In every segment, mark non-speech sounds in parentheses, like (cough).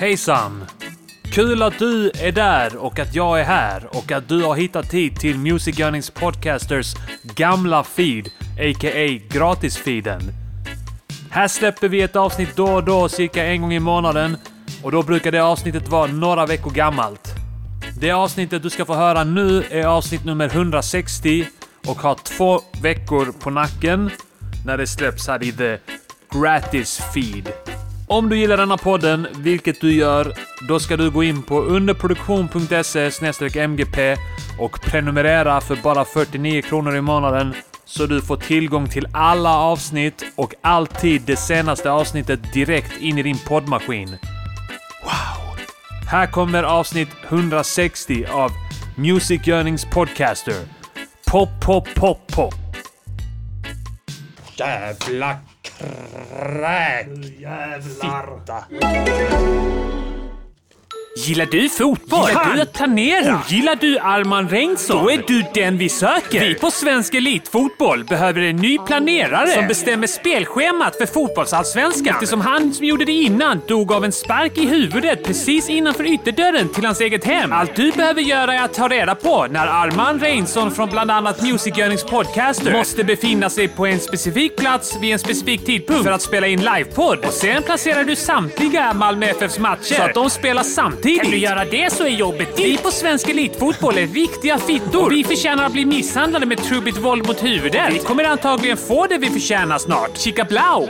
Hejsan! Kul att du är där och att jag är här och att du har hittat hit till Music Earnings Podcasters gamla feed, a.k.a. gratisfeeden. Här släpper vi ett avsnitt då och då, cirka en gång i månaden och då brukar det avsnittet vara några veckor gammalt. Det avsnittet du ska få höra nu är avsnitt nummer 160 och har två veckor på nacken när det släpps här i the gratis feed. Om du gillar denna podden, vilket du gör, då ska du gå in på underproduktion.se mgp och prenumerera för bara 49 kronor i månaden så du får tillgång till alla avsnitt och alltid det senaste avsnittet direkt in i din poddmaskin. Här kommer avsnitt 160 av Music Yearnings Podcaster. Pop, pop, pop, pop. Jävla kräk! Jävlar! Fitta. Gillar du fotboll? Gillar du att planera? Gillar du Arman Reinsson? Då är du den vi söker! Vi på Svensk Elitfotboll behöver en ny planerare som bestämmer spelschemat för fotbollsallsvenskan. Eftersom han som gjorde det innan dog av en spark i huvudet precis innanför ytterdörren till hans eget hem. Allt du behöver göra är att ta reda på när Arman Reinsson från bland annat Music Yearnings Podcaster måste befinna sig på en specifik plats vid en specifik tidpunkt för att spela in livepodd. Och sen placerar du samtliga Malmö FFs matcher så att de spelas samtidigt. Kan du göra det så är jobbet ditt. Vi på Svensk Elitfotboll är riktiga fittor. Och vi förtjänar att bli misshandlade med trubbigt våld mot huvudet. Vi kommer antagligen få det vi förtjänar snart. Chica blau!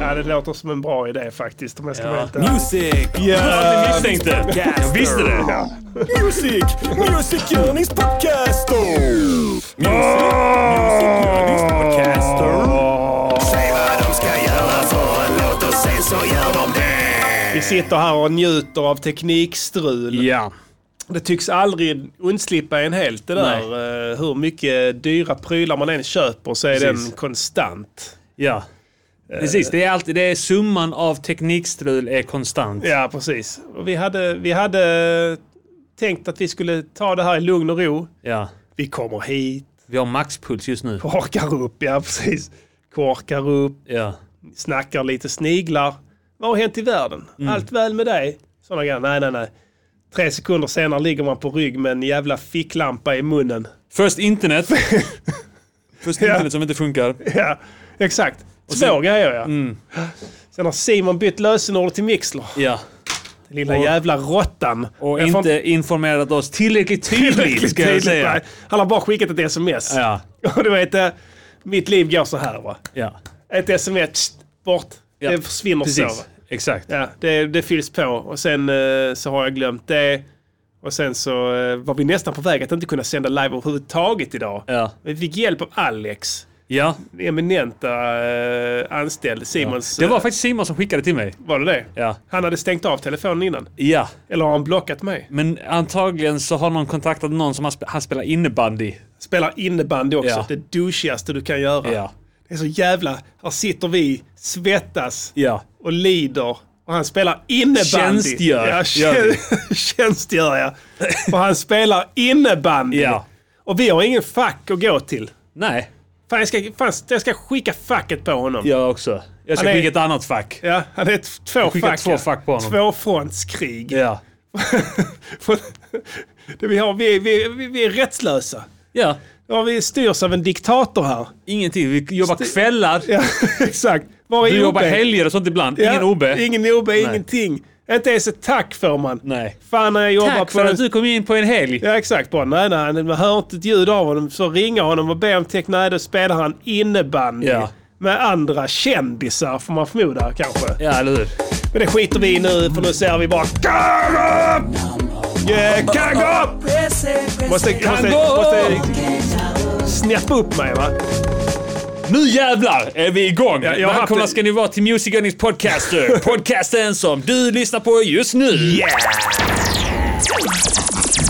Ja, det låter som en bra idé faktiskt om jag ska vara helt ärlig. Music! Ja, Misstänkte. Jag visste det. ja. Music! Music Yearnings Podcaster! Music! Music Yearnings Podcaster! Säg vad de ska göra för en låt och sen så gör de det! Vi sitter här och njuter av teknikstrul. Ja. Det tycks aldrig undslippa en helt det där. eh, Hur mycket dyra prylar man än köper så är Precis. den konstant. Ja. Precis, det är, alltid, det är summan av teknikstrul är konstant. Ja, precis. Och vi, hade, vi hade tänkt att vi skulle ta det här i lugn och ro. Ja. Vi kommer hit, Vi har maxpuls just nu. korkar upp, ja precis. Korkar upp, Ja. snackar lite sniglar. Vad har hänt i världen? Mm. Allt väl med dig? Sådana grejer. Nej, nej, nej. Tre sekunder senare ligger man på rygg med en jävla ficklampa i munnen. Först (laughs) internet. Först internet som inte funkar. Ja, exakt. Två grejer ja. Mm. Sen har Simon bytt lösenord till Mixler. Ja. Den lilla jävla råttan. Och Jag får inte informerat oss tillräckligt tydligt, tillräckligt ska jag tydligt, säga. nej. Han har bara skickat ett sms. Ja. (laughs) Och du vet, eh, mitt liv går så här va. Ja. Ett sms, tst, bort. Ja, Det försvinner så. Precis. Va? Exakt. Ja, det, det fylls på och sen eh, så har jag glömt det. Och sen så eh, var vi nästan på väg att inte kunna sända live överhuvudtaget idag. Ja. Vi fick hjälp av Alex, Ja. den eminenta eh, anställd, Simons. Det var eh, faktiskt Simon som skickade till mig. var det det? Ja. Han hade stängt av telefonen innan. Ja. Eller har han blockat mig? Men antagligen så har någon kontaktat någon som han, sp- han spelar innebandy. Spelar innebandy också. Ja. Det douchigaste du kan göra. Ja. Det är så jävla... Här sitter vi, svettas Ja. och lider. Och han spelar innebandy. Tjänstgör, Ja, gör tjän (laughs) tjänstgör ja. Och han spelar innebandy. Ja. Och vi har ingen fack att gå till. Nej. Fan, jag ska, fan, jag ska skicka facket på honom. Ja, Jag också. Jag ska Han är- skicka ett annat fack. han är t- två skickar fack. två ja. fack på honom. Tvåfrontskrig. Ja. det (laughs) vi, har, vi, vi, vi, vi är rättslösa. Ja. Ja, vi styrs av en diktator här. Ingenting. Vi jobbar kvällar. Ja, (laughs) exakt. Var är Du jobbar OB? helger och sånt ibland. Ja, Ingen OB. Ingen OB, ingenting. Inte ens ett tack får man. Nej. Fan när jag jobbar Tack på... för en- att du kom in på en helg. Ja exakt bara, nej nej, man hör inte ett ljud av honom. Så ringer honom och ber om teck, nej då spelar han innebandy. Ja. Med andra kändisar får man förmoda kanske. Ja, eller hur? Men det skiter vi i nu för nu ser vi bara Kang upp! Yeah, kang upp! Måste, måste, måste snäppa upp mig va? Nu jävlar är vi igång! Ja, jag har Välkomna haft- ska ni vara till Music Earnings Podcaster. (laughs) Podcasten som du lyssnar på just nu. Yeah.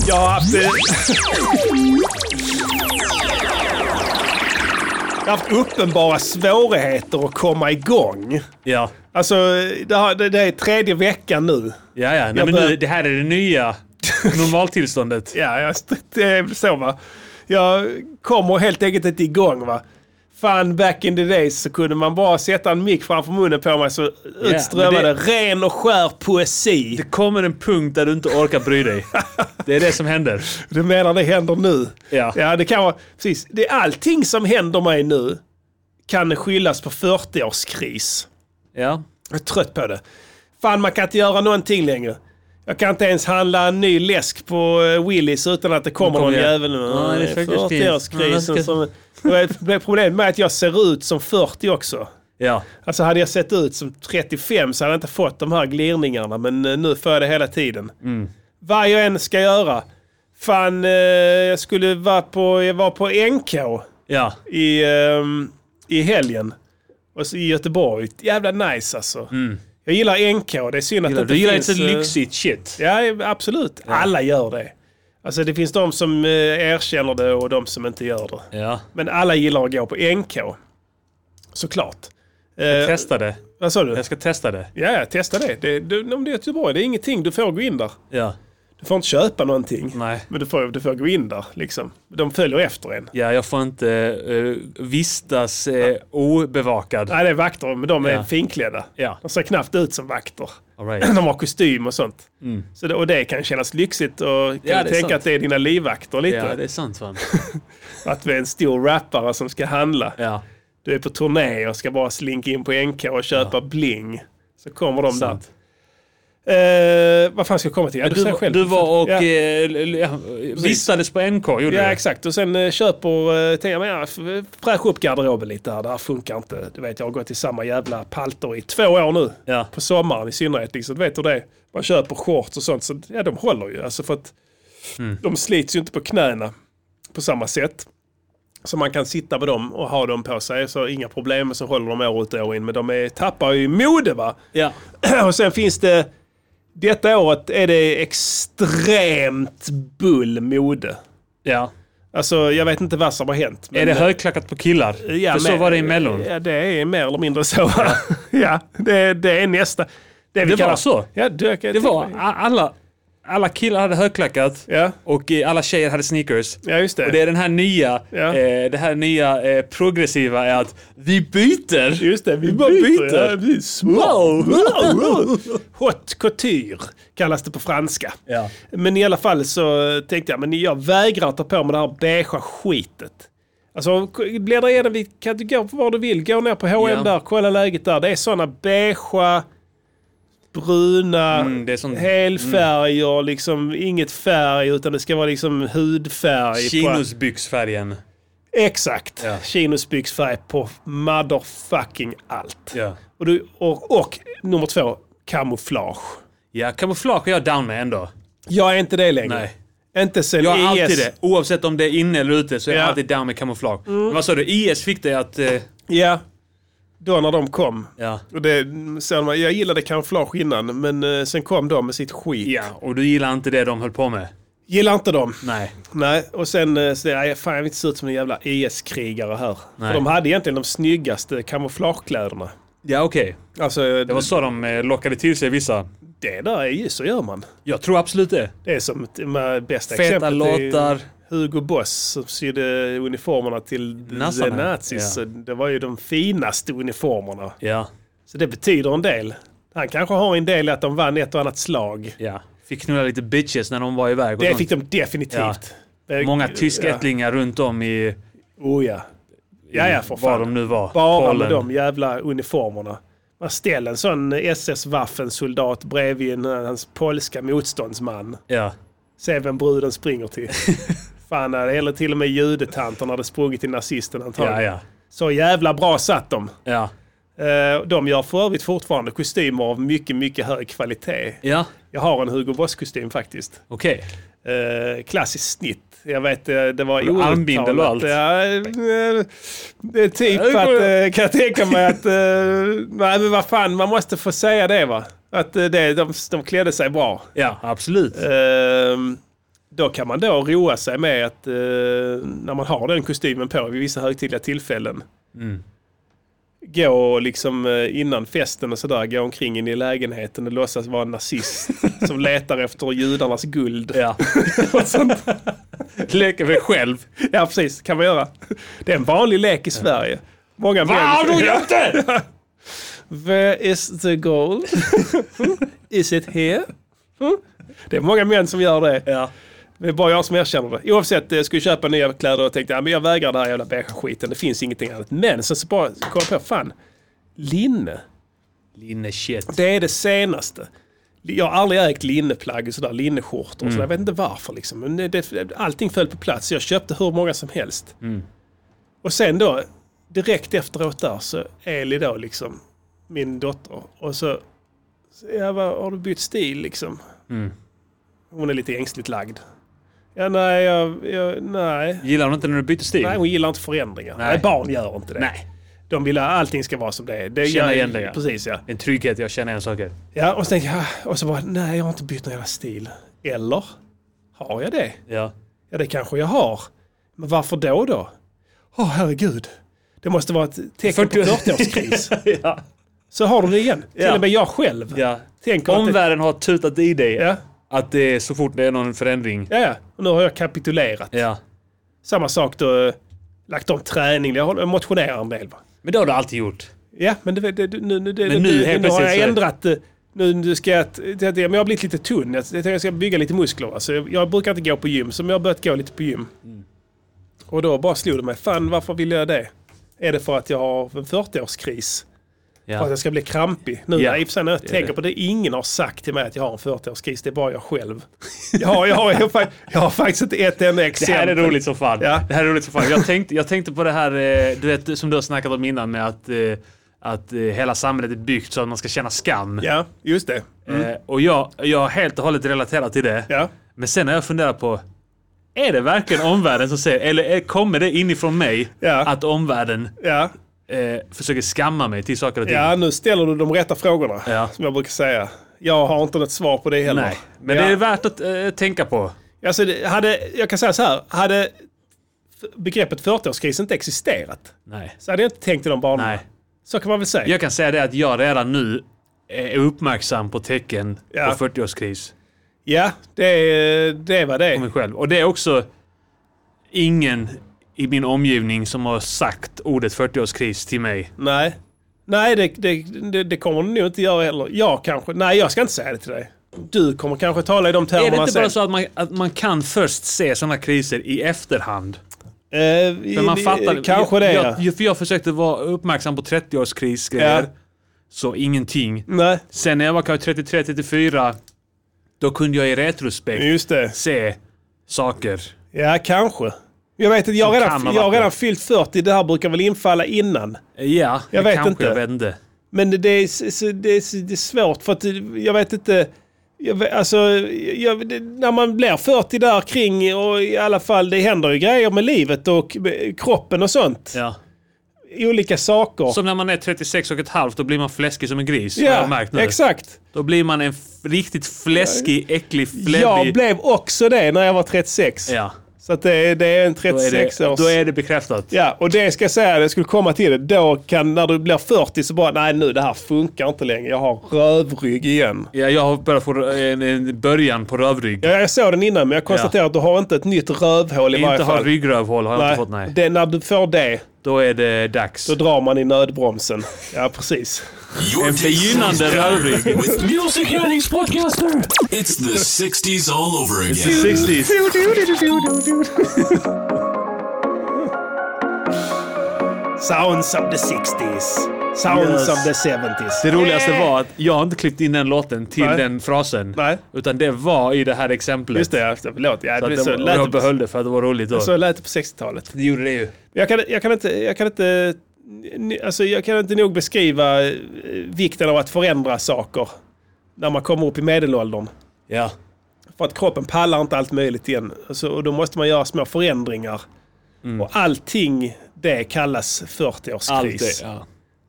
Jag har haft... eh, Jag har haft uppenbara svårigheter att komma igång. Ja, Alltså, det, har, det, det är tredje veckan nu. ja, ja. Nej, Jag men bör- nu, det här är det (laughs) nya normaltillståndet. Ja, jag, st- det är väl så va. Jag kommer helt enkelt inte igång va. Fan, back in the days så kunde man bara sätta en mick framför munnen på mig så utströmmade men ren och skär poesi. Det kommer en punkt där du inte orkar bry dig. Det är det som händer. Du menar det händer nu? Ja. Ja, det kan vara... Precis. Det är allting som händer mig nu kan skyllas på 40-årskris. Ja. Jag är trött på det. Fan, man kan inte göra någonting längre. Jag kan inte ens handla en ny läsk på eh, Willys utan att det kommer, kommer någon jag. jävel. Ja, det är faktiskt kris. Ja, årskrisen jag ska- som... Det är Problemet med att jag ser ut som 40 också. Ja. Alltså hade jag sett ut som 35 så hade jag inte fått de här glirningarna. Men eh, nu får jag det hela tiden. Mm. Vad jag än ska göra. Fan, eh, jag skulle vara på, jag var på NK Ja. i, ehm, i helgen. Och så i Göteborg. Jävla nice alltså. Jag gillar NK. Det är synd att det inte Du Mm. gillar finns... inte eh, lyxigt shit. Ja, absolut. Alla gör det. Alltså det finns de som eh, erkänner det och de som inte gör det. Ja. Men alla gillar att gå på NK. Såklart. Eh, Testa det. vad sa du? Jag ska testa det. Ja, ja, testa det. det, det om det är Göteborg, det är ingenting. Du får gå in där. Ja. Du får inte köpa någonting. Nej. Men du får, du får gå in där. Liksom. De följer efter en. Ja, jag får inte eh, vistas eh, obevakad. Nej, det är vakter, men de är Ja. finklädda. Ja. De ser knappt ut som vakter. (clears throat) All right. De har kostym och sånt. Så det, och det kan kännas lyxigt och kan Mm. det är du tänka sant. att det är dina livvakter lite. Ja, det är sant va? Att du är en stor rappare som ska handla. Ja. Du är på turné och ska bara slinka in på NK och köpa bling. Så kommer de där. Sant. Eh, vad fan ska jag komma till? Ja, du, säger Du, själv. du var och Ja. eh, ja, vistades på NK, gjorde Ja, du? exakt. Och sen eh, köper, eh, tänker jag, men, ja, f- fräscha upp garderoben lite här. Det här funkar inte. Du vet, jag har gått i samma jävla palter i två år nu. Ja. På sommaren i synnerhet. Liksom, du vet hur det är. Man köper shorts och sånt. Så, ja, de håller ju. Alltså för att de slits ju inte på knäna på samma sätt. Så man kan sitta med dem och ha dem på sig. Så inga problem. Så håller de år ut och år in. Men de är, tappar ju i mode va. (clears throat) Ja. Och sen finns det... Detta året är det extremt bull mode. ja. Alltså jag vet inte vad som har hänt. men- Är det högklackat på killar? Ja, För så men- var det i Mellon. Ja, det är mer eller mindre så. (laughs) Ja, det, det är nästa. Det, vi Det var kallar- så? Ja, det, Det var a- alla, alla killar hade högklackat Ja. och eh, alla tjejer hade sneakers. Ja, just det. Och det är den här nya, Ja. eh, det här nya eh, progressiva är att vi byter! Just det, vi bara byter. Ja, vi är smart. Haute couture kallas det på franska. Ja. Men i alla fall så tänkte jag, men jag vägrar ta på mig det här beigea skitet. Alltså, bläddra igenom, vi kan du gå var du vill. Gå ner på H&M Ja. där, kolla läget där. Det är sådana beigea, bruna, Mm, det är sån helfärger, liksom inget färg utan det ska vara liksom hudfärg. På, Chinosbyxfärgen. exakt. Ja. Chinosbyxfärg på motherfucking allt. Ja. Och, du, och, och nummer två, kamouflage. ja, kamouflage är jag down med ändå. Jag är inte det längre. Nej. Inte sen E Jag är IS. alltid det. Oavsett om det är inne eller ute så är Ja. jag alltid down med kamouflage. Men vad sa du? IS fick dig att... Eh, Ja, då när de kom. ja. Och det, sen, jag gillade kamouflage innan, men eh, sen kom de med sitt skit. ja. Och du gillar inte det de höll på med? Gillar inte dem. Nej. Nej, och sen eh, så jag, fan jag vill inte se ut som en jävla IS-krigare här. För Nej. de hade egentligen de snyggaste kamouflagekläderna. Ja, okej. Alltså, Det var så de eh, lockade till sig vissa. det där är ju, så gör man. Jag tror absolut det. Det är som t- med bästa Feta exemplet. är ju låtar. Hugo Boss som sydde uniformerna till Nassarna. the nazis. Ja. Så Det var ju de finaste uniformerna. Ja. Så det betyder en del. Han kanske har en del i att de vann ett och annat slag. Ja. Fick knulla lite bitches när de var iväg. och Det sånt. fick de definitivt. Det- Många tyskättlingar runt om i... Ja. Oh ja. Ja, ja, för Var fan. de nu var. Bara Polen. med de jävla uniformerna. Man ställer en sån SS-Waffen-soldat bredvid en, hans polska motståndsman. Ja. Se vem bruden springer till. (laughs) Fan, eller till och med judetanterna hade sprungit till nazisten antagligen. Ja, ja. Så jävla bra satt de. Ja. Eh, De gör för övrigt fortfarande kostymer av mycket, mycket hög kvalitet. Ja. Jag har en Hugo Boss-kostym faktiskt. Okej. Eh, klassiskt snitt. Jag vet, eh, det var du armbindel och outtalat. allt? Ja, eh, det är typ Ja, det att, går jag. eh, kan jag tänka mig att, eh, nej men vad fan, man måste få säga det va. Att eh, det, de, de klädde sig bra. Ja, absolut. Ehm, då kan man då roa sig med att eh, när man har den kostymen på vid vissa högtidliga tillfällen. Mm. Gå och liksom eh, innan festen och sådär, gå omkring in i lägenheten och låtsas vara (laughs) en nazist som letar efter judarnas guld. Ja. Leker vi själv. Ja, precis. kan man göra. Det är en vanlig lek i Sverige. Många Vad har du gjort det? Where is (laughs) the gold? is it here? Mm. Det är många män som gör det. Ja. Det är bara jag som erkänner det. Oavsett, jag skulle köpa nya kläder och tänkte ja, men jag vägrar den här jävla beiga skiten. Det finns ingenting annat. Men sen så bara kom jag på, fan, linne. Linne shit. Det är det senaste. Jag har aldrig ägt linneplagg och sådär, linneskjortor och Mm. sådär. Jag vet inte varför liksom. Men det- det, allting föll på plats. Jag köpte hur många som helst. Mm. Och sen då, direkt efteråt där så Eli då liksom, min dotter. Och så, så jag bara, har du bytt stil liksom? Mm. Hon är lite ängsligt lagd. Ja, nej, jag, jag, nej. Gillar hon inte när du byter stil? Nej, hon gillar inte förändringar. Nej. Nej. barn gör inte det. Nej. De vill att allting ska vara som det är. Det Känna jag- igen det, ja. Precis ja. En trygghet, jag känner en sak. Ja, och så tänkte jag, "Ah." och så bara, nej jag har inte bytt någon jävla stil. Eller? Har jag det? Ja. Ja, det kanske jag har. Men varför då då? Åh, herregud. Det måste vara ett tecken på För du- 40-årskris. (laughs) ja. så har de det igen. Till Ja. och med jag själv. ja. Tänker att det, Omvärlden har tutat i dig ja, att det är så fort det är någon förändring. ja, ja. Och nu har jag kapitulerat. Ja. Samma sak då, eh, lagt om träning. Jag håller- jag motionerar en del. Va? Men det har du alltid gjort. Ja, men det, det, det, nu, nu, det, Men nu det, helt nu har plötsligt jag så är- ändrat. eh, Nu, nu ska jag, t- t- men jag har blivit lite tunn. Jag, jag, jag ska bygga lite muskler. va. Så jag, jag brukar inte gå på gym, så jag har börjat gå lite på gym. Mm. Och då bara slog det mig. Fan, varför vill jag det? Är det för att jag har en 40-årskris? För att Ja. jag ska bli krampig? Nu Ja, i och för sig när jag tänker på det, ingen har sagt till mig att jag har en 40-årskris. Det är bara jag själv. Jag har, jag har, jag har, fa- jag har faktiskt inte ett enda Det exempel. här är roligt som fan. Ja. Det här är roligt som fan. Jag tänkte, jag tänkte på det här eh, du vet, som du har snackat om innan med att, eh, att eh, hela samhället är byggt så att man ska känna skam. Ja, just det. Eh, Och jag, jag har helt och hållet relaterat till det. Ja. Men sen har jag funderat på, är det verkligen omvärlden som säger, eller är- kommer det inifrån mig Ja. att omvärlden Ja. eh, försöker skamma mig till saker och ting? Ja, nu ställer du de rätta frågorna. Ja. Som jag brukar säga. Jag har inte något svar på det heller. Nej, men ja. det är värt att eh, tänka på. alltså, det- hade, jag kan säga så här. Hade f- begreppet 40-årskris inte existerat Nej. så hade jag inte tänkt i de banorna. Nej. Så kan man väl säga. Jag kan säga det att jag redan nu är uppmärksam på tecken Ja. på 40-årskris Ja, det, är- det var det. på mig själv. Och det är också ingen i min omgivning som har sagt ordet 40-årskris till mig. Nej, Nej det, det, det, det kommer du nog inte göra heller. Jag kanske. Nej, jag ska inte säga det till dig. Du kommer kanske tala i de termerna Är det inte sen. bara så att man, att man kan först se sådana kriser i efterhand? Eh, För man i- fattar, Kanske det, jag, ja. jag, för jag försökte vara uppmärksam på 30-årskrisgrejer, Ja. så ingenting. Nej, Sen när jag var kanske 33-34, då kunde jag i retrospekt just det. se saker. Ja, kanske. Jag vet att jag har kan ha redan, jag har varit redan fyllt 40. Det här brukar väl infalla innan. Ja, Jag det vet kanske inte. jag vände. Men det- det är, s- s- det är, s- det är svårt för att eh, jag vet inte. Jag vet, alltså, jag, det, när man blir 40 där kring och i alla fall det händer ju grejer med livet och med kroppen och sånt. Ja. Olika saker. Som när man är 36 och ett halvt, då blir man fläskig som en gris. har jag ja, märkt nu. exakt. Då blir man en f- riktigt fläskig, äcklig, Jag fläbbig... blev också det när jag var 36. Ja, Så att det, är- det är en då är, 36 det, års... då är det bekräftat. Ja, och det ska jag säga, jag skulle komma till det. Då kan, när du blir 40 så bara, nej nu det här funkar inte längre. Jag har rövrygg igen. Ja, jag har börjat få en, en början på rövrygg. Ja, jag såg den innan men jag konstaterar att du har inte ett nytt rövhål i varje Inte fall. ha ryggrövhål har jag inte fått, nej. Det, när du får det, Då är det dags. då drar man i nödbromsen. Ja, precis. Your En begynnande rövrygg. with Music Earnings Podcaster. It's the 60s all over again. 60s. Sounds of the 60s. Sounds of the 70s. Det roligaste var att jag har inte klippt in den låten till Nej. den frasen. Nej. Utan det var i det här exemplet. Just det, ja. Förlåt. Ja, Så det att så, det, jag lät det Alltså- på, behöll det för att det var roligt då. så lät det på 60-talet. det gjorde det ju. Jag kan, jag kan inte... Jag kan inte ni- Alltså jag kan inte nog beskriva eh, vikten av att förändra saker när man kommer upp i medelåldern. Ja. För att kroppen pallar inte allt möjligt igen. Så, och då måste man göra små förändringar. Och allting det kallas 40-årskris. Mm. Allt det. Ja.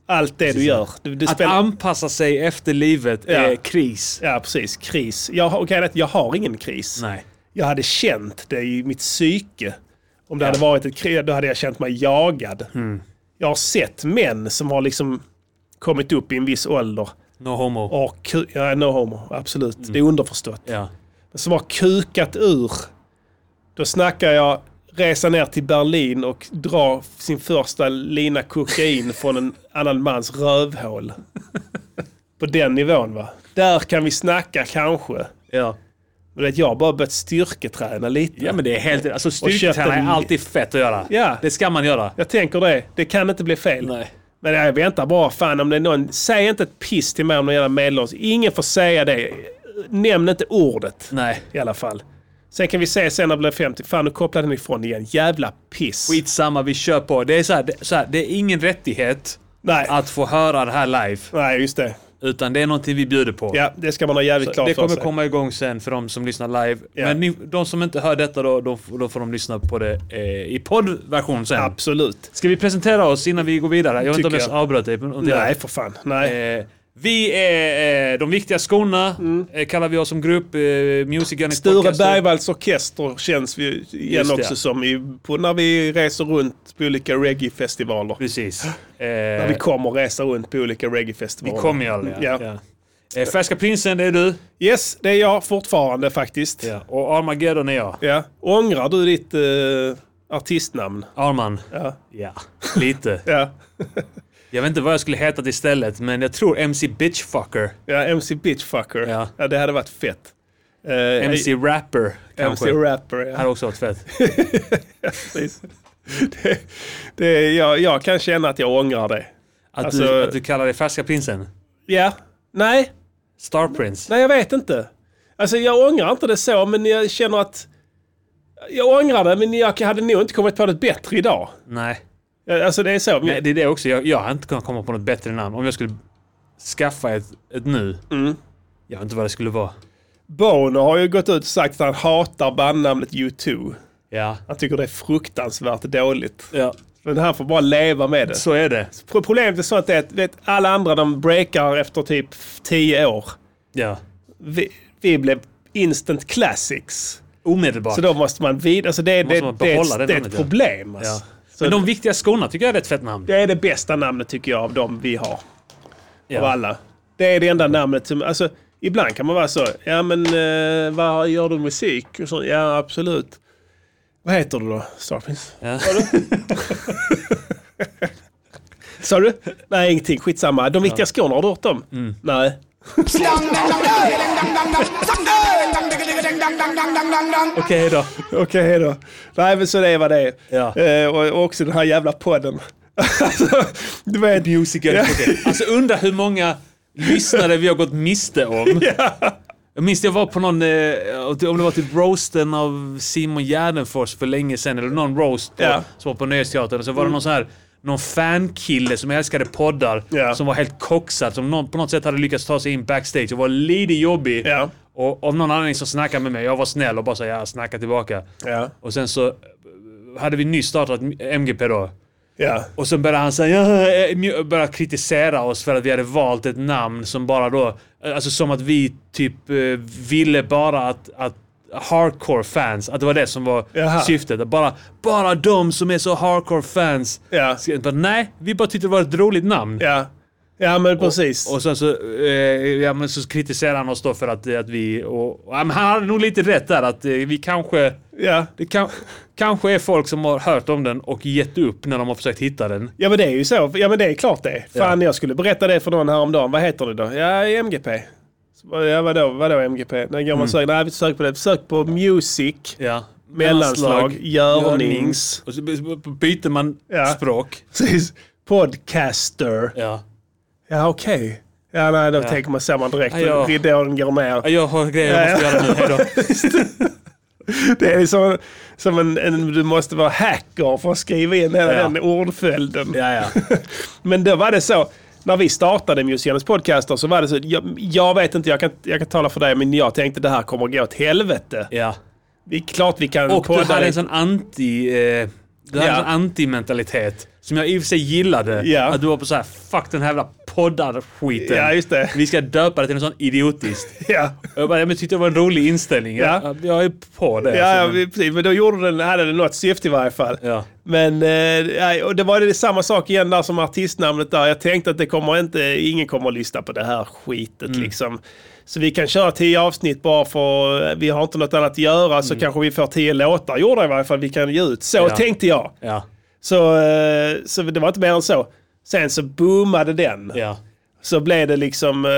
Allt det du gör. Du, du Att anpassa sig efter livet är Ja. kris. ja, precis. Kris. Jag, har- okej, jag har ingen kris. Nej. Jag hade känt det i mitt psyke. Om det hade varit ett krig, då hade jag känt mig jagad. Mm. Jag har sett män som har liksom kommit upp i en viss ålder. No homo. Och, har ku- ja, no homo. Absolut. Mm. Det är underförstått. Ja. som har kukat ur. Då snackar jag resa ner till Berlin och dra sin första lina kokain från en annan mans rövhål. På den nivån va. Där kan vi snacka kanske. Ja. Men vet, jag har bara börjat styrketräna lite. ja, men det är helt... Alltså köpte styrketräning en- är alltid fett att göra. Ja. Det ska man göra. Jag tänker det. Det kan inte bli fel. Nej. Men jag väntar bara. Fan, om det är någon... Säg inte ett piss till mig om någon jävla medelålders. Ingen får säga det. Nämn inte ordet Nej. i alla fall. Sen kan vi se sen när det blir 50. Fan, nu kopplade den ifrån igen. Jävla piss. Skitsamma, vi kör på. Det är så här, det, så här, det är ingen rättighet Nej. att få höra det här live, Nej, just det. utan det är någonting vi bjuder på. Ja, det ska man ha jävligt klart det för kommer sig. komma igång sen för de som lyssnar live. Ja. Men ni, de som inte hör detta då, då, då får de lyssna på det eh, i poddversion sen. Absolut. Ska vi presentera oss innan vi går vidare? Jag vet inte om Tycker jag jag. avbröt dig. men- Nej, för fan. Nej. Mm. Eh, vi är eh, de viktiga skorna, eh, kallar vi oss som grupp. Eh, Music Gunnings Sture Podcaster. Bergvalls orkester känns vi igen Just det, också ja. som i, på när vi reser runt på olika reggae-festivaler. Precis. När Eh, vi kommer resa runt på olika reggae-festivaler. vi kommer ju aldrig. Ja. Eh, Färska Prinsen, det är du. Yes, det är jag fortfarande faktiskt. Ja. Och Armageddon är jag. Ångrar du ditt eh, artistnamn? Arman. Ja. Ja, lite. Ja. Jag vet inte vad jag skulle hetat istället, men jag tror MC Bitchfucker. ja, MC Bitchfucker. Ja. Ja, det hade varit fett. Eh, MC Rapper, kanske. MC Rapper, ja. Hade också varit fett. Precis. Det, (laughs) det, jag, jag kan känna att jag ångrar det. Att, Alltså- du, att du kallar dig Färska Prinsen. Ja. Nej, Star Prince. nej jag vet inte. Alltså jag ångrar inte det så, men jag känner att... Jag ångrar det, men jag hade nog inte kommit på något bättre idag. Nej. Alltså det är så. Nej, det är det också. Jag, jag hade inte kunnat komma på något bättre namn. Om jag skulle skaffa ett, ett nu. Mm. Jag vet inte vad det skulle vara. Bono har ju gått ut och sagt att han hatar bandnamnet U2. Ja. Han tycker det är fruktansvärt dåligt. ja. Men han får bara leva med det. Så är det. Pro- Problemet är så att det är att vet, alla andra de breakar efter typ 10 år. Ja. Vi, vi blev instant classics. Omedelbart. Så då måste man vidare. Alltså det, är- Måste det, man det, är behålla det ett, det är namnet, ett ja. problem. Alltså. ja. Så Men de viktiga skorna tycker jag är ett fett namn. Det är det bästa namnet tycker jag av de vi har. Av Ja. alla. Det är det enda namnet som... Alltså, ibland kan man vara så. Ja men eh, vad gör du musik? Och så, ja absolut. Vad heter du då? Starpins? Ja. Sa du? Nej ingenting. Skitsamma. De viktiga skorna, har du hört dem? Mm. Nej. Okej då. Okej hej då. Nej men så det är vad det är. Ja. Eh, och, och också den här jävla podden. (laughs) alltså, du vet. musiker. Ja. Alltså undra hur många lyssnare vi har gått miste om. (laughs) Jag minns jag var på någon, eh, om det var typ roasten av Simon Gärdenfors för länge sedan, eller någon roast på, Ja. Mm. som var på Nöjesteatern. Och så var det någon sån här någon fankille som älskade poddar Ja. som var helt koxad, som någon, på något sätt hade lyckats ta sig in backstage och var lite jobbig. Ja. Och av någon anledning så snackade han med mig. Jag var snäll och bara sa ja, snacka tillbaka. Ja. Och sen så eh, hade vi nyss startat MGP då. Ja. Och sen började han säga, "Ja, eh, mj- började kritisera oss för att vi hade valt ett namn som bara då, alltså som att vi typ eh, ville bara att, att hardcore fans, att det var det som var Jaha. syftet. Att Bara, bara de som är så hardcore fans. Ja. Ska- Bara, Nej, vi bara tyckte det var ett roligt namn. Ja. Ja men precis. Och sen så, eh, ja, men så kritiserade han oss då för att, eh, att vi, och, ja, men han hade nog lite rätt där att eh, vi kanske, ja. det kan, kanske är folk som har hört om den och gett upp när de har försökt hitta den. Ja men det är ju så. Ja men det är klart det. Fan jag skulle berätta det för någon häromdagen. Vad heter du då? Ja MGP. Så bara, Ja vadå, vadå MGP? När går Mm. man söker? Nej vi söker på det. Sök på music. Ja. Mellanslag, görnings. Och så by- by- byter man Ja. språk. Precis. Podcaster. Ja. Ja okej. Ja nej då tänker man ser man direkt. Ja, ja. Ridån går ner. Jag har grejer jag måste göra nu. Hejdå. Det är som, som en, en, du måste vara hacker för att skriva in hela Ja. den ordföljden. (laughs) Ja, ja. Men då var det så, när vi startade Music Podcaster så var det så, jag, jag vet inte, jag kan, jag kan tala för dig, men jag tänkte det här kommer gå åt helvete. ja. Det är klart vi kan Och du hade en lite. sån anti... Eh, du hade en Ja. sån anti-mentalitet. Som jag i och för sig gillade. Ja. Att du var på så här fuck den här jävla poddar-skiten. Ja, just det. Vi ska döpa det till något sånt idiotiskt. (laughs) Ja, jag, bara, jag tyckte det var en rolig inställning. Ja. Jag, jag är på det. ja, ja alltså, men- vi- precis. Men då gjorde den, hade den något syfte i varje fall. Ja. Men eh, nej, och det var det samma sak igen där som artistnamnet där. Jag tänkte att det kommer inte, ingen kommer att lyssna på det här skitet Mm. liksom. Så vi kan köra tio avsnitt bara för vi har inte något annat att göra så kanske vi får tio låtar gjorda i varje fall vi kan ge ut. Så tänkte jag. Mm. Ja, Så, eh, så det var inte mer än så. Sen så boomade den. ja. Så blev det liksom, eh,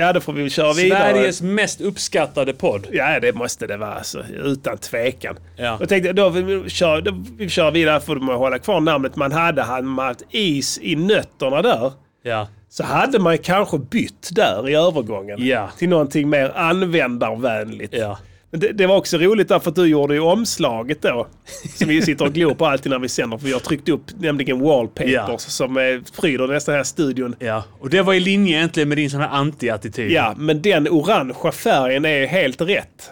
ja det får vi väl köra vidare. Sveriges mest uppskattade podd. Ja, det måste det vara alltså, utan tvekan. Ja. Jag tänkte, då vill vi köra, då vill vi köra vidare för att hålla kvar namnet man hade. Hade man haft is i nötterna där Ja. så hade man kanske bytt där i övergången Ja. till någonting mer användarvänligt. Ja. Men det, det var också roligt därför att du gjorde ju omslaget då. Som vi sitter och glor på alltid när vi sänder. För vi har tryckt upp nämligen wallpapers Ja. som är, pryder nästan hela studion. Ja, och det var i linje egentligen med din sån här anti-attityd. Ja, men den orangea färgen är ju helt rätt.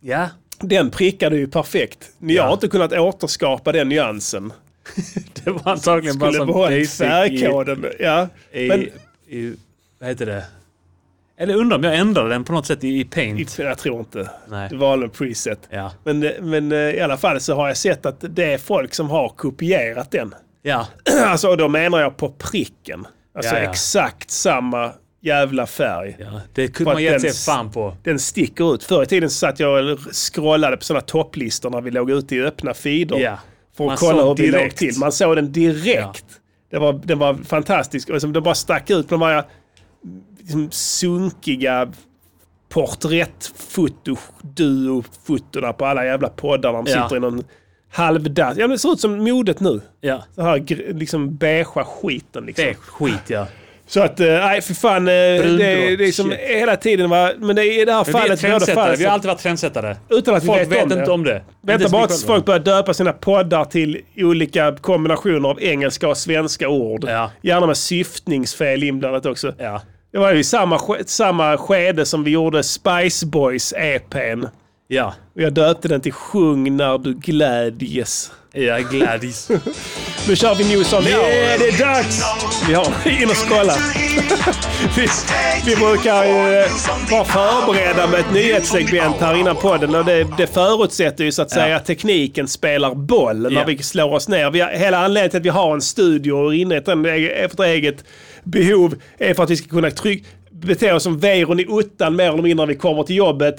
ja. Den prickade ju perfekt. Jag har inte kunnat återskapa den nyansen. Det var antagligen bara Skulle som behållit basic i, färgkoden. Ja. i, Men i... Vad heter det? Eller undrar om jag ändrade den på något sätt i, i Paint. jag tror inte. Nej. Det var en preset. Ja. Men, men eh, i alla fall så har jag sett att det är folk som har kopierat den. (clears throat) Ja. Alltså och då menar jag på pricken. Alltså Ja, ja. exakt samma jävla färg. ja. Det För kunde att man gett sig den- fan på. Den sticker ut. Förr i tiden satt jag och scrollade på sådana topplistor när vi låg ute i öppna feeder. Ja. För att Man kolla såg hur vi låg direkt. till. Man såg den direkt. Den, var, den var fantastisk. Och som den bara stack ut på de här liksom, sunkiga porträttfoto duo-fotona på alla jävla poddar. Där de Ja. sitter i någon halvdass. Ja, men det ser ut som modet nu. Ja. Den här gr- liksom beigea skiten. Liksom. Det är skit ja. Så att, eh, nej för fan. eh, Det, det är som shit. hela tiden var, men det är i det här Men vi är fallet, båda trendsättare. fallet, Vi har alltid varit trendsättare. utan att Folk folk vet om inte det. om det. Vänta Inte bara så tills mycket om folk börjar döpa sina poddar till olika kombinationer av engelska och svenska ord. Ja. Gärna med syftningsfel inblandat också. det. Ja. Det var ju samma, ske- samma skede som vi gjorde Spice Boys-EPn. Ja. Och jag döpte den till Sjung när du glädjes. Ja, Gladys. Nu kör vi News on the Hour. det är dags! Vi har (laughs) in och skrolla. vi, vi brukar ju eh, vara förberedda med ett nyhetssegment här innan podden och det, det förutsätter ju så att säga att tekniken spelar boll när Ja. vi slår oss ner. Vi har, hela anledningen till att vi har en studio och inrättat den e- efter eget behov är för att vi ska kunna trygg, bete oss som veron i ottan mer eller mindre när vi kommer till jobbet.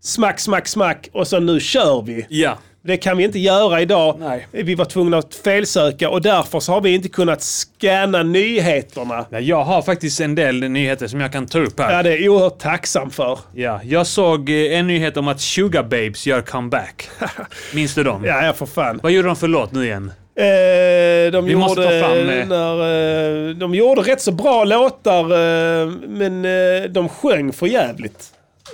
Smack, smack, smack och så nu kör vi. Ja. Det kan vi inte göra idag. Nej. Vi var tvungna att felsöka och därför så har vi inte kunnat scanna nyheterna. Ja, Jag har faktiskt en del nyheter som jag kan ta upp Ja, här. det är jag oerhört tacksam för. Ja, jag såg eh, en nyhet om att Sugar Babes gör comeback. (laughs) Minns du dem? Ja, ja för fan. Vad gjorde de för låt nu igen? Eh, de, Vi gjorde, måste ta fram, eh, när, eh, de gjorde rätt så bra låtar, eh, men eh, de sjöng för jävligt.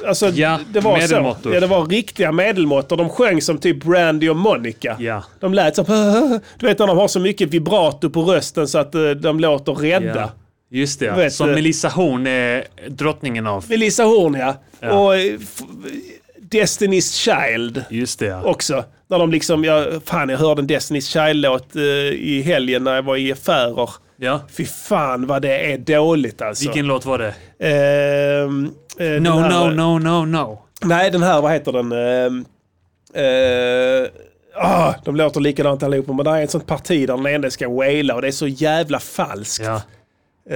Alltså, Ja, det var så. medelmåttor. Ja, det var riktiga medelmåttor. De sjöng som typ Brandy och Monica. Ja. De lät som... (laughs) Du vet när de har så mycket vibrato på rösten så att eh, de låter rädda. Ja. Just det, Vet som du- Melissa Horn är drottningen av. Melissa Horn ja. Och eh, f- Destiny's Child Just det, ja. också. När de liksom, jag, fan jag hörde en Destiny's Child-låt eh, i helgen när jag var i affärer. ja. Fy fan vad det är dåligt alltså. Vilken låt var det? Ehm, eh, den No, här, no, no, no, no. Nej, den här, vad heter den? Ehm, eh, ah, de låter likadant allihopa, men det är ett sånt parti där den enda ska waila och det är så jävla falskt. Ja.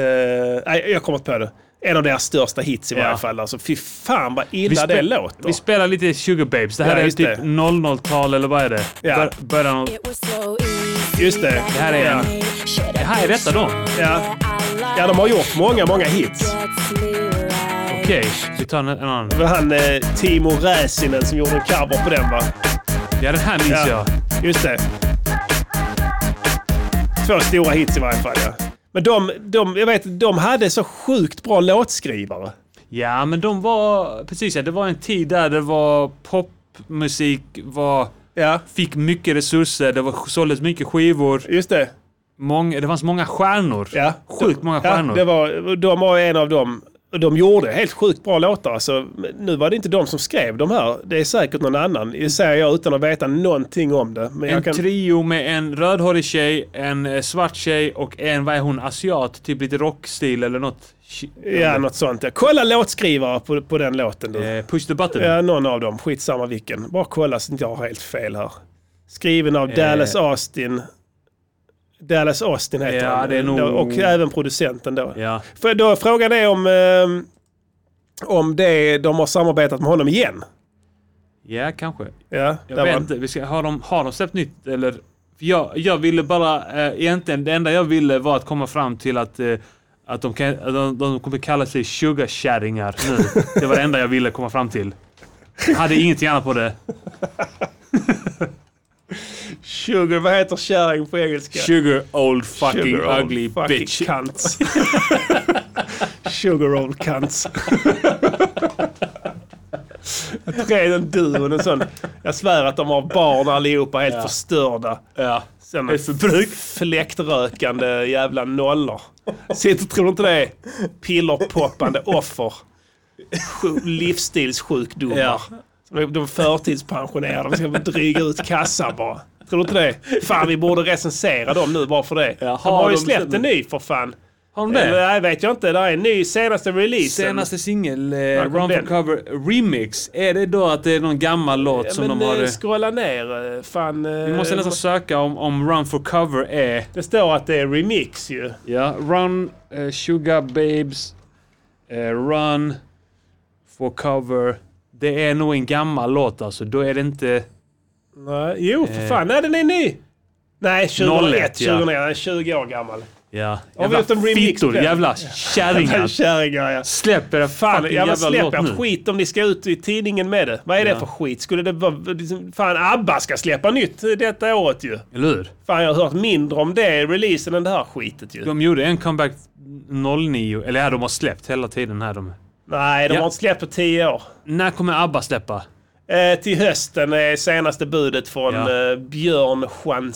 Eh, nej, jag kommer inte på det. En av deras största hits i Ja. varje fall. Alltså, fy fan vad illa spe- det låter. vi spelar lite Sugar Babes. Det här Ja, är just typ det. 00-tal eller vad är det? Ja. Bör- Början av... Just det. Det här är en. Det Det här är detta då? Okej, Ja. ja, de har gjort många, många hits. vi tar en, en annan. Det var han eh, Timo Räsinen som gjorde en cover på den va? Ja, den här minns Ja. jag. Just det. Två stora hits i varje fall ja. Men de, de, jag vet, de hade så sjukt bra låtskrivare. Ja, men de var... Precis, ja, det var en tid där det var popmusik var... Ja, Fick mycket resurser, det var, såldes mycket skivor. just det. Många, det fanns många stjärnor. Ja. Sjukt många Ja, stjärnor. det var, de var en av dem. Och De gjorde helt sjukt bra låtar. Alltså, men nu var det inte de som skrev de här. Det är säkert någon annan. Det säger jag utan att veta någonting om det. Men En jag kan... trio med en rödhårig tjej, en eh, svart tjej och en, vad är hon, asiat? Typ lite rockstil eller något. Ja, något sånt. Ja. Kolla låtskrivare på, på den låten du. (laughs) Eh, Push the button. Ja, någon av dem. Skitsamma vilken. Bara kolla så inte jag har helt fel här. Skriven Eh. av Dallas Austin. Dallas Austin heter Ja, han. Mm, det är nog- Och även producenten då. Ja. För då frågan är om, ehm, om det, de har samarbetat med honom igen. Ja, kanske. Ja, där Jag var vet han. inte. Vi ska, har, de, har de släppt nytt eller? För jag, jag ville bara, eh, egentligen det enda jag ville var att komma fram till att, eh, att de, kan, att de, de kommer kalla sig sugarkärringar nu. Det var det enda jag ville komma fram till. Jag hade ingenting annat på det. Sugar, vad heter kärring på engelska? Sugar old fucking Sugar old ugly fucking bitch. (laughs) Cunts. Sugar old cunts. Jag tror det är en duo, en sån. Jag svär att de har barn allihopa helt förstörda. Ja. Sen fläktrökande jävla nollor. Sitter, tror du inte det? Pillerpoppande offer. Sju- Livsstilssjukdomar. Ja. De de förtidspensionerade, de ska bara dryga ut kassan bara. Tror du inte det? Fan, vi borde recensera dem nu bara för det. Ja, de har har ju de släppt sen- en ny för fan. Har de Eller, det? nej, vet jag inte. Det är en ny senaste releasen. Senaste singel, eh, kom Run for den? cover remix. Är det då att det är någon gammal låt ja, som men de har... eh, eh, scrolla ner. eh, Fan. Vi måste nästan söka om, om Run for cover är... Det står att det är remix ju. Ja, Run, eh, Sugar Babes, eh, Run for cover. Det är nog en gammal låt alltså. Då är det inte... Nej, jo, för fan. Nej, den är ny. Nej, 01, 2001. Eh. ja. 2001. Den är 20 år gammal. Ja. vi gjort en remix på fitor, den? jävla Men kärringar. Kärringar, ja. Släpp era Fan, fucking jag jävla släpp låt er nu. skit om ni ska ut i tidningen med det. Vad är det för skit? Skulle det vara... Liksom, fan, ABBA ska släppa nytt detta året ju. Eller hur? Fan, jag har hört mindre om det i releasen än det här skitet ju. De gjorde en comeback 09. Eller ja, de har släppt hela tiden här de. Nej, de Ja. har inte släppt på 10 år. När kommer ABBA släppa? Eh, till hösten är senaste budet från Ja. eh, Björn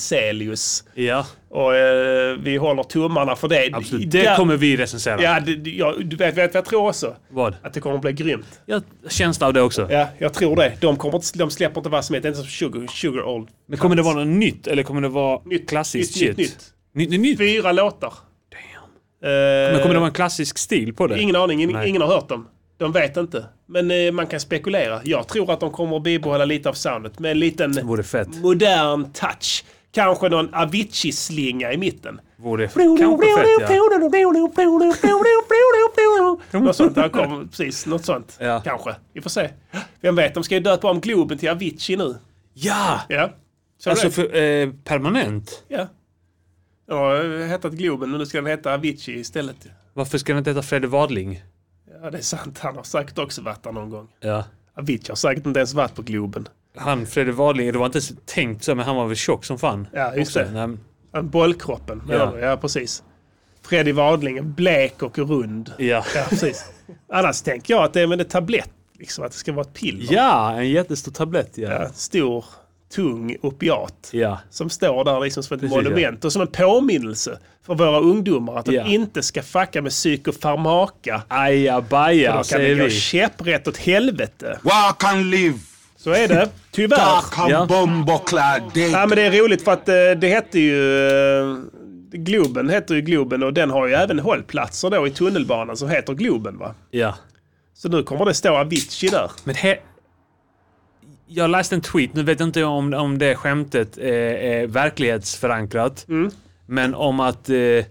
Chanselius. Ja, Och eh, vi håller tummarna för det. absolut. Där- Det kommer vi recensera. Ja, det, det- ja, du vet, vet vad jag tror också? Vad? Att det kommer att bli grymt. Jag har känsla av det också. Ja, jag tror det. De, kommer inte, de släpper inte vad som helst. Inte som Sugar, sugar Old. Men kommer det vara något nytt eller kommer det vara Nytt, klassiskt nytt, shit? nytt, nytt, nytt, nytt. Fyra låtar. Eh, Damn. Men kommer det vara en klassisk stil på det? Ingen aning. Ingen, Nej. ingen har hört dem. De vet inte. Men eh, man kan spekulera. Jag tror att de kommer att bibehålla lite av soundet med en liten Vore fett. modern touch. Kanske någon Avicii-slinga i mitten. Vore kanske fett ja. Något sånt. Där kom, precis, något sånt. Ja. Kanske. Vi får se. Vem vet, de ska ju döpa om Globen till Avicii nu. Ja! Ja. Så Alltså det. för, eh, permanent? Ja. Den har hetat Globen och nu ska den heta Avicii istället. Varför ska den inte heta Fredde Wadling? Ja, det är sant. Han har säkert också varit där någon gång. Ja. Avicii har säkert inte ens varit på Globen. Han Fredde Wadling, det var inte ens tänkt så men han var väl tjock som fan? Ja, just Också. det. Nej, men- Han bollkroppen. Ja. Ja. ja, precis. Freddy Wadling, blek och rund. Ja. Ja, precis. Annars tänker jag att det är med en tablett, liksom, att det ska vara ett piller. ja, en jättestor tablett ja. Ja, Stor, tung opiat. Ja. Som står där liksom som ett Precis, monument och som en påminnelse för våra ungdomar att Ja. de inte ska fucka med psykofarmaka. Ajabaja Då kan det säger gå vi. käpprätt åt helvete. Walk and live. Så är det, tyvärr. Dark and Ja. bomboklad day. Ja, men det är roligt för att eh, det hette ju... eh, Globen heter ju Globen och den har ju även hållplatser då i tunnelbanan som heter Globen va? Ja. Så nu kommer det stå Avicii där. Men he- Jag läste en tweet, nu vet jag inte om, om det skämtet är, är verklighetsförankrat. Mm. Men om att, eh, eh,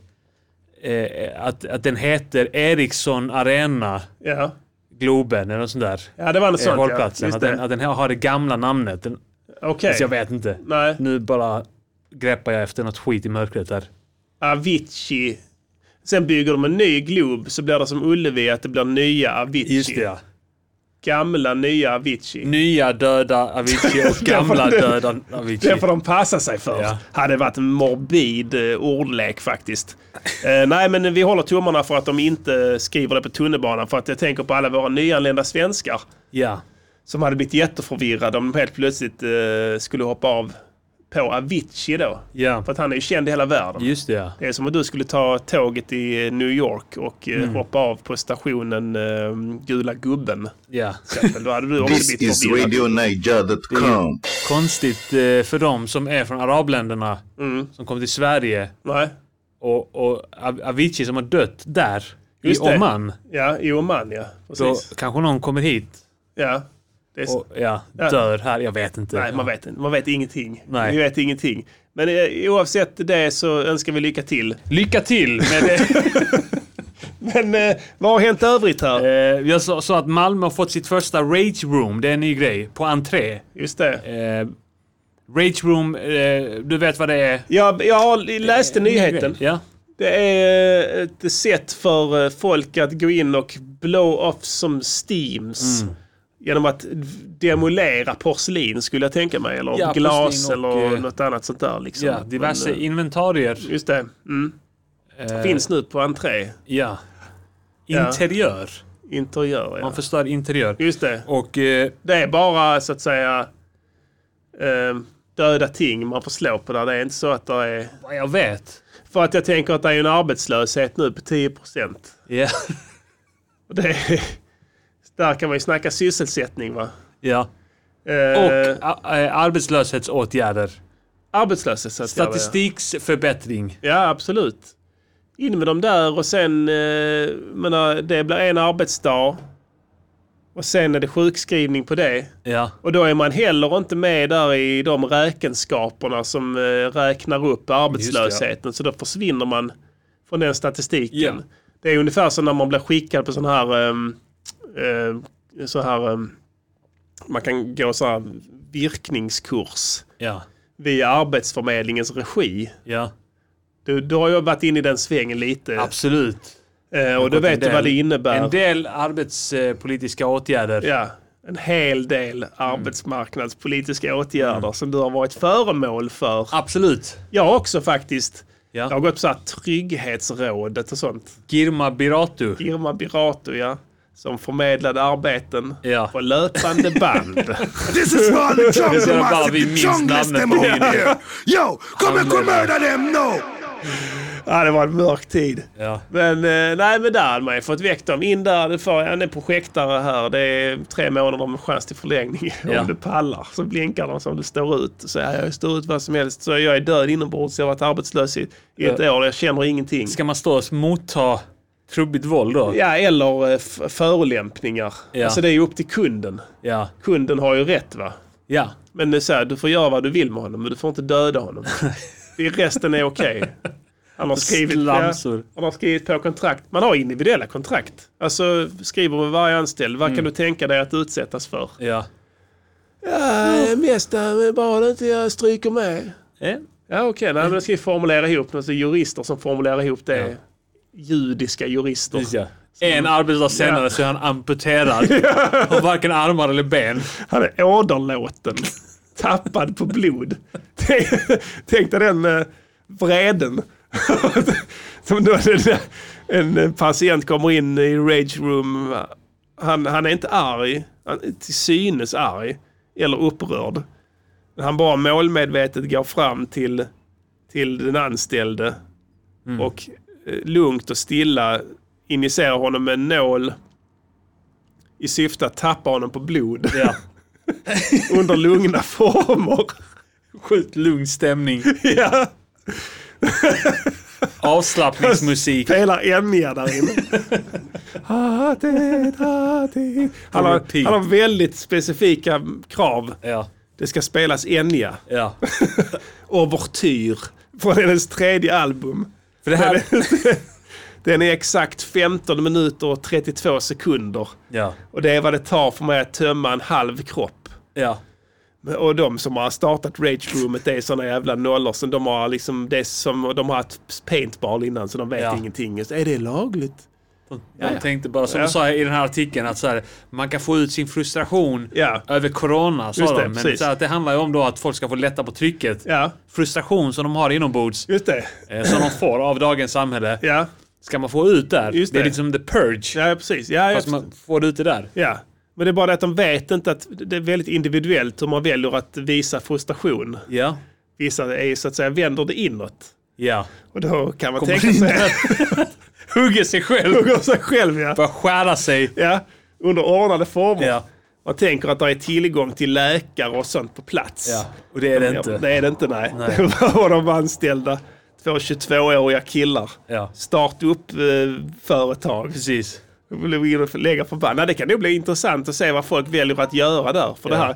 att, att den heter Ericsson Arena Ja, Globen eller något sånt där. ja det var något eh, sånt ja. hållplatsen. Just att, den, det. att den här har det gamla namnet. Den, Okej. Så jag vet inte. Nej. Nu bara greppar jag efter något skit i mörkret där. Avicii. Sen bygger de en ny Glob så blir det som Ullevi att det blir nya Avicii. ja. Gamla nya Avicii. Nya döda (laughs) Avicii och gamla döda Det Avicii. får de passa sig för. Ja. Hade varit en morbid eh, ordlek faktiskt. eh, nej, men vi håller tummarna för att de inte skriver det på tunnelbanan. För att jag tänker på alla våra nyanlända svenskar Ja. som hade blivit jätteförvirrade om de helt plötsligt eh, skulle hoppa av på Avicii då. ja. För att han är ju känd i hela världen. Just det ja. Det är som om du skulle ta tåget i eh, New York och eh, Mm. hoppa av på stationen eh, (laughs) Gula Gubben. ja. till exempel. Då hade du också This blivit is förvirrad. RadioNiger.com. konstigt eh, för dem som är från arabländerna Mm. som kom till Sverige Nej, och, och Av- Avicii som har dött där Just i det. Oman. ja, i Oman ja. Då Precis. kanske någon kommer hit Ja. Det är, Och, ja, Ja. dör här. Jag vet inte. nej, man vet, inte. man vet ingenting. Nej. Vi vet ingenting. Men eh, oavsett det så önskar vi lycka till. Lycka till med det. Men eh, vad har hänt övrigt här? Eh, Jag sa, sa att Malmö har fått sitt första Rage Room. Det är en ny grej. På entré. Just det. Eh, Rage Room, eh, du vet vad det är? Jag, jag läste nyheten. eh, Ja. Det är eh, ett sätt för eh, folk att gå in och blow off som steams. Mm. Genom att demolera porslin skulle jag tänka mig. Eller Ja, glas porslin och, eller eh, något annat sånt där. Liksom. ja diverse Eh, Men, eh, inventarier. just det. Mm. Finns nu på entré. Ja. Ja. Interiör. Interiör ja. Man förstör interiör. Just det. Och eh, Det är bara så att säga eh, döda ting man får slå på där. Det är inte så att det är... vad jag vet. För att jag tänker att det är en arbetslöshet nu på 10 procent. Ja. Och Det är, där kan man ju snacka sysselsättning va? ja. Eh, Och a- eh, arbetslöshetsåtgärder. arbetslöshet. Så att jag- Statistiksförbättring. Ja, absolut. In med dem där och sen, eh, menar, det blir en arbetsdag. Och sen är det sjukskrivning på det. Ja. Och då är man heller inte med där i de räkenskaperna som eh, räknar upp arbetslösheten. Så då försvinner man från den statistiken. Ja. Det är ungefär som när man blir skickad på sån här, ehm, eh, så här ehm, man kan gå så här virkningskurs Ja. via Arbetsförmedlingens regi. Ja. Du, du har ju varit inne i den svängen lite Absolut. eh, och då vet du del- vad det innebär. En del arbetspolitiska åtgärder. Ja, en hel del arbetsmarknadspolitiska åtgärder som du har varit föremål för. Absolut. Jag också faktiskt. Ja. Jag har gått på så här Trygghetsrådet och sånt. Girma Biratu. Irma Birato, ja. Som förmedlade arbeten Ja. på löpande (laughs) band. This is for all the Det är jungle bara massive vi minns junglers namnet them på over videon. here. Yo, kom and go murder them no! ja, det var en mörk tid. Ja. Men eh, nej, men där hade man ju fått väckt dem. In där, du får en projektare här. Det är tre månader med chans till förlängning. (laughs) Ja. Om du pallar så blinkar de som du står ut. Så ja, jag står ut vad som helst. Så jag är död inombords. Jag har varit arbetslös i i ett år. Jag känner ingenting. Ska man stå och motta trubbigt våld då? Ja, eller eh, f- förolämpningar. Ja. Alltså det är ju upp till kunden. Ja. Kunden har ju rätt va? Ja. Men det är så här, du får göra vad du vill med honom, men du får inte döda honom. Det- Resten är okej. Han har skrivit, ja, Slamsor. han har skrivit på kontrakt. Man har individuella kontrakt. Alltså skriver med varje anställd. Vad kan du tänka dig att utsättas för? Ja. Ja, mest bara inte jag stryker med. Eh, Ja okej, Nej, men då ska vi formulera ihop det. Alltså jurister som formulerar ihop det. är Judiska jurister. precis, ja. En arbetsdag senare så är han (laughs) amputerad. Har varken armar eller ben. Han är åderlåten. tappad på blod. (laughs) Tänk- Tänk dig den eh, vreden. (laughs) Som då en, en patient kommer in i rage room. Han, han är inte arg. Han är till synes arg. Eller upprörd. Han bara målmedvetet går fram till, till den anställde. Och eh, lugnt och stilla injicerar honom med en nål. I syfte att tappa honom på blod. Ja. (laughs) under lugna former. Sjukt lugn stämning. Ja, Avslappningsmusik. spelar Enya där inne. Ha, det, ha, det. han, har, repeat. han har väldigt specifika krav. Ja. Det ska spelas Enya, Ja. Overtyr, från hennes tredje album. För det här... Den är exakt 15 minuter och 32 sekunder. Ja. Och det är vad det tar för mig att tömma en halv kropp. Ja. Och de som har startat Rage Roomet det är sådana jävla nollor som de har liksom, det är som, de har haft paintball innan så de vet Ja. ingenting. Så, är det lagligt? Jag ja. tänkte bara, som Ja. du sa i den här artikeln, att så här, man kan få ut sin frustration Ja. över corona, sa Just det, de. Men precis. så här, att det handlar ju om då att folk ska få lätta på trycket. Ja, Frustration som de har inombords, just det. eh, som de får av dagens samhälle, Ja, ska man få ut där. Just det. är det. lite som the purge. ja precis. Ja, Fast jag, man får det ut det där. ja. Men det är bara det att de vet inte att det är väldigt individuellt hur man väljer att visa frustration. Ja. Vissa är ju så att säga vänder det inåt. Ja. Och då kan man Kommer tänka in sig Hugger sig själv. hugga sig själv ja. Börjar skära sig. ja. Under ordnade former. Ja. Man tänker att det är tillgång till läkare och sånt på plats. ja. Och det är det Ja, inte. det är det inte, nej. Nej. (laughs) Det var de anställda. Två 22-åriga killar. Ja. Starta upp eh, företag. Precis. Blir lägga förbannad. Det kan nog bli intressant att se vad folk väljer att göra där. För det här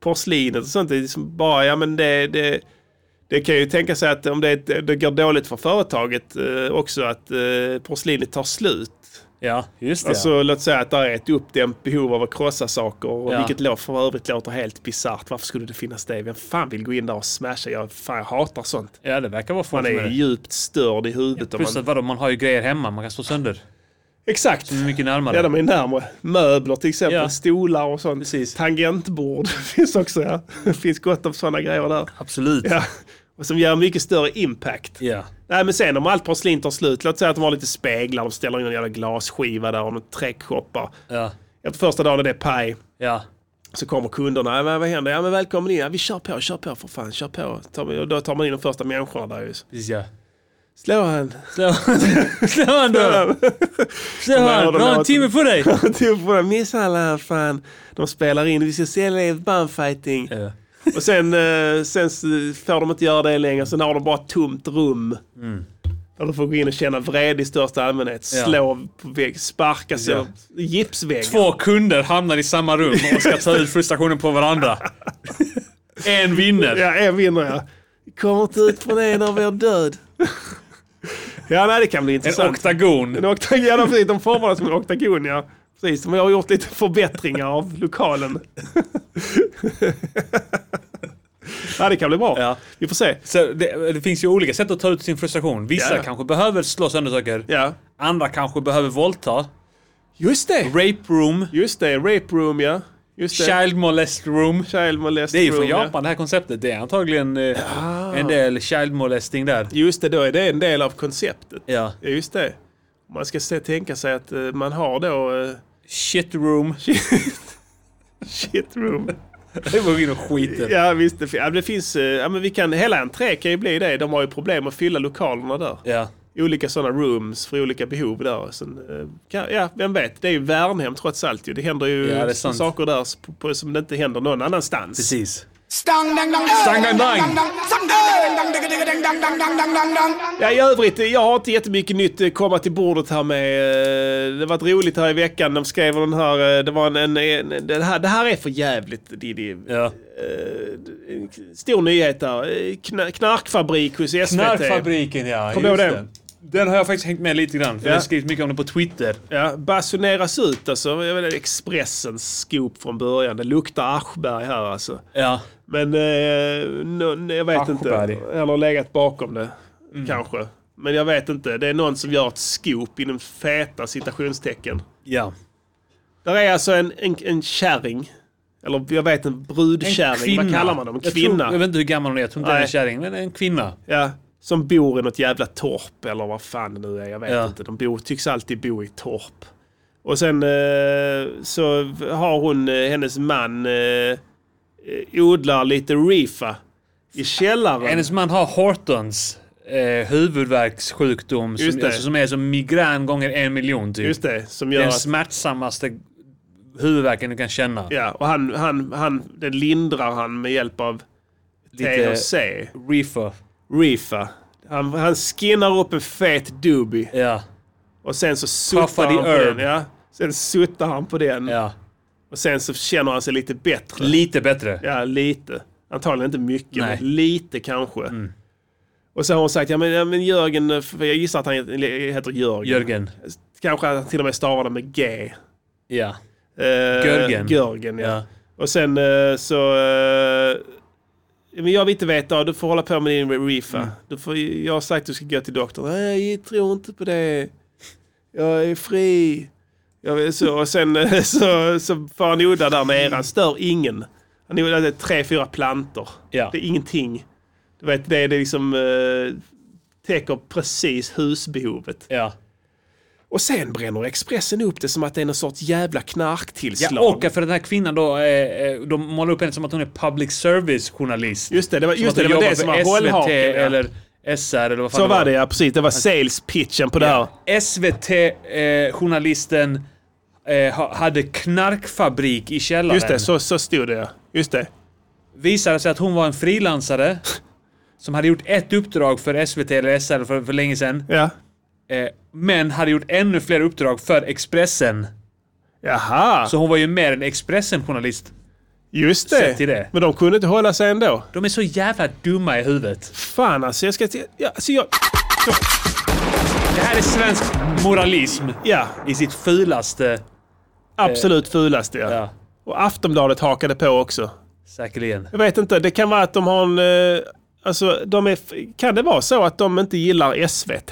porslinet och sånt, det är liksom bara, ja men det, det, det kan ju tänka sig att om det, är ett- det går dåligt för företaget eh, också att eh, porslinet tar slut. Ja, just det. Alltså låt säga att det är ett uppdämt behov av att krossa saker, och Ja. vilket låt för övrigt låter helt bisarrt. Varför skulle det finnas det? Vem fan vill gå in där och smasha? Jag, fan, jag hatar sånt. ja, det verkar vara folk Man som är är djupt störd i huvudet. om Plus man... att vadå, man har ju grejer hemma man kan slå sönder. Exakt! Mycket närmare. Ja, de är närmare. Möbler till exempel, Mm. Ja. stolar och sånt. Tangentbord (laughs) finns också. Ja. Det finns gott om sådana grejer där. Absolut. Ja. Och som gör mycket större impact. Ja. Nej, men sen om allt porslin tar slut, låt säga att de har lite speglar, de ställer in en jävla glasskiva där och de träckshoppar. Ja. Efter första dagen är det paj. Ja. Så kommer kunderna. Ja, men vad händer? Ja, men välkommen in. Ja, vi kör på, kör på för fan. Kör på. Tar vi- Och då tar man in de första människorna där ju. Precis ja. Slå han. Slå slå han då! Slå han! Du har en timme på dig! Typ på den. Misshandla han fan. De spelar in. Vi ska sälja er bandfighting. Ja. Och sen, eh, sen s- får de inte göra det längre. Sen har de bara ett tomt rum. Där de får gå in och känna vrede i största allmänhet. Mm. Ja. Slå på vägg, sparka sig. Gipsvägg. Två kunder hamnar i samma rum och ska ta ut frustrationen på varandra. En vinner. Ja, en vinner jag. Kommer inte ut från en av er död. ja, nej, det kan En bli intressant. oktagon. En oktagon, ja precis. De formar det som en oktagon ja. Precis, de har gjort lite förbättringar av (laughs) lokalen. ja, det kan bli bra. Ja. Vi får se. Så det, det finns ju olika sätt att ta ut sin frustration. Vissa Ja. kanske behöver slå sönder saker. Ja. Andra kanske behöver våldta. Just det! Rape room. Just det, rape room ja. Just det. Child molest room. Child molest Det är ju från room, ja. Ah. Japan det här konceptet. Det är antagligen eh, en del child molesting där. Just det, då är det en del av konceptet. Ja. Ja, just det. Man ska se, tänka sig att eh, man har då eh, Shit room. shit room. (laughs) Det var in och skiten. Ja visst, det, fin- ja, det finns, eh, ja, men vi kan, hela entré kan ju bli det. De har ju problem att fylla lokalerna där. Ja. Olika sådana rooms för olika behov där. Sen, eh, kan, ja, vem vet, det är ju Värnhem trots allt ju. Det händer ju Ja, det är sant. saker där s- på, på, som det inte händer någon annanstans. Precis. Stang dang dang Stang, dang, dang. Stang dang dang digga, digga, dang dang dang dang dang dang Ja, I övrigt, eh, jag har inte jättemycket nytt eh, komma till bordet här med. eh, Det har varit roligt här i veckan. De skrev den här, eh, det var en, en, en det, här, det här är för jävligt Diddy. Ja. Stor nyhet där. Eh, Kna, knarkfabrik hos SVT. Knarkfabriken ja. Kommer du ihåg just den? Den har jag faktiskt hängt med lite grann. För Ja. Det skrivs mycket om den på Twitter. Ja, basuneras ut alltså. Jag vet, inte, Expressens scoop från början. Det luktar Aschberg här alltså. Ja. Men eh, nå- jag Ah, vet inte. Aschberg. Eller har legat bakom det. Kanske. Men jag vet inte. Det är någon som gör ett scoop inom feta citationstecken. Ja. Där är alltså en, en, en kärring. Eller jag vet en brudkärring. Vad kallar man dem? En Jag, kvinna. tror, jag vet inte hur gammal hon är. Jag tror inte det är en Nej. kärring. Men en kvinna. Ja, som bor i något jävla torp eller vad fan det nu är. Jag vet Ja. inte. De bor, tycks alltid bo i torp. Och sen eh, så har hon, eh, hennes man, eh, eh, odlar lite reefa i källaren. Hennes man har Hortons eh, huvudvärkssjukdom som, Just det. alltså, som är som migrän gånger en miljon typ. Just det, som gör Den att, smärtsammaste huvudvärken du kan känna. ja, och han, han, han, det lindrar han med hjälp av Lite- THC. Reefer. Reefa. Han, han skinnar upp en fet doobie Ja. och sen så suttar Puffade han på herb. den. Ja. Sen suttar han på den ja. och sen så känner han sig lite bättre. Lite bättre. Ja, lite. Antagligen inte mycket, Nej. Mm. men lite kanske. Och så har hon sagt, ja men, ja, men Jörgen, för jag gissar att han heter Jörgen. Jörgen. Kanske att han till och med stavar det med G. Ja. Eh, Görgen. Görgen, ja. Ja. Och sen eh, så... eh, men jag vill inte veta, ja, du får hålla på med din reefa. Mm. Du får, jag har sagt att du ska gå till doktorn. Nej, jag tror inte på det. Jag är fri. Jag vill, så, och sen eh, (laughs) så, så får han odla där nere. Han stör ingen. Han odlar det tre, fyra plantor. Ja. Det är ingenting. Du vet, det är det är liksom... Eh, täcker precis husbehovet. Ja. Och sen bränner Expressen upp det som att det är någon sorts jävla knarktillslag. Jag orkar för den här kvinnan då, eh, eh, de målar upp henne som att hon är public service journalist. Just det, det var, Som just att det, hon det, var jobbar det som var för SVT hållhaken. eller Eller... SR eller vad fan Så var det ja, precis. Det var sales pitchen på det här. SVT-journalisten eh, ha- hade knarkfabrik i källaren. Just det, så, så stod det ja. Just det. Visade sig att hon var en frilansare som hade gjort ett uppdrag för SVT eller SR för, för länge sedan. Ja. Eh, men hade gjort ännu fler uppdrag för Expressen. Jaha, Så hon var ju mer en Expressen-journalist. just Sätt det. till det. Men de kunde inte hålla sig ändå. De är så jävla dumma i huvudet. Fan alltså, jag ska... till- Ja, alltså jag... Det här är svensk moralism Ja, i sitt fulaste... absolut fulaste ja. Ja, Och Aftonbladet hakade på också. säkerligen. Jag vet inte, det kan vara att de har en... eh, Alltså, de är, kan det vara så att de inte gillar SVT?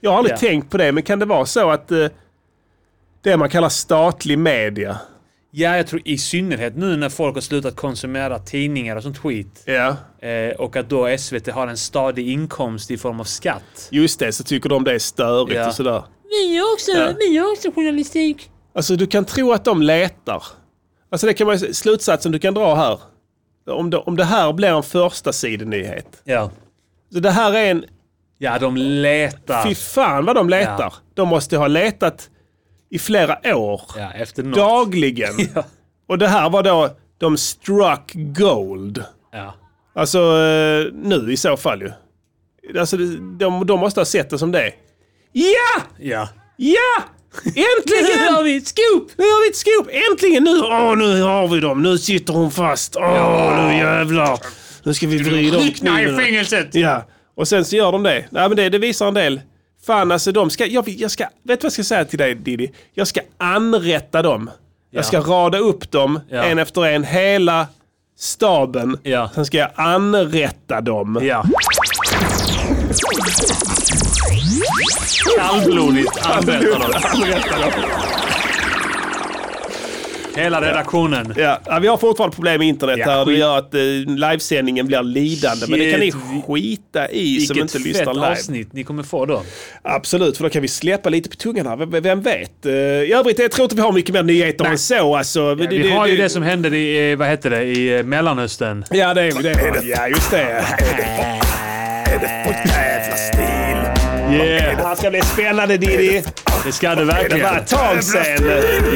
Jag har aldrig Ja. tänkt på det, men kan det vara så att eh, det man kallar statlig media, Ja, jag tror i synnerhet nu när folk har slutat konsumera tidningar och sånt skit. ja, Eh, och att då SVT har en stadig inkomst i form av skatt. just det, så tycker de det är störigt Ja. och sådär. Vi gör också, Ja. vi gör också journalistik. Alltså du kan tro att de letar. Alltså det kan vara slutsatsen du kan dra här. Om det, om det här blir en första sidenyhet. Ja. Så det här är en, Ja, de letar. fy fan vad de letar. Ja. De måste ha letat i flera år. Ja, efter något. (laughs) Dagligen. Och det här var då de struck gold. Ja. Alltså eh, nu i så fall ju. Alltså det- de, de måste ha sett det som det. Ja! Ja. Ja! Äntligen! Nu har vi ett scoop! Nu har vi ett scoop! Äntligen! Nu, åh, nu har vi dem! Nu sitter hon fast! Åh, nu jävlar! Nu ska vi vrida om kniven. fängelset! Ja, och sen så gör de det. Nej, men det, det visar en del. Fan alltså, de ska, jag, jag ska... Vet du vad jag ska säga till dig Diddy? Jag ska anrätta dem. Jag ska rada upp dem Ja. en efter en, hela staben. Ja. Sen ska jag anrätta dem. Ja. Kallblodigt arbetar de. Hela redaktionen. Ja, ja, vi har fortfarande problem med internet Ja, här. Det skit. gör att eh, livesändningen blir lidande. men det kan ni Shit, skita i som inte lyssnar live. avsnitt ni kommer få då. Absolut, för då kan vi släppa lite på tungan här. Vem, vem vet? Eh, I övrigt, jag tror inte vi har mycket mer nyheter än så. Alltså, det, Vi har ju det som hände i, eh, vad hette det, i eh, Mellanöstern. Ja, det är det. Ja, just det. Är det för jävla stil? Yeah. Det här ska bli spännande, Diddy. Det ska det (laughs) Det verkligen. var ett tag sedan.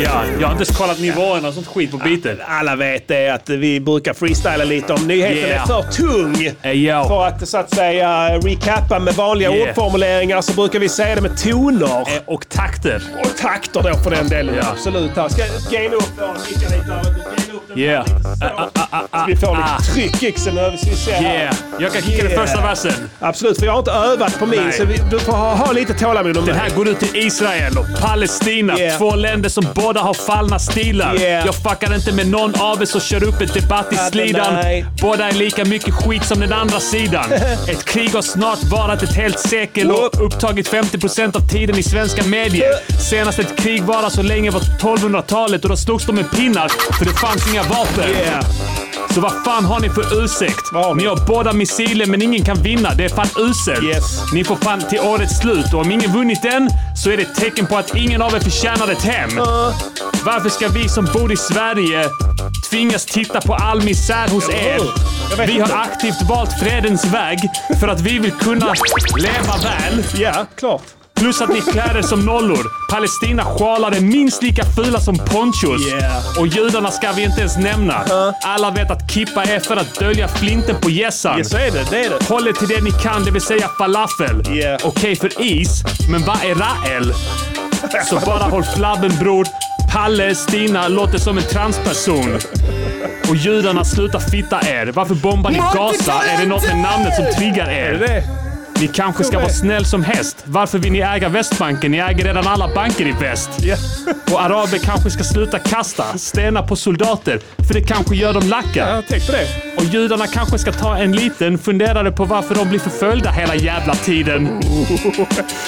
Ja, jag har inte ens kollat nivåerna och sånt skit på biten. Alla vet det att vi brukar freestyla lite om nyheten Yeah. är för tung. Eh, Ja, För att så att säga recappa med vanliga Yeah. ordformuleringar så brukar vi säga det med toner. Eh, och takter. Och takter då för den delen. Ja. Absolut. Här ska gaina upp vår mickar lite. här, vet du. Gaina upp den Yeah. här lite så. Så vi får lite tryck i yxen. över- så vi ser här. Yeah. Jag kan kicka den Yeah. första versen. Absolut, för jag har inte övat på min Nej. så vi, du får ha, ha lite tålamod om Den det. här går ut till Israel och Palestina. Yeah. Två länder som båda har fallna stilar. Yeah. Jag fuckar inte med någon av er så kör upp en debatt i men slidan. nej. Båda är lika mycket skit som den andra (laughs) sidan. Ett krig har snart varat ett helt sekel och upptagit 50% av tiden i svenska (laughs) medier. Senast ett krig varade så länge var 1200-talet och då slogs de med pinnar för det fanns inga vapen. Yeah. Så vad fan har ni för ursäkt? Vad har ni? ni har båda missiler men ingen kan vinna. Det är fan uselt. Yes. Ni får fan till årets slut och om ingen vunnit än så är det ett tecken på att ingen av er förtjänar ett hem. Varför ska vi som bor i Sverige tvingas titta på all misär hos er? vet Vi inte. har aktivt valt fredens väg för att vi vill kunna leva väl. Ja, klart. Plus att ni klär er som nollor. Palestina sjalar är minst lika fula som ponchos. Yeah. Och judarna ska vi inte ens nämna. Alla vet att kippa är för att dölja flinten på hjässan. Ja, så är det. Det är det. Håll er till det ni kan, det vill säga falafel. Yeah. Okej för is, men vad är Rael? Så bara håll flabben bror. Palestina låter som en transperson. Och judarna, sluta fitta er. Varför bombar ni Gaza? Är det något med namnet som triggar er? Det är det. Ni kanske ska vara snäll som häst. Varför vill ni äga Västbanken? Ni äger redan alla banker i väst. Och araber kanske ska sluta kasta stenar på soldater, för det kanske gör dem lacka. Ja, tänk på det. Och judarna kanske ska ta en liten funderare på varför de blir förföljda hela jävla tiden.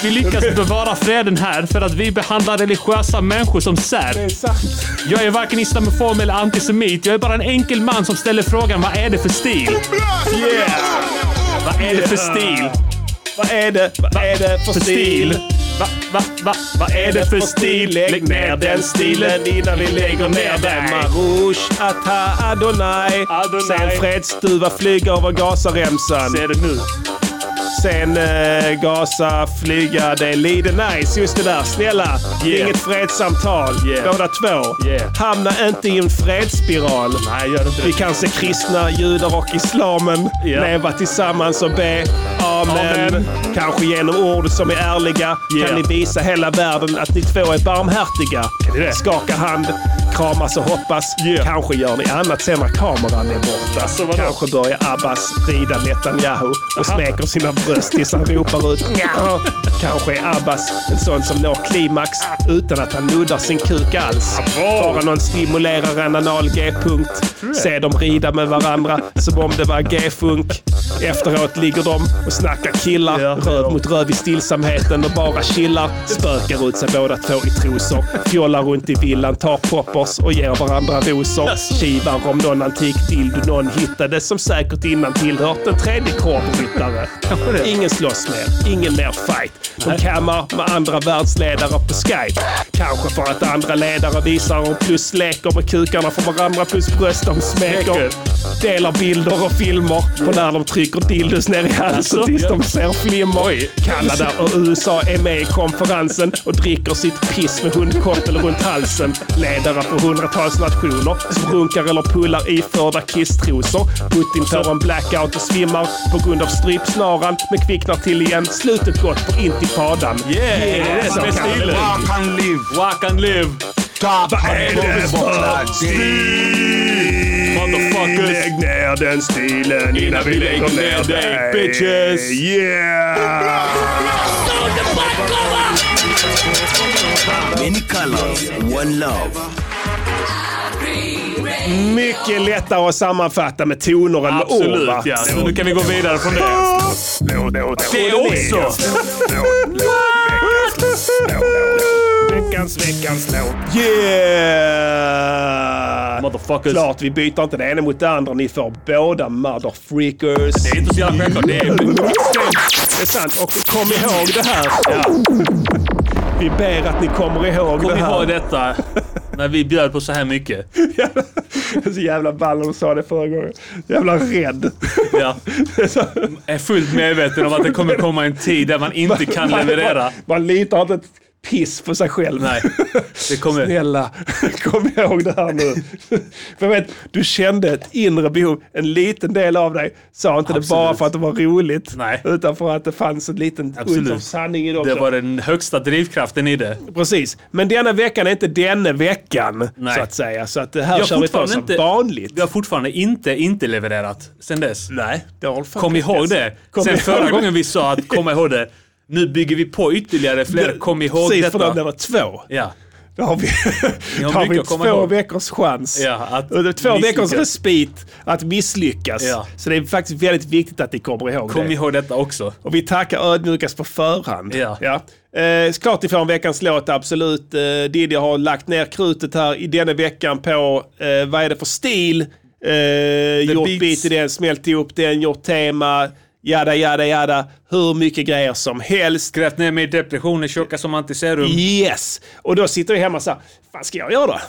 Vi lyckas bevara freden här för att vi behandlar religiösa människor som sär. Jag är varken islamofob eller antisemit. Jag är bara en enkel man som ställer frågan vad är det för stil? Vad är det för stil? Vad är det? Vad är det för stil? Va, va, va, vad är det för stil? Lägg ner den stilen innan vi lägger ner den. Marouche, Atta, Adonai. Adonai. Se en fredsduva flyga över Gazaremsan. Ser det nu. Sen eh, gasa, flyga, det är lite nice just det där. Snälla, Yeah. inget fredssamtal. Yeah. Båda två. Yeah. Hamna inte i en fredsspiral. Nej, gör inte Vi det. kan se kristna, judar och islamen Ja. leva tillsammans och be amen. Amen. Kanske genom ord som är ärliga Ja. kan ni visa hela världen att ni två är barmhärtiga. Kan ni det? Skaka hand, kramas och hoppas. Ja. Kanske gör ni annat sen när kameran är borta. Alltså, vadå? Kanske börjar Abbas rida Netanyahu och smeker sina bröst tills han ropar ut "Nja." Kanske är Abbas en sån som når klimax utan att han nuddar sin kuk alls. Bara någon stimulerar en anal G-punkt. Se dem rida med varandra som om det var G-funk. Efteråt ligger de och snackar killar. Ja. Röv mot röv i stillsamheten och bara chillar. Spökar ut sig båda två i trosor. Fjollar runt i villan, tar poppers och ger varandra rosor. Kivar om någon antik dildo någon hittade som säkert innan tillhört en tredje korvryttare. Ingen slåss mer, ingen mer fight. De kammar med andra världsledare på Skype. Kanske för att andra ledare visar och plus leker med kukarna från varandra plus bröst de smeker. Delar bilder och filmer på när de trycker dildos ner i halsen tills de ser flimmer. Kanada och USA är med i konferensen och dricker sitt piss med hundkoppel runt halsen. Ledare för hundratals nationer som runkar eller pullar iförda kisstrosor. Putin tar en blackout och svimmar på grund av strypsnaran men kvicknar till igen. Slutet gott på intifadan. Yeah, det är det Så som är kan det stilen. vara. Walk and live, Walk and live. vad är det för Motherfuckers. Lägg ner den stilen innan vi lägger ner dig. bitches. Yeah! Many colors, one love. Mycket lättare att sammanfatta med toner än med ord. Absolut va? ja. Så nu kan vi gå vidare från det. Det också. Veckans, veckans låt. Yeah! Motherfuckers. Eh, Klart vi byter inte det ena mot det andra. Ni får båda motherfreakers. Det är inte så jävla självklart. Det är... Det är sant. Och kom ihåg det här. Vi ber att ni kommer ihåg Kom det här. ihåg (laughs) detta. När vi bjöd på så här mycket. Så jävla ball när du sa det förra gången. Jävla rädd. (laughs) Ja. Är fullt medveten om att det kommer komma en tid där man inte kan leverera. Man, man litar inte ett piss på sig själv. Nej. Det kommer... Snälla, (laughs) kom ihåg det här nu. För jag vet, du kände ett inre behov. En liten del av dig sa inte det bara Absolut. för att det var roligt. Nej. Utan för att det fanns en liten uns Absolut. av sanning i det också. Det var den högsta drivkraften i det. Precis. Men denna veckan är inte denna veckan, Nej. så att säga. Så att det här Jag kör vi på fortfarande som inte- vanligt. Vi har fortfarande inte, inte levererat sen dess. Nej, det har fan Kom inte ihåg ens- det. Kom Sen ihåg förra det. gången vi sa att kom ihåg det. Nu bygger vi på ytterligare fler kom ihåg Precis, för då blir detta. det två. Ja. Då har vi, då har mycket vi att komma två ihåg. veckors chans. Ja, att två misslyckas. veckors respit att misslyckas. Ja. Så det är faktiskt väldigt viktigt att ni kommer ihåg Kom det. ihåg detta också. Och vi tackar ödmjukast på förhand. Ja. Eh, klart ni får en veckans låt, absolut. Eh, Diddy har lagt ner krutet här i denna veckan på, eh, vad är det för stil? Eh, gjort beats. beat i den, smält ihop den, gjort tema, jada, jada, jada. Hur mycket grejer som helst. Grävt ner mig i depressioner, tjocka som antiserum. Yes! Och då sitter vi hemma så här, vad ska jag göra då?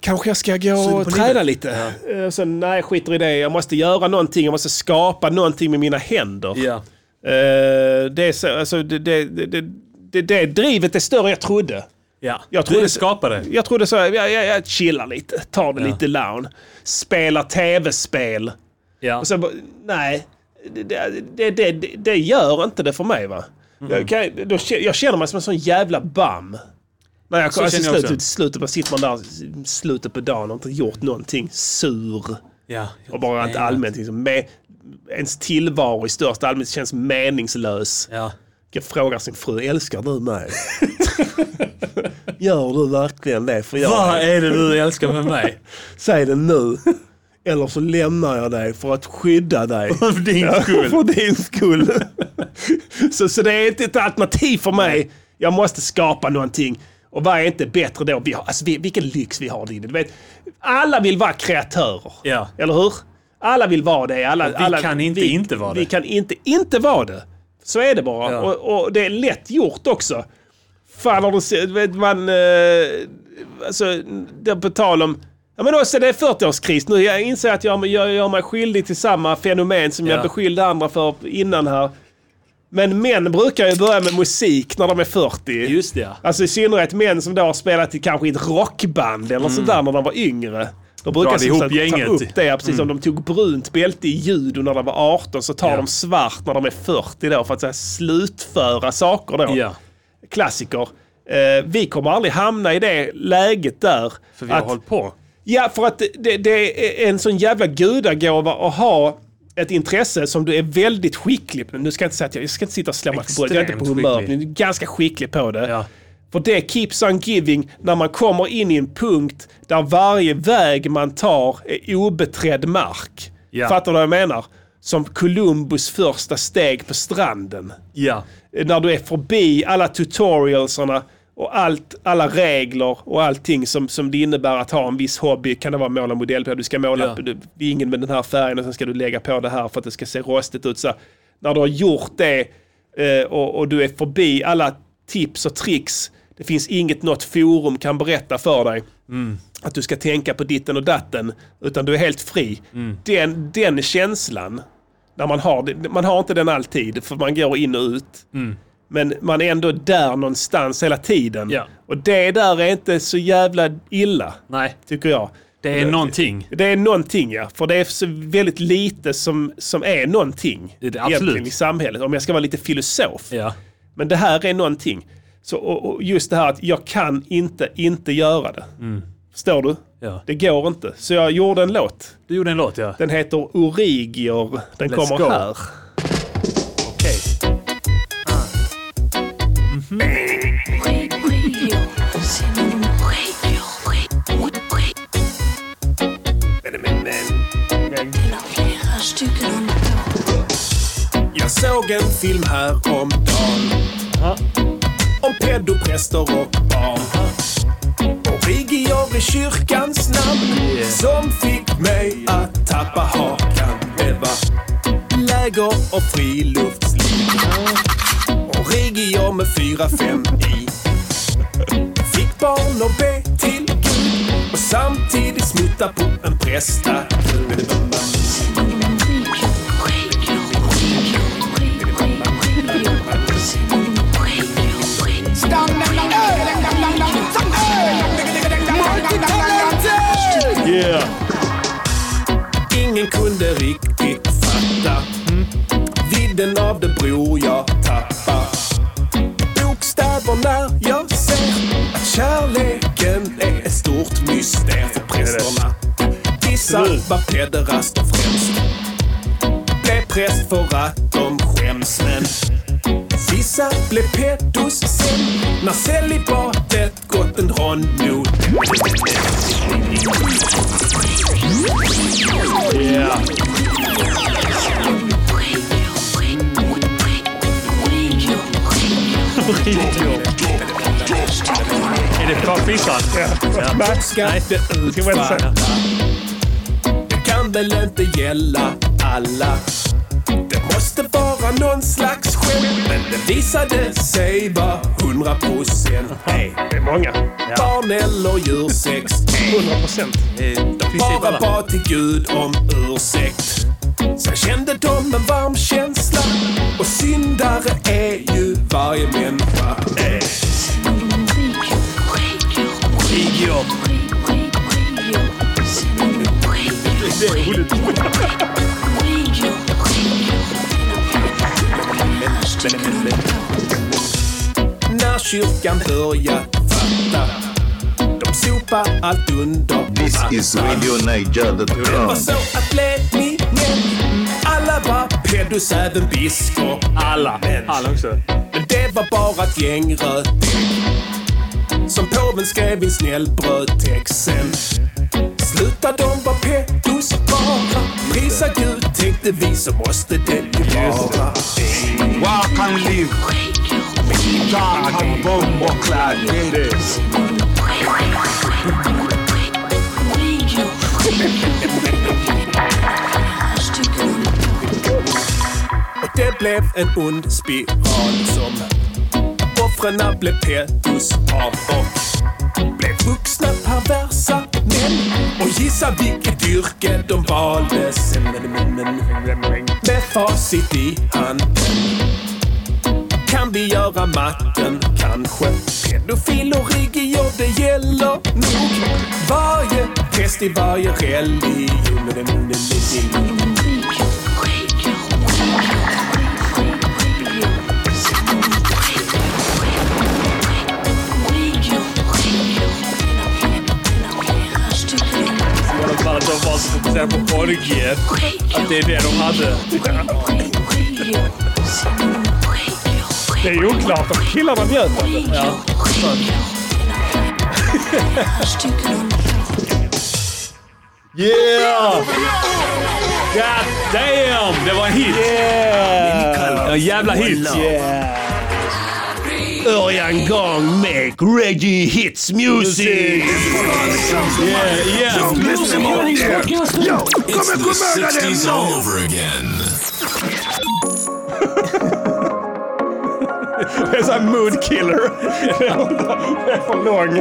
Kanske jag ska gå och träna lite. Eh, Och sen, nej, jag skiter i det. Jag måste göra någonting. Jag måste skapa någonting med mina händer. Ja. Eh, det, är så, alltså, det, det, det, det, det, det drivet är större än jag trodde. ja. Jag du är trodde- en skapare. Jag trodde så, jag, jag, jag chillar lite, tar det lite down. Spelar tv-spel. Ja. Och sen bara, nej, det, det, det, det, det gör inte det för mig va. Mhm. Jag, kan, då, kä- jag känner mig som en sån jävla bam. När jag, Så alltså, känner jag slutet, också. slutet, på- sitter man där slutet på dagen och inte gjort någonting. Sur. ja. Och bara att allmänt liksom, med, ens tillvaro i största allmänhet känns meningslös. Ja. Jag frågar sin fru, älskar du (laughs) mig? Gör du verkligen det? För Vad jag, är det du älskar med mig? säg det nu. (laughs) Eller så lämnar jag dig för att skydda (laughs) dig. För din skull. (laughs) för din skull. (laughs) så, så det är inte ett alternativ för mig. Jag måste skapa någonting. Och vad är inte bättre då? Vi har, alltså, vi, vilken lyx vi har. Diddy. Du vet, alla vill vara kreatörer. Ja. Eller hur? Alla vill vara det. Alla, vi alla, kan inte inte vara det. Vi kan inte inte vara det. Så är det bara. Ja. Och, och det är lätt gjort också. Fan har du sett, vet man, eh, alltså, det på tal om, Ja, men också det är 40-årskris nu. Jag inser att jag, jag gör mig skyldig till samma fenomen som jag Ja. beskyllde andra för innan här. Men män brukar ju börja med musik när de är 40. Just det ja. Alltså i synnerhet män som då har spelat i kanske i ett rockband eller sådär när de var yngre. De brukar Drar som Mm. ihop sagt gänget. Mm. ta upp det, ja, precis som de tog brunt bälte i judo när de var 18 så tar Ja. de svart när de är 40 då för att så här, slutföra saker då. ja. Klassiker. Eh, vi kommer aldrig hamna i det läget där. För vi har att- hållit på. Ja, för att det, det är en sån jävla gudagåva att ha ett intresse som du är väldigt skicklig på. Nu ska jag inte säga att jag, jag ska inte sitta och slå mig för bröstet. Jag är inte på Extremt humör. skicklig. men Jag är ganska skicklig på det. Ja. För det keeps on giving när man kommer in i en punkt där varje väg man tar är obeträdd mark. Ja. Fattar du vad jag menar? Som Columbus första steg på stranden Ja. eh, när du är förbi alla tutorialsarna och allt, alla regler och allting som, som det innebär att ha en viss hobby. Kan det vara måla modell på? Du ska måla Ja. du, det är ingen med den här färgen och sen ska du lägga på det här för att det ska se rostigt ut. Så här, när du har gjort det eh, och, och du är förbi alla tips och tricks. Det finns inget något forum kan berätta för dig att du ska tänka på ditten och datten. Utan du är helt fri. Mm. Den, den känslan, när man har, det- man har inte den alltid för man går in och ut. Mm. Men man är ändå där någonstans hela tiden. Ja. Och det där är inte så jävla illa, Nej. tycker jag. Det är någonting. Det är någonting ja, för det är så väldigt lite som, som är någonting Det är det, absolut. egentligen i samhället. Om jag ska vara lite filosof. Ja. Men det här är någonting. Så, och, och just det här att jag kan inte inte göra det. Förstår du? Mm. Ja. Det går inte. Så jag gjorde en låt. Du gjorde en låt ja. Den heter Origier. Den Let's kommer go. här. Jag såg en film häromdagen. Om pedopräster och barn. Och Rigior i kyrkans namn. Som fick mig att tappa hakan. Det var läger och friluftsliv. Och Rigior med fyra fem i. Fick barn och be till Gud. Och samtidigt snutta på en prästakul. Ingen kunde riktigt fatta Mm. vidden av den bro jag tappar. Bokstäver när jag ser att kärleken är ett stort mysterium för prästerna. Vissa var pederaster främst. Blev präst för att de skäms, men vissa blev pedos sen när celibatet gått en rond mot Är det Papissan? Man ska inte utfalla. Det kan väl inte gälla alla. Det måste vara någon slags skämt. Men det visade sig vara 100 procent. Det är många. Barn eller djursex. 100 procent. Bara bad till Gud om ursäkt. Sen kände de en varm känsla. Och syndare är ju varje människa. När kyrkan börjar fatta. De sopar allt under This is Radio Det Niger.com. var så att ledningen Alla var pedos, även biskop Alla, alla också Men det var bara ett gäng rötägg Som påven skrev i en snäll brödtext sen Sluta de var pedos bara Prisa Gud tänkte vi så måste det ju vara Och det blev en ond spiral som Offren blev pedos av och blev vuxna perversa män och gissa vilket yrke de valde sen. Med facit i hand. Kan vi göra matten? Kanske. Pedofiler, rigor, det gäller nog. Varje test i varje religion. Bara att de valde att fokusera på orgier. Att det är det de hade. Det är ju oklart om killarna bjöd på det. Yeah! God damn! Det var en hit! Yeah! En jävla hit! Örjan Gang make reggae hits music! Yeah, yeah. It's the 60s all over again. Det är såhär mood killer. (laughs) Det är för lång.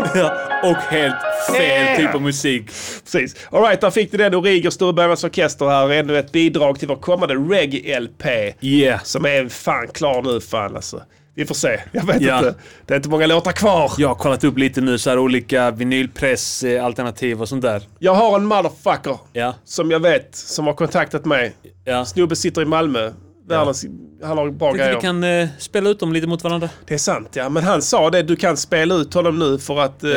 Och helt fel typ av musik. Precis. Alright, där fick ni den. Origer Storböjmans Orkester här. Ännu ett bidrag till vår kommande reggae-LP. Yeah. Som är fan klar nu fan alltså. Vi får se. Jag vet Ja. inte. Det är inte många låtar kvar. Jag har kollat upp lite nu så här olika vinylpressalternativ och sånt där. Jag har en motherfucker Ja. som jag vet som har kontaktat mig. Ja. Snubben sitter i Malmö. Världens, Han har bra Vi grejer. kan eh, spela ut dem lite mot varandra. Det är sant ja. Men han sa det, du kan spela ut honom nu för att eh,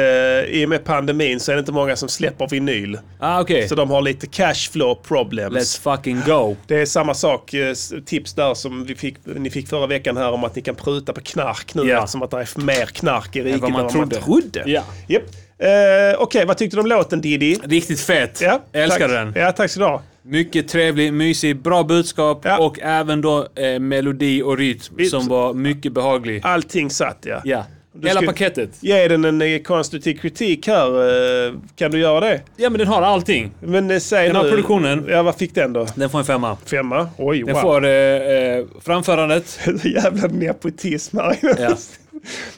eh, i och med pandemin så är det inte många som släpper vinyl. Ah, okej. Så de har lite cashflow problems. Let's fucking go. Det är samma sak, eh, s- tips där som vi fick, ni fick förra veckan här om att ni kan pruta på knark nu Ja. eftersom att det är mer knark i riket än vad man man trodde. trodde. Ja. Japp. Eh, Okej, vad tyckte du om låten Diddy? Riktigt fet. Ja, Jag älskar den. tack. Ja, tack så du ha. Mycket trevlig, mysig, bra budskap Ja. och även då eh, melodi och rytm Vi- som var mycket behaglig. Allting satt ja. Ja. Du Hela skulle- paketet. Ge den en eh, konstruktiv kritik här. eh, Kan du göra det? Ja men den har allting. Men eh, säg Den nu. här produktionen. Ja, vad fick den då? Den får en femma. Femma? Oj, Den wow. får eh, eh, framförandet. (laughs) Jävla nepotism här. Ja.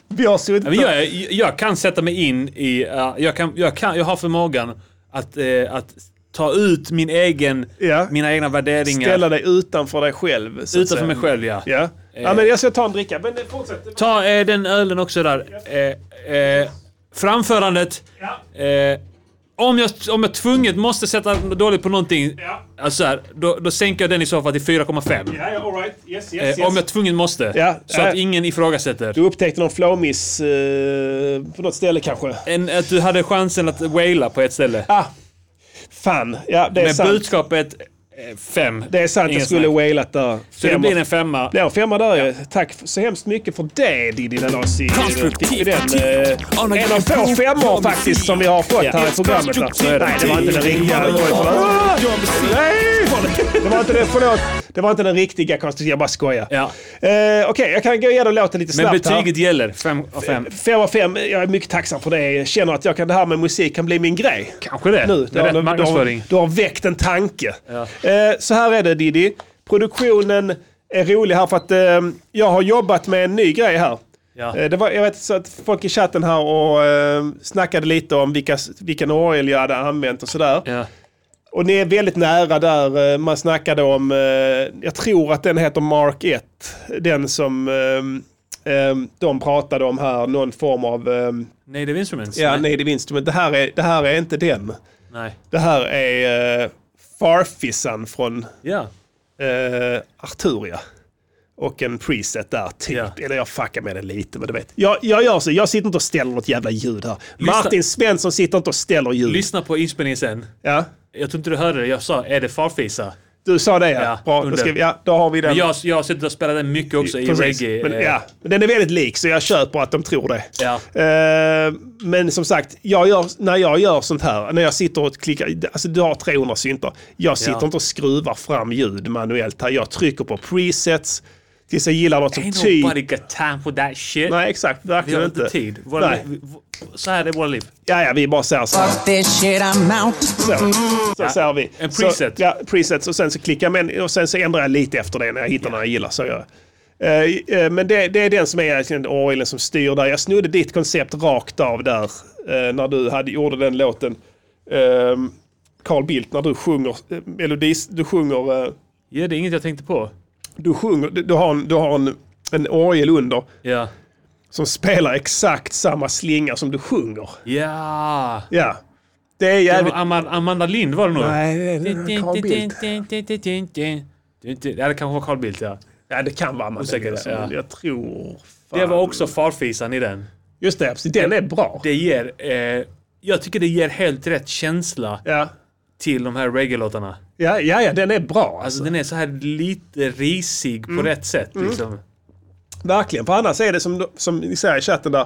Vi har suttit Men jag, är- jag kan sätta mig in i, eh, jag, kan, jag, kan, jag har förmågan att, eh, att ta ut min egen, Ja. mina egna värderingar Ställa dig utanför dig själv. så att utanför säga. mig själv. Ja. Ja. ja, men jag ska ta en dricka. Men eh, fortsätt. Eh. Ta eh, den ölen också där. Eh, eh, framförandet. Eh, om, jag, om jag tvunget måste sätta dåligt på någonting, Ja. alltså här, då, då sänker jag den i så fall till 4,5. Ja, ja, all right. Yes, yes, Eh, yes. Om jag tvunget måste. Ja, Så ja. att ingen ifrågasätter. Du upptäckte någon flowmiss eh, på något ställe kanske? En, att du hade chansen att waila på ett ställe. Ah, fan. Ja, det är Men sant. budskapet, eh, fem. Det är sant. Ingen Jag skulle snack. wailat där. Så det blir en femma. Ja, femma där ju. Tack f- så hemskt mycket för det Diddy Dalasi. Fick vi den, eh, En av få femmor faktiskt som vi har fått här i programmet. va? Så är det. Nej, det var inte den riktiga. Det var ju- Ah! Nej! Det var inte den, förlåt. Det var inte den riktiga konstruktionen. Jag bara skojar. Ja. Eh, Okej, jag kan gå igenom låten lite Men snabbt här. betyget gäller. Fem av fem. Fem av fem. Jag är mycket tacksam för det. Jag känner att jag kan, det här med musik kan bli min grej. Kanske det. Nu, det är rätt du, har, marknadsföring. du har väckt en tanke. Eh, så här är det Diddy. Produktionen är rolig här för att eh, jag har jobbat med en ny grej här. Ja. Eh, det var, jag vet så att folk i chatten här och eh, snackade lite om vilka, vilken orgel jag hade använt och sådär. Ja. Och ni är väldigt nära där. Eh, Man snackade om, eh, jag tror att den heter Mark 1. Den som eh, eh, de pratade om här, någon form av eh, Native Instruments? ja, nej. native instrument. Det här, är, det här är inte den. nej. Det här är eh, Farfisan från Ja. eh, Arturia. Och en preset där, typ. Ja. Eller jag fuckar med det lite, men du vet. Jag, jag gör så, jag sitter inte och ställer något jävla ljud här. Lyssna- Martin Svensson sitter inte och ställer ljud. Lyssna på inspelningen sen. ja. Jag tror inte du hörde det. Jag sa, är det farfisa? Du sa det ja. Ja, Bra, då, under. ska vi, ja, då har vi den. Men jag, jag har suttit och spelat den mycket också i Precis. reggae. Men, eh, ja. men den är väldigt lik så jag köper att de tror det. Ja. Eh, men som sagt, jag gör, när jag gör sånt här, när jag sitter och klickar, alltså du har 300 syntar. Jag sitter Ja. inte och skruvar fram ljud manuellt här. Jag trycker på presets tills jag gillar något som Ain't ty... nobody got time for that shit. Nej, exakt. vi Verkligen har inte. inte tid. Våra Nej. liv, vi- v- så här är våra liv. Ja, ja, vi bara säger så. Fuck this shit, I'm out. Så, så säger vi. Mm. En preset. Så, ja, presets och sen så klickar jag men, och sen så ändrar jag lite efter det när jag hittar några jag gillar. Så gör jag. Eh, eh, men det, det är den som är egentligen orgeln som styr där. Jag snodde ditt koncept rakt av där eh, när du hade, gjorde den låten. ehm, Carl Bildt när du sjunger, eh, melodis, du sjunger, eh, Ja, det är inget jag tänkte på. du sjunger, du, du har en, du har en, en orgel under Ja. som spelar exakt samma slinga som du sjunger. Ja! Ja. Det är Det jävligt... var Ama- Amanda Lind var det nog. Nej, det är Carl Bildt. Ja, det kanske var Carl Bildt, ja. Ja, det kan vara Amanda Osäker, Lind. ja. men Jag tror... fan. Det var också farfisan i den. Just det, precis. Den är bra. Det ger... Eh, jag tycker det ger helt rätt känsla Ja. till de här reggae-låtarna. Ja, ja, ja, den är bra. Alltså den är så här lite risig på rätt sätt liksom. Verkligen, för annars är det som, som ni säger i chatten där.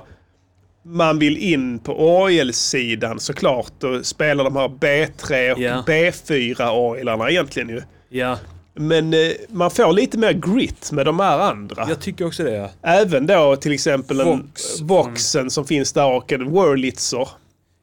Man vill in på orgelsidan såklart och spela de här B3 och Ja. B4-orglarna egentligen ju. Ja, Men eh, man får lite mer grit med de här andra. jag tycker också det. Ja. Även då till exempel en, Vox. Mm. Voxen som finns där och en Wurlitzer.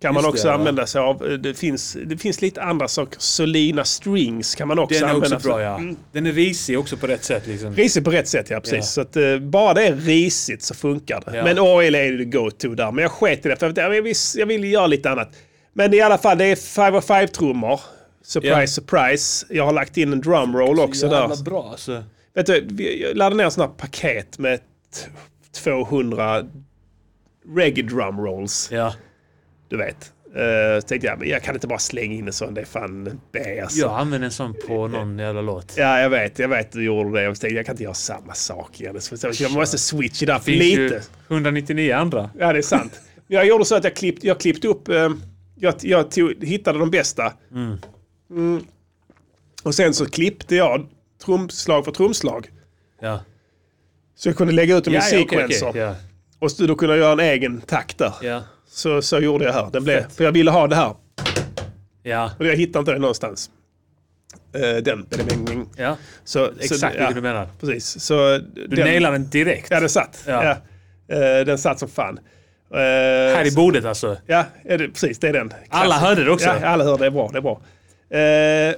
Kan man Just också det, ja. använda sig av. Eh, Det finns, det finns lite andra saker. Solina Strings kan man också Den är använda också sig bra ja. Den är risig också på rätt sätt liksom. Risigt på rätt sätt, ja precis. Ja. Så att, eh, bara det är risigt så funkar det. Ja. Men orgel är det go-to där. Men jag sket i det för att jag vill, jag vill göra lite annat. Men i alla fall, det är Five of Five-trummor. Surprise, Ja. surprise. Jag har lagt in en drumroll också där. Jävla bra alltså. Vet du, vi- jag laddade ner en sån här paket med t- 200 reggae drumrolls. Ja. Du vet. Eh, så tänkte jag, men jag kan inte bara slänga in en sån. Det är fan B alltså. Jag använde en sån på någon jävla låt. Ja, jag vet. Jag vet du gjorde det. Jag tänkte, jag kan inte göra samma sak igen. Så Jag måste switcha där för Finns lite. ju 199 andra. Ja, det är sant. Jag gjorde så att jag klippte, jag klippte upp... eh, Jag, jag tog, hittade de bästa. Mm. Och sen så klippte jag trumslag för trumslag. Ja. Så jag kunde lägga ut dem Ja, i ja, okej, sequencer. okej, ja. Och så, då kunde jag göra en egen takt där. Ja. Så, så gjorde jag här. Den blev, Fett. för jag ville ha det här. Ja. Och jag hittade inte det någonstans. Eh, den. ja. Så, så, Exakt ja, vilken du menar. Precis. Så, Du nailar den direkt. Ja, den satt. Ja. Ja. Eh, den satt som fan. Eh, Här i bordet alltså. Ja, är det, precis. Det är den. Alla hörde det också. Ja, alla hör det. är bra. Det är bra. Eh,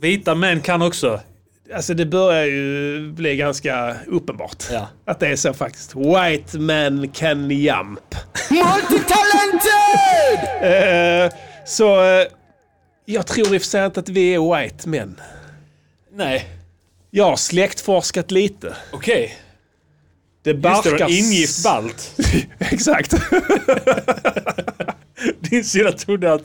Vita män kan också. alltså det börjar ju bli ganska uppenbart Ja. att det är så faktiskt. White man can jump. Multitalented! Eh, så eh, jag tror i och för sig inte att vi är white men. Nej. Jag har släktforskat lite. Okej. Det Just det, det var barkas... ingift (laughs) balt. Exakt. Din syrra trodde att,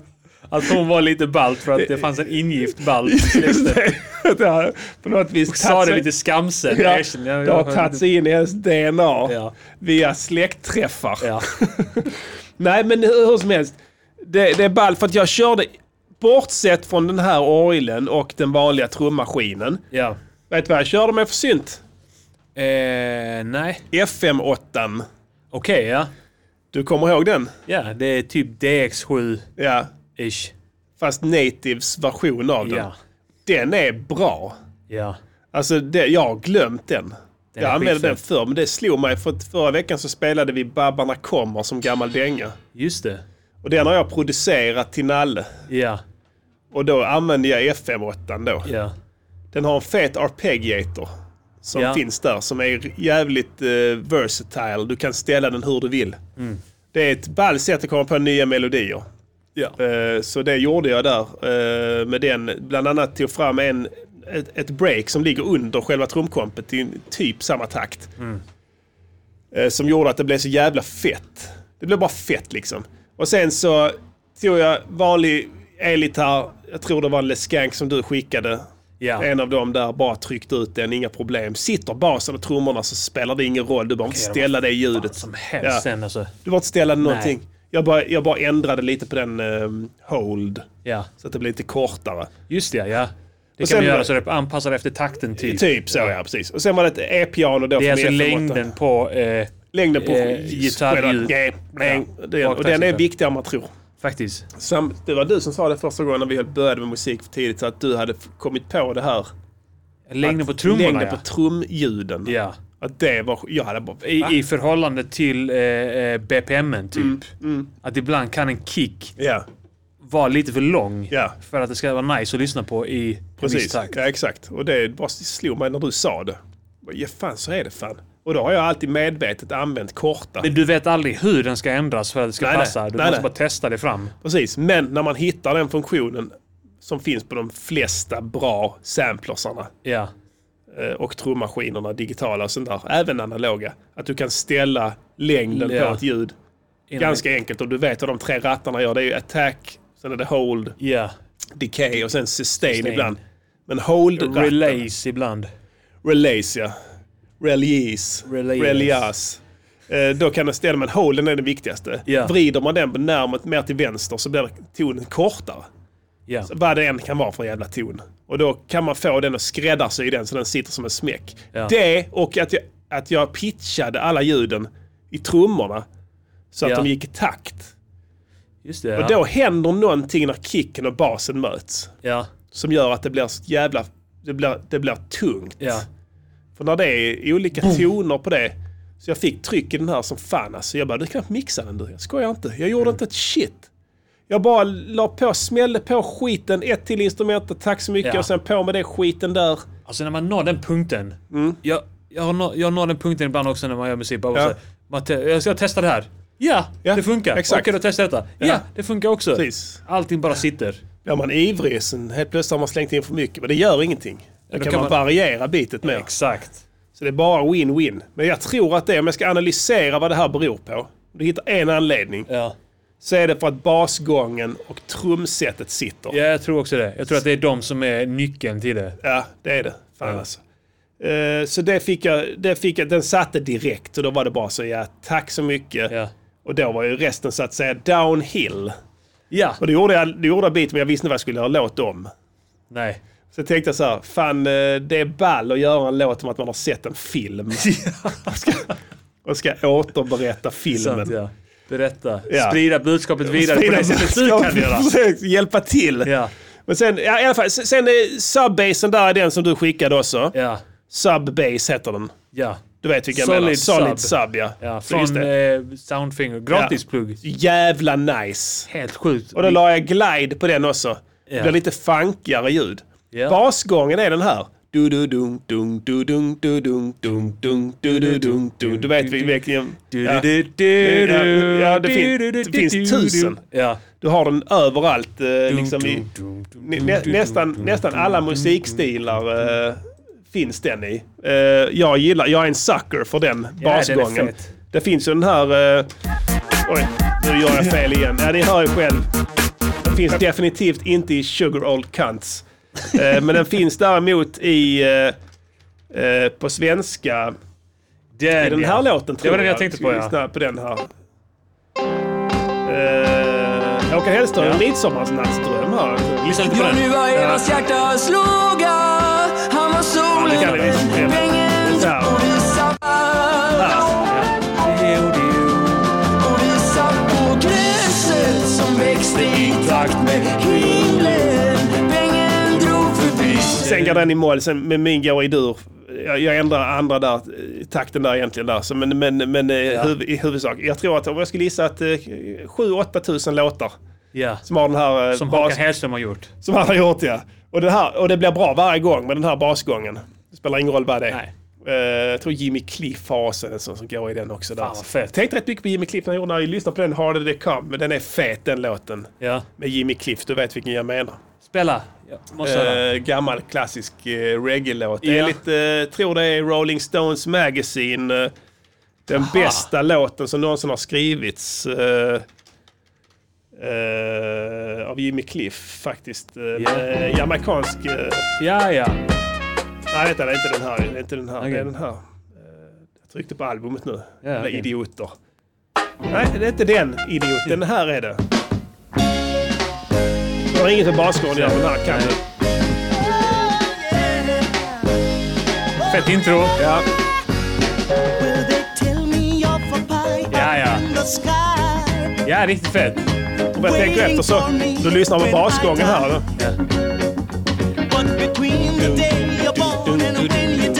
att hon var lite balt för att det fanns en ingift balt. (laughs) det har på något vis Sa tagit det sig- lite skamsen. Ja, Jag erkänner, jag- det har jag hörde tagit inte. sig in i ens DNA Ja. via släktträffar. Ja. (laughs) Nej, men hur, hur som helst. Det, det är ball för att jag körde, bortsett från den här orgeln och den vanliga trummaskinen. ja. Vet du vad jag körde med för synt? Eh, nej. FM 8 Okej, ja. Du kommer ihåg den? Ja, det är typ DX7-ish. Ja. Fast Natives version av den. Ja. Den är bra. Ja. Alltså, det, jag har glömt den. är jag använde den skitfet. förr, men det slog mig för att förra veckan så spelade vi Babbarna kommer som gammal dänga. Just det. Och den har jag producerat till Nalle. Ja. Och då använder jag FM8 då. Ja. Den har en fet arpeggiator som Ja. finns där som är jävligt eh, versatile. Du kan ställa den hur du vill. Mm. Det är ett ball sätt att komma på nya melodier. Ja. Eh, så det gjorde jag där eh, med den. Bland annat tog fram en, ett, ett break som ligger under själva trumkompet i en typ samma takt. Mm. Eh, som gjorde att det blev så jävla fett. Det blev bara fett liksom. Och sen så tog jag vanlig elgitarr. Jag tror det var en Leskank som du skickade. Ja. En av dem där bara tryckte ut den, inga problem. Sitter basen och trummorna så spelar det ingen roll. Du behöver inte Okej, ställa det ljudet. Vad som helst Ja. sen alltså. Du behöver inte ställa någonting. Jag bara, jag bara ändrade lite på den ehm, hold. Ja. Så att det blir lite kortare. Just det, ja. Det Och kan sen- man göra så det anpassar efter takten typ. Typ E så ja, precis. Och sen var det ett e-piano då. Det är från alltså FM8. längden på... Eh, Längden på eh, gitarrljud. Ja, bläng. Den- Och den är Baktaktgitarr. viktigare än man tror. faktiskt. Sam, det var du som sa det första gången när vi började med musik för tidigt. Så att du hade f- kommit på det här. Längden på trummorna Längden på trumljuden. ja. Att det var... Jag hade bara... ja. I, I förhållande till eh, eh, BPMen typ. Mm, Att ibland kan en kick Ja, vara lite för lång. ja. För att det ska vara nice att lyssna på i en viss Precis. takt. Ja, exakt. Och det bara slog mig när du sa det. Ja, fan så är det fan. Och då har jag alltid medvetet använt korta. Men du vet aldrig hur den ska ändras för att det ska Nej, nej. passa. Du Nej, måste nej. bara testa det fram. Precis, men när man hittar den funktionen som finns på de flesta bra samplersarna Ja. eh, och trummaskinerna, digitala och sånt där, även analoga, att du kan ställa längden Ja. på ett ljud ganska enkelt och du vet vad de tre rattarna gör. Det är ju attack, sen är det hold, Ja. decay och sen sustain, Sustain. ibland. Men hold Relays ibland. Release, ja. Release. Release. Release. Eh, Då kan den ställa, men holden är den viktigaste. Ja. Vrider man den närmare mer till vänster så blir tonen kortare. Ja. Så vad det än kan vara för jävla ton. Och då kan man få den att skräddarsy den så den sitter som en smäck. Ja. Det och att jag, att jag pitchade alla ljuden i trummorna så att Ja. de gick i takt. Just det. Och Ja. då händer någonting när kicken och basen möts. ja. Som gör att det blir så jävla... Det blir, det blir tungt. ja. För när det är olika toner på det. Så jag fick tryck i den här som fan alltså. Jag bara, du kan knappt mixa den du. Jag skojar inte. Jag Mm. gjorde inte ett shit. Jag bara la på, smällde på skiten, ett till instrumentet, tack så mycket Ja. och sen på med det skiten där. Alltså när man når den punkten. Jag, jag, har nå, jag når den punkten ibland också när man gör musik. Bara Mm. Ja. så här, man te, jag ska testa det här. Ja, Ja, det funkar. exakt. Okej, då testar jag detta. Ja, Ja. det funkar också. Precis. Allting bara sitter. Blir man ivrig sen helt plötsligt har man slängt in för mycket, men det gör ingenting. Då kan, kan man man- variera bitet mer. Exakt. Så det är bara win-win. Men jag tror att det, om jag ska analysera vad det här beror på, om du hittar en anledning, Ja. så är det för att basgången och trumsetet sitter. ja, jag tror också det. Jag tror att det är de som är nyckeln till det. Ja, det är det. Fan alltså. Eh, så det fick, jag, det fick jag, den satte direkt och då var det bara så ja, tack så mycket. Ja. Och då var ju resten så att säga downhill. Ja. Och det gjorde jag, det gjorde jag bit men jag visste inte vad jag skulle göra låt om. Nej. Så jag tänkte jag så här, fan eh, det är ball att göra en låt om att man har sett (laughs) en film. och, ska, och ska återberätta filmen. Sant, ja. Berätta. Ja. Sprida budskapet vidare på Sprida det sättet du budskap. kan göra. Precis, Hjälpa till. Ja. Men sen, ja, i alla fall, sen sen är subbasen där är den som du skickade också. Ja. Subbase heter den. Ja. Du vet vilka Solid jag menar. Solid sub. sub. ja. ja. Så just Från det. eh, Soundfinger. Gratis plugg. Jävla nice. Helt sjukt. Och då la jag glide på den också. Det blir lite funkigare ljud. Ja. Basgången är den här. Du du dung dung du dung du dung dung dung du du dung dung. Du vet verkligen. Ja. Du-du-du-du. Ja, det fin- det finns tusen. Ja. Du har den överallt. eh, Liksom i, nä, nä- nästan, nästan alla musikstilar eh, finns den i. Eh, jag gillar, jag är en sucker för den är basgången. fet. det finns ju den här... eh, oj, nu gör jag fel igen. Ja, ni hör ju själv. Den finns definitivt inte i Sugar Old Cunts. Eh, men den finns däremot i... eh, eh, på svenska. Den, I den här låten tror Det jag. var den jag tänkte Ska vi på ja. lyssna på den här. Uh, Håkan Hellström, ja. Midsommarnattsdröm här. Lyssna lite på den. var Evas hjärta sloga Han var Det kan solen, vi liksom spela. pengen Så här. och vi satt Och vi satt på gräset som växte i takt med himlen Pengen drog förbi Sen Eh, går den i mål, sen, men min går i dur. Jag, jag ändrar andra där, eh, takten där egentligen. Där. Så, men men, men eh, huv, i huvudsak. Jag tror att om jag skulle gissa att eh, 7-8 tusen låtar ja. som har den här eh, Som bas... Håkan Hellström har gjort. Som han har gjort ja. Och, den här, och det blir bra varje gång med den här basgången. Det spelar ingen roll vad det är. Nej. Eh, jag tror Jimmy Cliff har också en sån som går i den också. Där. Fan, vad fett. Jag tänkte rätt mycket på Jimmy Cliff när jag, gjorde- när jag lyssnade på den Harder They Come. Men den är fet den låten. Ja. Med Jimmy Cliff, du vet vilken jag menar. Spela. Ja. Måste höra. Eh, gammal klassisk eh, reggae-låt. Det är Ja. lite, eh, tror det är Rolling Stones Magazine. eh, den bästa låten som någonsin har skrivits. eh, eh, av Jimmy Cliff faktiskt. Uh, Jamaicansk... eh, Ja, ja. nej, vänta, det är inte den här. Det är inte den här. Det Okej. är den här. Eh, jag tryckte på albumet nu. Jävla okej. idioter. Nej, det är inte den idiot. Den här är det. Det har inget med basgården att göra, men den här kan du. Fett intro. Ja. Will they tell me of a pie Ja, ja. in the sky Ja, riktigt fett. Om jag tänker efter så, du lyssnar på basgången här. Då. But between the day you're born and when you die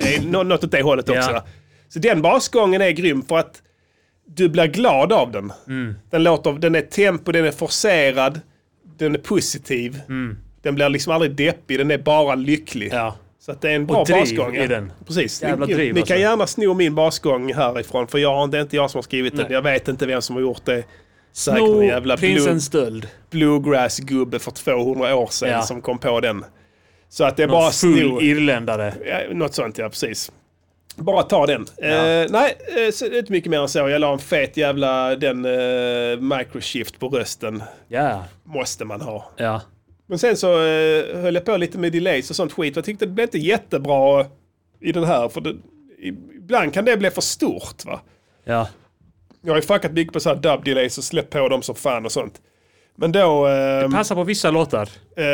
Det är nå- något åt det hållet också. Ja. Så den basgången är grym för att du blir glad av den. Mm. Den, låter, den är tempo, den är forcerad, den är positiv. Den blir liksom aldrig deppig, den är bara lycklig. Mm. Ja. Så att det är en bra driv basgång. i den. Precis. Jävla ni, driv, ni alltså. kan gärna sno min basgång härifrån för jag, har inte- det är inte jag som har skrivit den. Nej. Jag vet inte vem som har gjort det. Säkert Sno någon jävla blue, prinsens stöld. bluegrass-gubbe för 200 år sedan Ja. som kom på den. Så att det är bara Någon sno. full irländare. Ja, något sånt ja, precis. Bara ta den. Eh, nej, eh, så, det är inte mycket mer än så. Jag la en fet jävla den eh, microshift på rösten. Ja. Måste man ha. Ja. Men sen så eh, höll jag på lite med delays och sånt skit. Jag tyckte det blev inte jättebra i den här. För det, ibland kan det bli för stort va. Ja. Jag har ju fuckat mycket på så här dub delays och släppt på dem som fan och sånt. Men då... ehm, Passa på vissa låtar. Eh,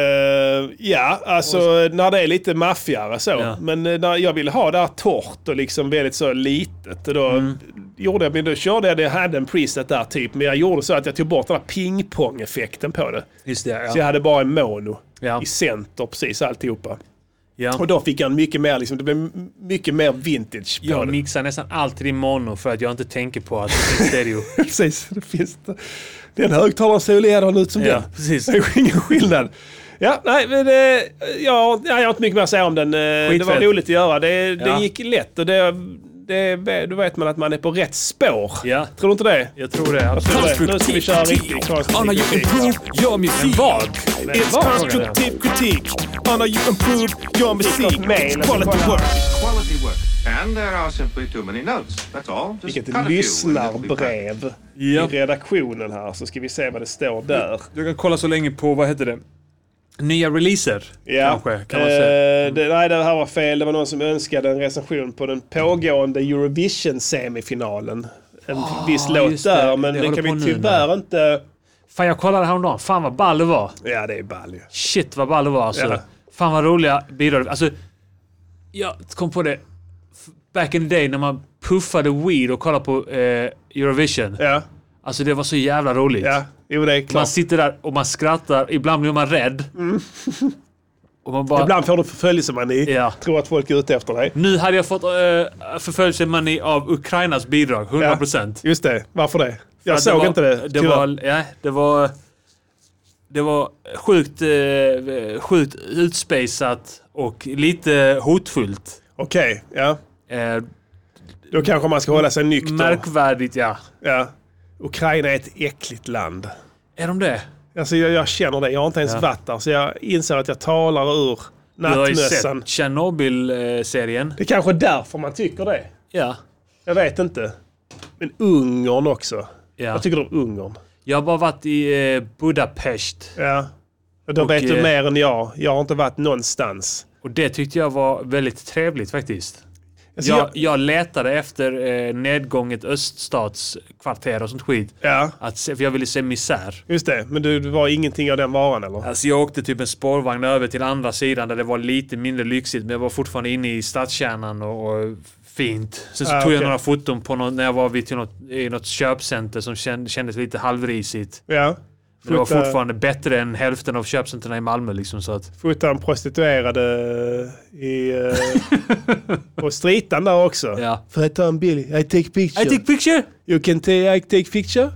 ja, alltså när det är lite maffigare så. Ja. Men eh, när jag ville ha det här torrt och liksom väldigt så litet. Och då, Mm. gjorde jag, men då körde jag det, jag hade en preset där typ. Men jag gjorde så att jag tog bort den här ping-pong-effekten på det. Just det, Så jag hade bara en mono Ja. i center precis alltihopa. Ja. Och då fick jag en mycket mer, liksom, det blev m- mycket mer vintage på Jag det. mixar nästan alltid i mono för att jag inte tänker på att det är (laughs) stereo. precis, det finns det. Den högtalaren ser likadan ut som Ja, den. precis. Det är ingen skillnad. Ja, nej, men, eh, jag, jag har inte mycket mer att säga om den. Eh, det var Skitfett. roligt att göra. Det, Ja. det gick lätt och det, det, då vet man att man är på rätt spår. Ja. Tror du inte det? Jag tror det. Tror Absolut. du det? Nu ska vi köra kritik. riktigt konstruktiv Anna, you kritik. improve your music. Vad? It's Vad? constructive critique. Anna, you improve your music. Skicka ett It's mail och quality kolla. work. quality work. And there are simply too many notes. That's all. Just cut a Vilket few and it'll be back. lyssnarbrev Ja. i redaktionen här så ska vi se vad det står där. Du kan kolla så länge på, vad heter det? Nya releaser. Ja. Kanske, kan man Mm. säga. Eh, det, nej, det här var fel. Det var någon som önskade en recension på den pågående Eurovision-semifinalen. En viss låt Ah, just det. där, men Det den håller på kan vi nu, tyvärr inte... Fan, jag kollade häromdagen. Fan vad ball det var. Ja, det är ball ju. Shit vad ball det var alltså. Ja. Fan vad roliga bidrag. Alltså, jag kom på det f- back in the day när man puffade weed och kollade på eh, Eurovision. Ja, Alltså det var så jävla roligt. ja. Jo, det är Man klart. sitter där och man skrattar. Ibland blir man rädd. och man bara... Ibland får du förföljelsemani. Ja. Mm. Tror att folk är ute efter dig. Nu hade jag fått äh, förföljelsemani av Ukrainas bidrag. 100%. procent. Just det. Varför det? Jag Ja, såg var, inte Det det, tyvärr. var, ja, det var... Det var sjukt, eh, sjukt utspejsat och lite hotfullt. Okej, ja. Eh, Då kanske man ska hålla sig nykter. märkvärdigt, ja. Ja. Ukraina är ett äckligt land. Är de det? Alltså, jag, jag känner det. Jag har inte ens varit där, så jag inser att jag talar ur Jag har ju nattmössan. sett Tjernobyl-serien. Det är kanske är därför man tycker det. Ja. Jag vet inte. Men Ungern också. ja. Jag tycker om Ungern. Jag har bara varit i eh, Budapest. Ja. Och då Och, vet du eh, mer än jag. Jag har inte varit någonstans. Och det tyckte jag var väldigt trevligt faktiskt. Alltså, Jag, jag letade efter eh, nedgånget öststatskvarter och sånt skit. ja, Att se, för jag ville se misär. just det. Men du, det var ingenting av den varan eller? Alltså jag åkte typ en spårvagn över till andra sidan där det var lite mindre lyxigt men jag var fortfarande inne i stadskärnan och, och fint. Sen så Ah, tog jag okej. några foton på något, när jag var vid till något, i något köpcenter som känd, kändes lite halvrisigt. Ja. Men det var Fota- fortfarande bättre än hälften av köpcenterna i Malmö liksom så att... Fota en prostituerad eh, i, (laughs) eh, på streetan där också. Ja. Får jag ta en bild? I take picture. I take picture! You can ta- I take picture.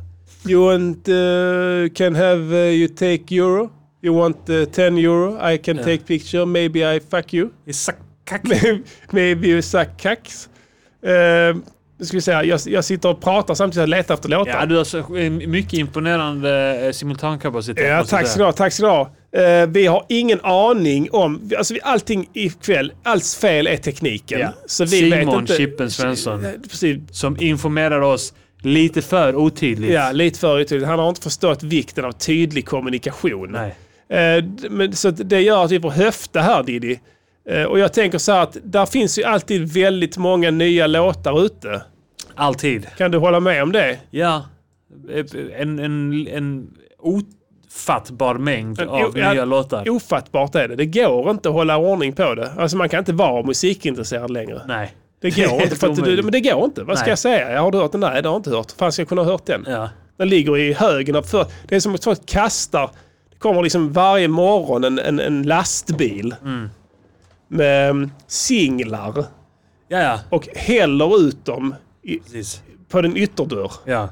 You want, uh, can have, uh, you take euro. You want uh, 10 euro. I can take picture. Maybe I fuck you. I suck- kack. (laughs) Maybe you suck cocks. Uh, nu ska vi säga, jag, jag sitter och pratar samtidigt som jag letar efter låtar. Ja, du har så, eh, mycket imponerande eh, simultankapacitet. Ja, måste jag tack säga. så mycket. Tack så mycket. Eh, vi har ingen aning om... vi- Alltså vi- allting ikväll, alls fel är tekniken. Ja. Så vi vet Simon inte... Chippen Svensson. Eh, Precis. Som informerade oss lite för otydligt. Ja, lite för otydligt. Han har inte förstått vikten av tydlig kommunikation. Nej. Eh, d- men, så att det gör att vi får höfta här Diddy. Eh, och jag tänker så här att där finns ju alltid väldigt många nya låtar ute. Alltid. Kan du hålla med om det? Ja. En, en, en ofattbar mängd En- av jo, ja, nya låtar. Ofattbart är det. Det går inte att hålla ordning på det. Alltså man kan inte vara musikintresserad längre. Nej. Det är går inte. (laughs) helt För att du, omöjligt. men det går inte. Vad ska Nej. jag säga? Jag har du hört den? Nej, det har jag inte hört. Fan, ska jag kunna ha hört den? Ja. Den ligger i högen av för... Det är som att folk kastar... Det kommer liksom varje morgon en, en, en lastbil Mm. med mm, singlar Ja, ja. och häller ut dem i, Precis. på den ytterdörr. Ja.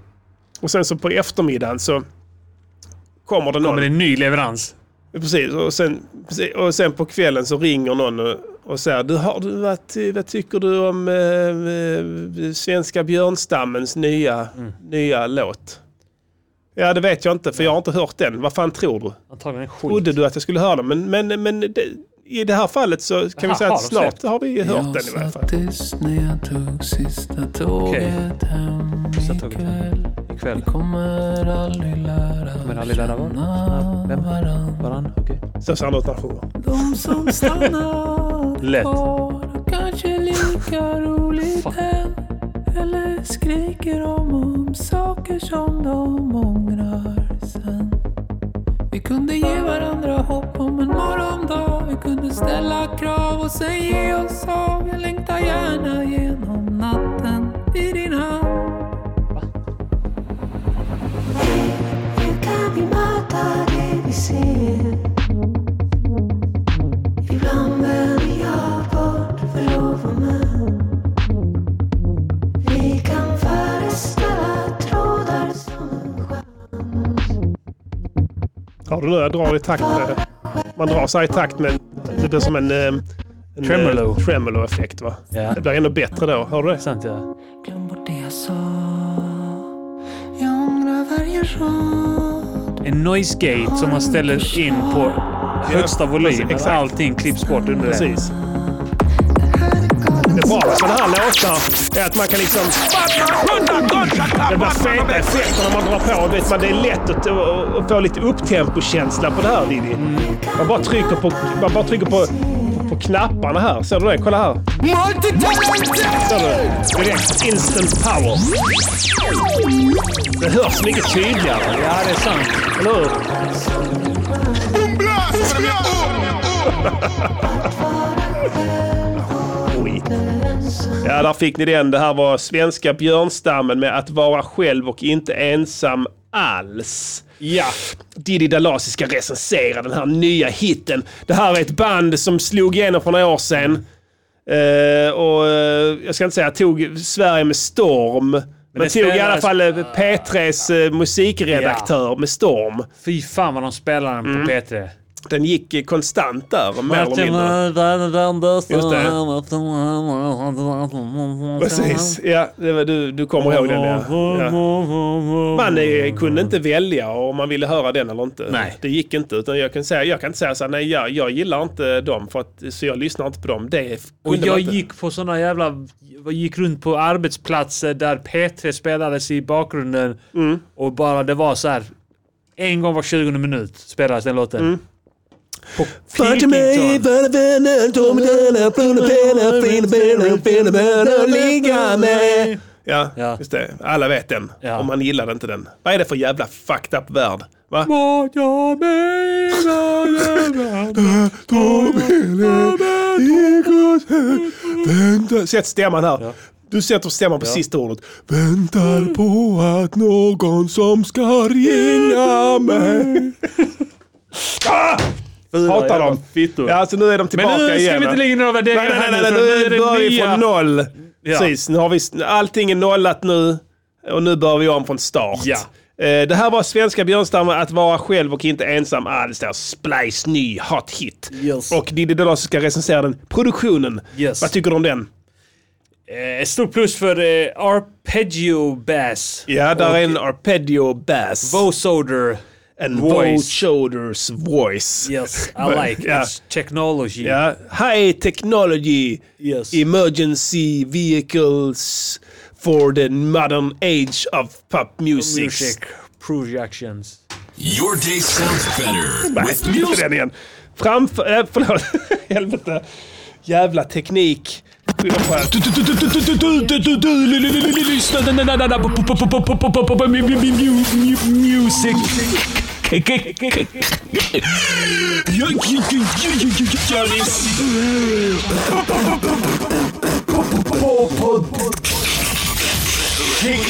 Och sen så på eftermiddagen så kommer det någon. Kommer det en ny leverans? Precis, och sen, precis, och sen på kvällen så ringer någon och, och säger du, har du, vad, ty- vad tycker du om eh, eh, svenska björnstammens nya, Mm. nya låt? Ja, det vet jag inte för jag har inte hört den. Vad fan tror du? Antagligen en skit. Trodde du att jag skulle höra den? Men, men, men det, i det här fallet så kan vi Aha, säga att har de snart släppt? har vi hört den i varje fall. tyst när jag tog sista tåget hem ikväll. Ikväll. Kommer aldrig lära Kommer aldrig lära var? känna Vem? varann. Varann? Okej. Så ser han ut när han sjunger. De som stannar Lätt. kvar har kanske lika roligt än. Eller skriker om, om saker som de ångrar sen. Vi kunde ge varandra hopp om en morgondag. Vi kunde ställa krav och sen ge oss av. Jag längtar gärna genom natten i din hand. Hur kan vi möta det vi ser? Ibland vänder jag bort för att vara med. Vi kan föreställa trådar som en chans. Har du nu? Jag drar i takt med... Man drar sig i takt med... Det blir som en... eh, en Tremolo. eh, Tremolo-effekt va? Ja. Det blir ännu bättre då. Hör du det? Sant ja. Glöm bort det jag sa. Jag ångrar varje rad. En noise gate som man ställer in på högsta volym. precis, Exakt. exakt. Allting klipps bort under det. Precis. Det är bra med sådana här låtar. Det är att man kan liksom... Det blir feta effekter när man drar på. Vet man, det är lätt att, att, att få lite upptempo-känsla på det här Diddy. Man bara trycker på, man bara trycker på, på knapparna här. Ser du det? Kolla här. Ser du det? Direkt instant power. Det hörs mycket tydligare. Ja, det är sant. Eller hur? Oj. Ja, där fick ni den. Det här var svenska björnstammen med att vara själv och inte ensam alls. Ja, Diddy Dalasi ska recensera den här nya hitten. Det här är ett band som slog igenom för några år sedan. Eh, och eh, jag ska inte säga tog Sverige med storm. Men, det tog i alla spelades- fall eh, P3s eh, musikredaktör med storm. Fy fan vad de spelar den på Mm. P3. Den gick eh, konstant där, mer eller mindre. Just Precis, ja, det var, du, du kommer ihåg den ja. ja. Man eh, kunde inte välja om man ville höra den eller inte. Nej. Det gick inte. Utan jag, kan säga, jag kan inte säga så här, nej jag, jag gillar inte dem, för att, så jag lyssnar inte på dem. Det kunde Och man jag inte. gick på såna jävla... Jag gick runt på arbetsplatser där P3 spelades i bakgrunden. Mm. Och bara det var så här. En gång var 20 minut spelades den låten. På Följ Mm. mig, Pilkington. vara vänner, tom dela, bruna pela, fina benen, fina benen, ligga med. Ja, Ja. just det. Alla vet den. Ja. Och man gillade inte den. Vad är det för jävla fucked up värld? Va? Vad jag menar är- Vänta. Sätt stämman här. Du sätter stämman på sista ordet. Väntar på att någon som ska ringa mig. ah! Hatar dem. Fittor. Ja, alltså nu är de tillbaka Men nu ska igen. vi va? inte lägga in några värderingar Nej, nej, nej, nej, för nu börjar vi från noll. Ja. Precis, nu har vi, allting är nollat nu och nu börjar vi om från start. Ja. Eh, Det här var svenska Björnstammen, att vara själv och inte ensam alls. Där Splice ny hot hit. Yes. Och Diddy Delas ska recensera den. Produktionen. Yes. Vad tycker du om den? Eh, Stort plus för eh, Arpeggio Bass. Ja, där är en arpeggio bass. Vocoder. and voice. shoulders voice. Yes, I Men, like ja. this technology. Ja, Uh, high technology. Yes. emergency vehicles for the modern age of pop music. Music projections. Your day sounds better with Nej, inte den igen. Framför... Äh, förlåt. (laughs) Helvete. Jävla teknik. Skylla på att- music.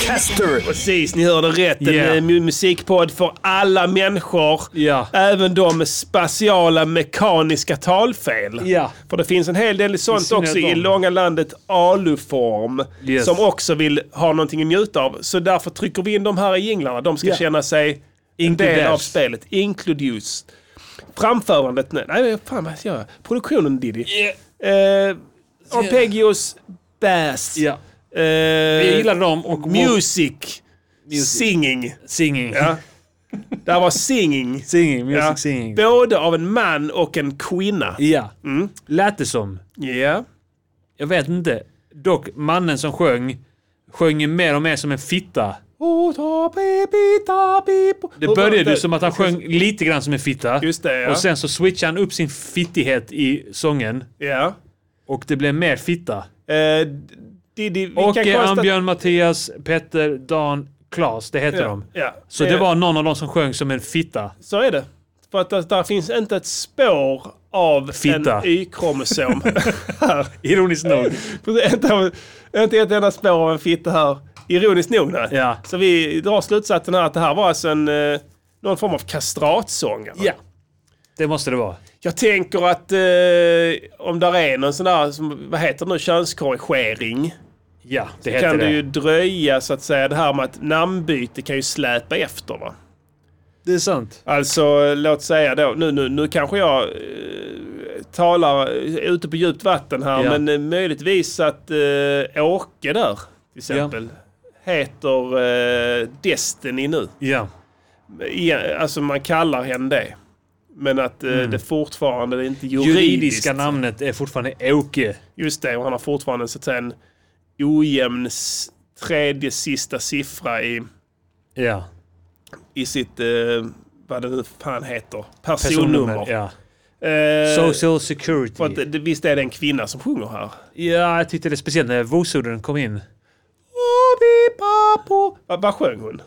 Caster. Precis, ni hörde rätt. En Yeah. eh, mu- musikpodd för alla människor. Ja. Även de med spatiala mekaniska talfel. Ja. För det finns en hel del sånt synnerhet också i de. långa landet aluform. Yes. Som också vill ha någonting att njuta av. Så därför trycker vi in de här i jinglarna. De ska Ja. känna sig en del Includes. av spelet. Includes. Framförandet nu. Nej, fan vad jag gör jag? Produktionen Diddy. Eh, arpeggios, bass. Ja. Eh, Jag gillade dem och... music, Singing. Singing. Ja. Där var singing. Singing, music Ja. singing. Både av en man och en kvinna. Ja. Mm. Lät det som. Ja. Jag vet inte. Dock, mannen som sjöng, sjöng ju mer och mer som en fitta. Det började ju som att han sjöng lite grann som en fitta. Just det, ja. Och sen så switchade han upp sin fittighet i sången. ja. Och det blev mer fitta. Eh, det, det, vi kan Åke, konstatera- Ambjörn, Mattias, Petter, Dan, Klas. Det heter Ja, de. ja. Eh, Så det var någon av dem som sjöng som en fitta. Så är det. För att där, där finns inte ett spår av Fitta. (laughs) en Y-kromosom här. Ironiskt nog. Precis, inte, inte ett enda spår av en fitta här. Ironiskt nog. Nej. Ja. Så vi drar slutsatsen här att det här var alltså en, eh, någon form av kastratsång. eller? Ja. Det måste det vara. Jag tänker att eh, om där är någon sån där, som, vad heter det nu, könskorrigering. Ja, det kan heter det det. ju dröja så att säga. Det här med att namnbyte kan ju släpa efter va. Det är sant. Alltså låt säga då, nu, nu, nu kanske jag eh, talar eh, ute på djupt vatten här Ja. men eh, möjligtvis att eh, Åke där till exempel heter eh, Destiny nu. Ja. I, alltså man kallar henne det. Men att eh, det fortfarande är inte juridiskt. Mm. Juridiska namnet är fortfarande Åke. Just det, och han har fortfarande så att säga en ojämn s- tredje sista siffra i, Ja. i sitt, eh, vad det nu fan heter, personnummer. Ja. Eh, Social För att, security. det- visst är det en kvinna som sjunger här? Ja, jag tyckte det speciellt när vosodden kom in. Vad, vad sjöng hon?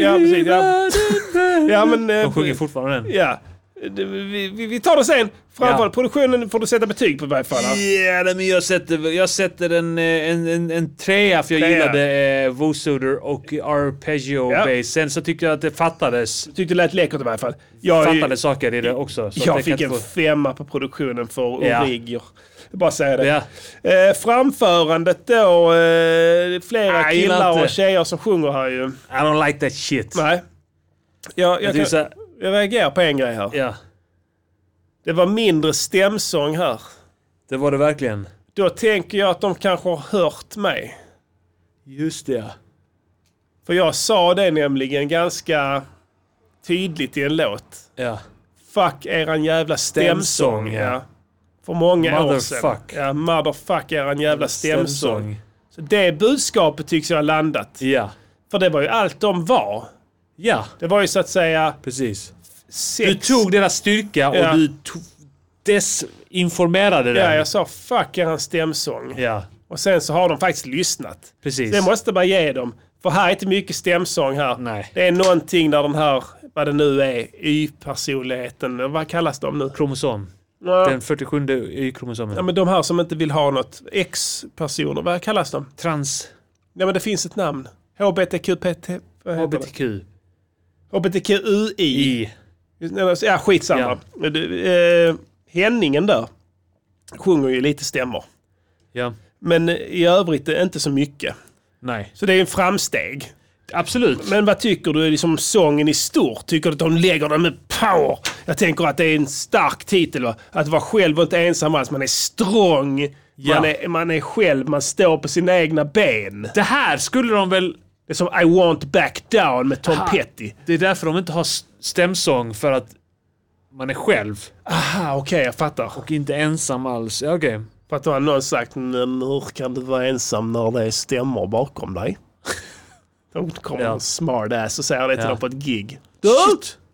Ja, precis, ja. (laughs) Ja, men, eh, De Mm. sjunger fortfarande den. Ja. Det- Vi, vi, vi tar det sen. Framför Ja. produktionen får du sätta betyg på i varje fall. här. Ja, nej, men jag sätter, jag sätter en, eh, en, en, en trea för jag Trea. gillade eh, Vosoder och arpeggio Ja. bass. Sen så tyckte jag att det fattades, Tyckte det lät läckert i varje fall. Jag, är ju- fattades saker i det också. Så att det jag kan fick en inte femma på produktionen för Ja. Origier. Bara säga det. Ja. Eh, framförandet då. Eh, flera Nej, gillar killar och inte. tjejer som sjunger här ju. I don't like that shit. Nej. Jag, jag, Jag tycker kan, så här, jag reagerar på en grej här. ja, Det var mindre stämsång här. det var det verkligen. Då tänker jag att de kanske har hört mig. Just det. För jag sa det nämligen ganska tydligt i en låt. Ja. Fuck eran jävla stämsång. Stämsång, ja. ja. För många år sedan. Motherfuck. Ja, motherfuck eran jävla stämsång. Så det budskapet tycks jag ha landat. Ja. För det var ju allt de var. Ja, Det var ju så att säga precis. sex. Du tog deras styrka och Ja. du to- desinformerade Ja, den. jag sa fuck eran stämsång. ja, Och sen så har de faktiskt lyssnat. precis. Det måste man ge dem. För här är inte mycket stämsång här. Nej. Det är någonting där den här, vad det nu är, Y-personligheten, vad kallas de nu? Kromosom. Ja. Den 47 Y-kromosomen. Ja, men de här som inte vill ha något, X-personer, vad kallas de? Trans... Ja, men det finns ett namn. HBTQPT... vad heter det? HBTQ. HBTQUI. I. Ja, skitsamma. Du, eh, Henningen där sjunger ju lite stämmer. Ja. Men i övrigt är inte så mycket. Nej. Så det är en framsteg. Absolut. Men vad tycker du liksom sången i stort? Tycker du att de lägger den med power? Jag tänker att det är en stark titel. va? Att vara själv och inte ensam alls. Man är strong. Ja. Man, är, man är själv. Man står på sina egna ben. Det här skulle de väl... Det är som I want back down med Tom Petty. Det är därför de inte har s- stämsång, för att man är själv. Aha, Ah, okej jag fattar. Och inte ensam alls. Ja, okej. För att då har någon sagt men hur kan du vara ensam när det är stämmor bakom dig? (laughs) Då kommer Ja. en smart ass och säger det till Ja. dem på ett gig. Du!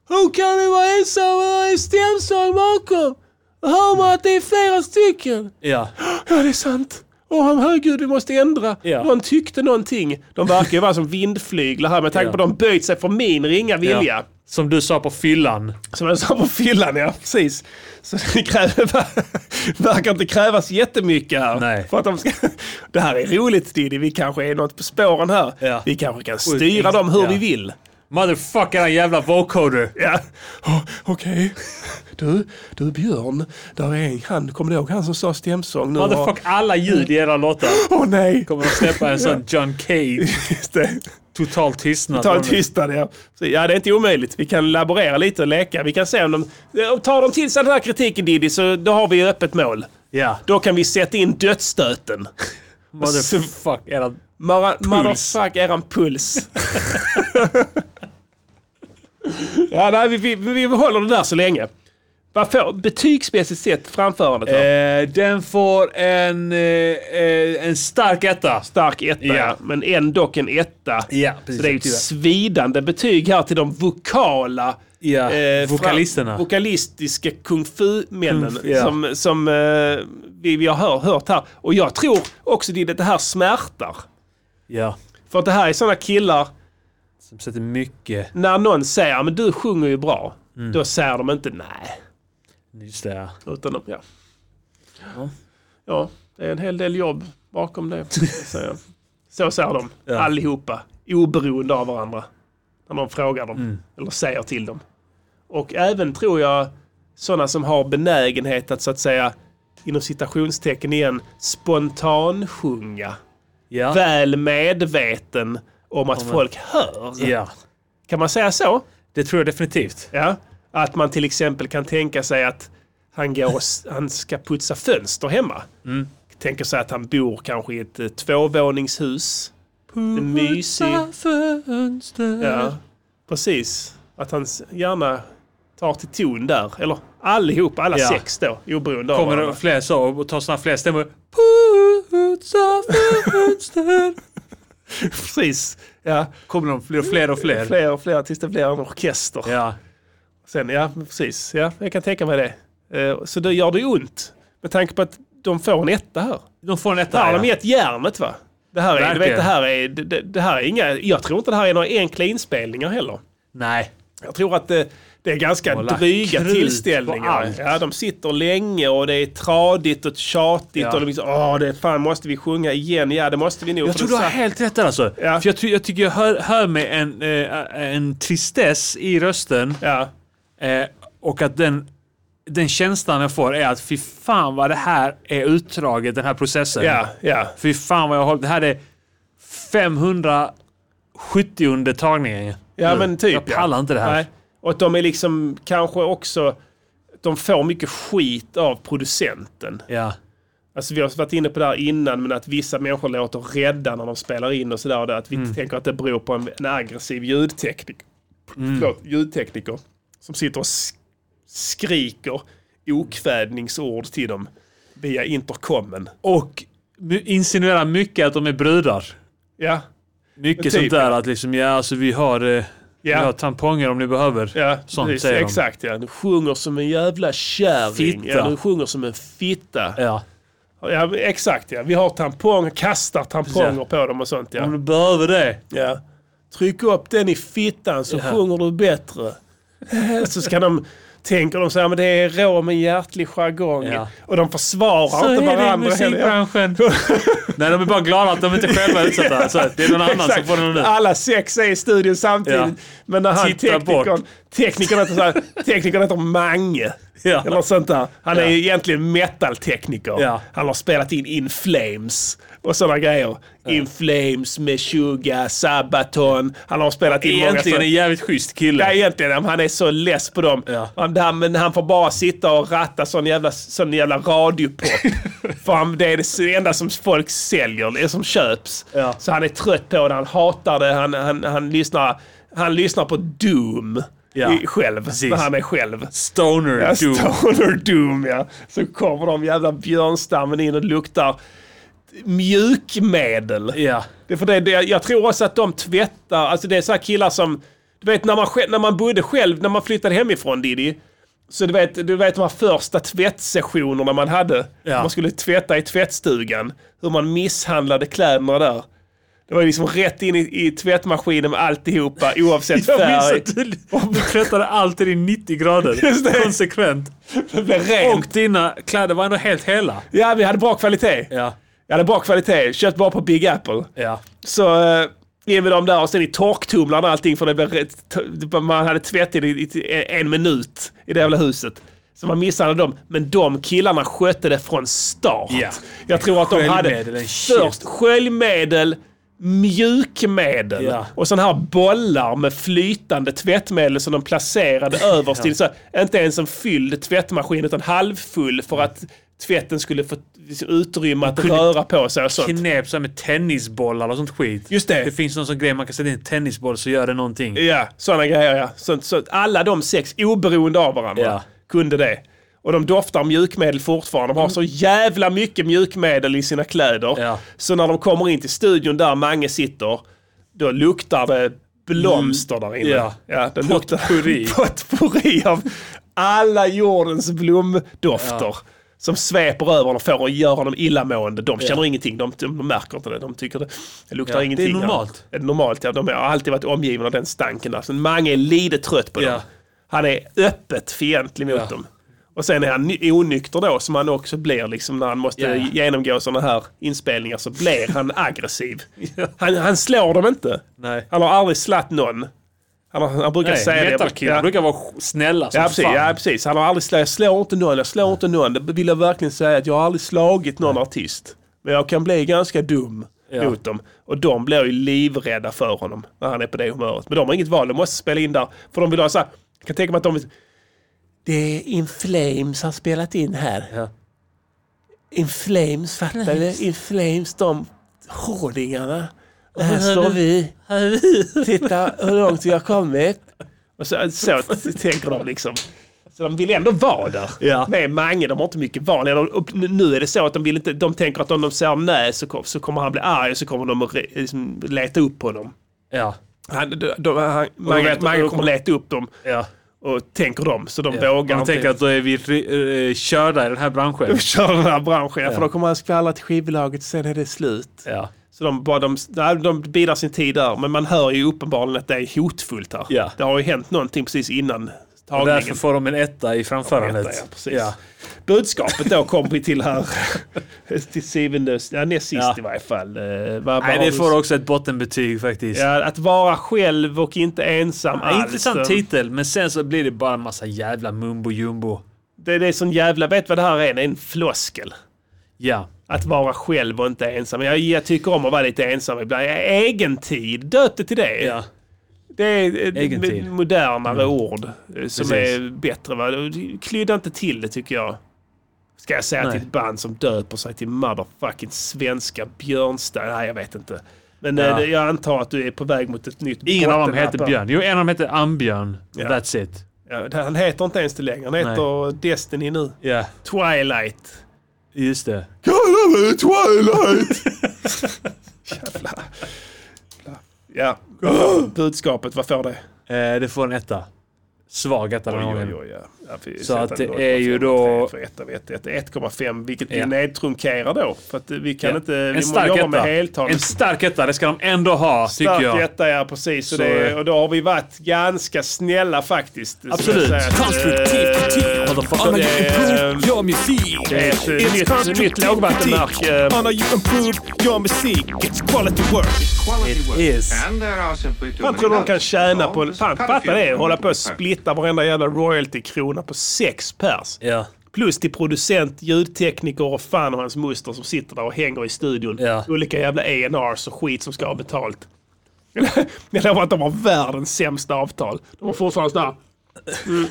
Hur kan du vara ensam när det är stämsång bakom? Hör man att det är flera stycken? Ja. Ja, det är sant. Åh, han herregud, vi måste ändra. Ja. Någon tyckte någonting. De verkar ju vara som vindflyglar här med tanke Ja. på att de böjt sig från min ringa vilja. ja. Som du sa på fyllan. Som jag sa på fyllan, ja. Precis. Så det kräver, (laughs) verkar inte krävas jättemycket här. Nej. För att de ska, (laughs) det här är roligt Diddy, vi kanske är något på spåren här. Ja. Vi kanske kan styra dem hur Ja. vi vill. Motherfucker, den jävla vocoder. Ja. Oh, Okej. Du, du Björn, där är en, han, kommer du ihåg han som sa stämsång nu? Motherfuck alla ljud i era låtar. Åh nej! Kommer de släppa en sån John Cage? Just det. Total tystnad. Total tystnad, ja. Så, ja. Det är inte omöjligt. Vi kan laborera lite och leka. Vi kan se om de... om Tar de till sig den här kritiken Diddy, så då har vi öppet mål. Ja. Då kan vi sätta in dödsstöten. Motherfuck. Era... Mara, motherfuck eran puls. (laughs) ja, nej, vi, vi, vi håller det där så länge. Vad får betygsmässigt sett framförandet? här? Eh, den får en, eh, eh, en stark etta. Stark etta, Ja. Eh, ja. men ändå en etta. Ja, Så det är ju ett svidande betyg här till de vokala Ja, eh, fra- vokalisterna. vokalistiska kung fu-männen Kung- ja. som, som eh, vi, vi har hör, hört här. Och jag tror också det, är det här smärtar. ja. För att det här är sådana killar, Som sätter mycket. när någon säger "Ja, men du sjunger ju bra, då säger de inte nej. Just det, ja. Utan de, ja. ja, det är en hel del jobb bakom det. Så, (laughs) så säger de, allihopa, oberoende av varandra. När de frågar dem, eller säger till dem. Och även tror jag sådana som har benägenhet att så att säga, inom citationstecken igen, spontansjunga. Ja. Väl medveten om att folk hör. ja. Kan man säga så? Det tror jag definitivt. Ja, att man till exempel kan tänka sig att han, går och, s- han ska putsa fönster hemma. Mm. Tänker sig att han bor kanske i ett eh, tvåvåningshus. En mysig... fönster. Ja, precis. Att han s- gärna tar till ton där. Eller allihop, alla Ja. sex då, oberoende av Kommer det varandra. fler så och tar såna fler stämmor. Putsa fönster. Precis. Ja, Kommer de fler och fler och fler. fler och fler tills det blir en orkester. Ja. Sen, ja, precis. Ja, jag kan tänka mig det. Eh, Så då gör det ju ont. Med tanke på att de får en etta här. De får en etta. Där har ja. de gett järnet va? Det här, är, du Verkligen. vet, det, här är, det- det, det här är inga, jag tror inte det här är några enkla inspelningar heller. Nej. Jag tror att det, det är ganska har lagt dryga krut på tillställningar. allt. Ja, de sitter länge och det är tradigt och tjatigt. Ja. Och de liksom, Åh, det, fan måste vi sjunga igen? Ja, det måste vi nog. Jag för tror det du har sa- helt rätt där alltså. Ja. För jag, ty- jag tycker jag hör, hör mig en, eh, en tristess i rösten. Ja, Eh, och att den, den känslan jag får är att fy fan vad det här är utdraget, den här processen. ja, ja. Fy fan vad jag har hållit. Det här är 570 tagningen. Ja, men typ. Mm. Jag pallar ja. inte det här. Nej. Och de är liksom kanske också, de får mycket skit av producenten. Ja. Alltså vi har varit inne på det här innan, men att vissa människor låter rädda när de spelar in och sådär. och det Att vi Mm. tänker att det beror på en, en aggressiv ljudtekniker. Mm. Förlåt, ljudtekniker. Som sitter och sk- skriker okvädningsord till dem via intercomen. Och my- insinuerar mycket att de är brudar. Ja, Mycket Typ, sånt där att liksom, ja alltså vi har, eh, vi Ja. har tamponger om ni behöver. ja Sånt precis, säger de. Exakt ja. Du sjunger som en jävla kärring. Fitta. Ja, du sjunger som en fitta. Ja. Ja, exakt ja. Vi har tamponger, kastar tamponger Ja. på dem och sånt ja. Om du behöver det. Ja. Tryck upp den i fittan så sjunger du bättre. (laughs) så ska de, tänker de så här, men det är rå men hjärtlig jargong. Ja. Och de försvarar Så inte är det i varandra. heller. musikbranschen. (laughs) Nej, de är bara glada att de inte själva är utsatta. Så att det är någon annan som Exakt. får den nu. Alla sex är i studion samtidigt. Ja. Men när han Tittar teknikern, bort. teknikern heter, så här, teknikern heter Mange. Ja. Eller sånt där. Han är ju egentligen metaltekniker. Ja. Han har spelat in In Flames och sådana grejer. In Flames, Meshuggah, Sabaton. Han har spelat in många Egentligen sådana- en jävligt schysst Ja, kille. egentligen. men Han är så less på dem. Ja. Han- han- Men han får bara sitta och ratta sån jävla, sån jävla radiopop. (laughs) För han, det är det enda som folk säljer, det är som köps. Ja. Så han är trött på det, han hatar det, han, han, han, lyssnar, han lyssnar på Doom. Ja. I, själv, Precis. när han är själv. Stoner Ja, Doom. Stoner Doom, ja. Så kommer de jävla björnstammen in och luktar mjukmedel. Ja. Det är för det, det, jag tror också att de tvättar, alltså det är så här killar som, du vet när man, själv- när man bodde själv, när man flyttade hemifrån Diddy, så du vet, du vet de här första tvättsessionerna man hade, Ja. man skulle tvätta i tvättstugan, hur man misshandlade kläderna där. Det var liksom rätt in i, i tvättmaskinen med alltihopa oavsett Jag minns (laughs) färg. att du- du tvättade alltid i 90 Just det. grader. Konsekvent. Det blev rent. Och dina kläder var ändå helt hela. Ja, vi hade bra kvalitet. Ja. Jag hade bra kvalitet, köpt bara på Big Apple. Ja. Så eh, in med dem där och sen i torktumlarna och allting för det blev rätt- t- man hade tvätt i, i, i en minut i det jävla huset. Så man missade dem. Men de killarna skötte det från start. Ja. Jag tror att de hade Sköljmedel and shit. först sköljmedel, mjukmedel Ja. och sådana här bollar med flytande tvättmedel som de placerade överst till. Så inte ens en fylld tvättmaskin utan halvfull för att tvätten skulle få utrymme att röra på sig och sånt. Knep så här med tennisbollar och sånt skit. Just det. Det finns någon sån grej man kan sätta in en tennisboll så gör det någonting. Ja, sådana grejer ja. Så, så alla de sex, oberoende av varandra, Ja. kunde det. Och de doftar mjukmedel fortfarande. De har så jävla mycket mjukmedel i sina kläder. Ja. Så när de kommer in till studion där Mange sitter, då luktar det blomster där inne. Mm. Ja. Ja, det Potpourri. (laughs) Potpourri av alla jordens blomdofter. Som sveper över dem och får och gör dem illamående. De känner ingenting, de, de märker inte det. De tycker det, det luktar Ja, det är ingenting. här. normalt. Det är normalt, ja. De har alltid varit omgivna av den stanken där. Så Mange är lite trött på Ja. dem. Han är öppet fientlig mot Ja. dem. Och sen är han ny- onykter då, som han också blir liksom när han måste Ja. genomgå sådana här inspelningar så blir (laughs) han aggressiv. Han, han slår dem inte. Nej. Han har aldrig slatt någon. Han, har- han brukar Nej, säga det. metalkillar brukar vara sk- snälla som Ja precis, fan. ja precis. Han har aldrig slagit, jag slår inte någon, jag slår inte någon. Det vill jag verkligen säga att jag har aldrig slagit någon artist. Men jag kan bli ganska dum Ja. mot dem. Och de blir ju livrädda för honom när han är på det humöret. Men de har inget val, de måste spela in där. För de vill ha så här, jag kan tänka mig att de vill... Det är In Flames han spelat in här. Ja. In Flames, fattar du? In Flames, de hårdingarna. Och här står vi. Titta hur långt vi har kommit. Och så, (laughs) så tänker de liksom. Så de vill ändå vara där Ja. med Mange. De har inte mycket val. Eller, upp- Nu är det så att de, vill inte, de tänker att om de säger nej så, kom- så kommer han bli arg och så kommer de att re- liksom, leta upp honom. Ja. Han, de, de, han, Mange, vet- Mange kommer leta upp dem Ja. och tänker dem. Så de Ja. vågar Man tänker att då är vi eh, körda i den här branschen. köra den här branschen. För då kommer han skvallra till skivbolaget sen är det slut. Ja. Så de, bara, de, nej, de bidrar sin tid där. Men man hör ju uppenbarligen att det är hotfullt här. Ja. Det har ju hänt någonting precis innan Och tagningen. därför får de en etta i framförandet. Detta, ja, precis. Budskapet då kom vi till här. (laughs) till syvende och ja, näst sist Ja. i varje fall. Eh, vad- vad Nej, har det du- får också ett bottenbetyg faktiskt. ja, att vara själv och inte ensam Ja, alls. Intressant titel, men sen så blir det bara en massa jävla mumbo jumbo. Det är det som jävla, vet vad det här är? Det är en floskel. Ja. Att vara själv och inte ensam. Jag, jag tycker om att vara lite ensam ibland. Egentid, döpte till det. ja. Det är Egen ett tid. Mm. modernare ord eh, som Precis. är bättre. Va? Klydda inte till det tycker jag. Ska jag säga Nej. till ett band som döper sig till motherfucking svenska Björnstad? Nej, jag vet inte. Men Ja. eh, det- jag antar att du är på väg mot ett nytt Ingen av dem bottennapp heter här. Björn. Jo, en av dem heter Ambjörn. Ja. That's it. Ja, det- han heter inte ens det längre. Han heter Destiny nu. Ja, Twilight. just det. Kalla mig Twilight! (gasps) Jävla... Ja, budskapet, vad får det? Eh, det får en etta. Svag etta den Oj, här oj, gången. oj, ja. Ja, för- Så att det 0,5, är ju då- 3, 1, 1, 1, 1,5 vilket vi Ja. nedtrunkerar då. För att vi kan Ja. inte... Vi En måste stark jobba med etta. heltal. En stark etta, det ska de ändå ha, tycker Stark jag. etta, ja precis. Så Så- det, och då har vi varit ganska snälla faktiskt. Så Absolut. jag säger att, Konstruktiv eh, kritik. Motherfucker. Anna, you ehm, improved your music. det är ett, eh, nytt- nytt Eh, lågvattenmärke. Anna, you improved your music. It's quality work. Quality work. is. And there are simply too Jag many tror de notes. kan tjäna That's all. på... There's Fan, cut a fatta few. det! Hålla på och Perfect. splitta varenda jävla royaltykrona på sex pers. Ja. Plus till producent, ljudtekniker och fan och hans moster som sitter där och hänger i studion. Ja. Olika jävla ENRs och skit som ska ha betalt. (laughs) Jag lovar att de har världens sämsta avtal. De har fortfarande sådär... Mm.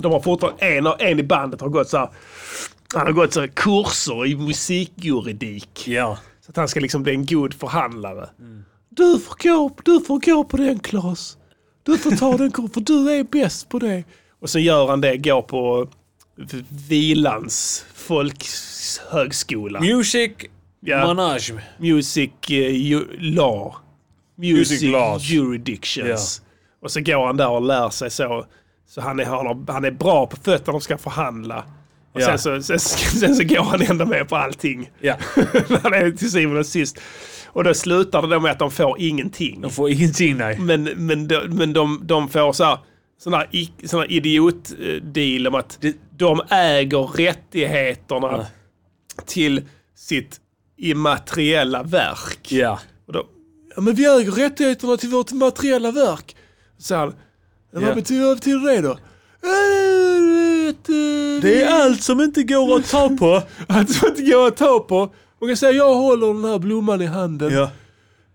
De har fortfarande... En, en i bandet har gått så här. Han har gått så här kurser i musikjuridik. Ja. Mm. Så att han ska liksom bli en god förhandlare. Du, får gå, du får gå på den Klas. Du får ta den kursen för du är bäst på det. Och så gör han det, går på V- Vilans folkhögskola. Music Ja. Manage. Music eh, ju- Law. Music, Music laws. Jurisdictions. Och så går han där och lär sig så. Så han är, han har- han är bra på fötterna och ska förhandla. Och Ja. sen, så, sen, sen så (laughs) går han ändå med på allting. (laughs) Ja. När det är till syvende och sist. Och då slutar det då med att de får ingenting. De får ingenting, nej. Men, men, de, men de, de får så här, sån här, i- sån här idiot-deal om att de äger rättigheterna till sitt immateriella verk. Ja. Och då, ja, men vi äger rättigheterna till vårt materiella verk. Så han, ja, Ja. vad betyder vad betyder det då? Det allt som inte går att ta på. (laughs) att det inte går att ta på. Man kan säga jag håller den här blomman i handen. Ja.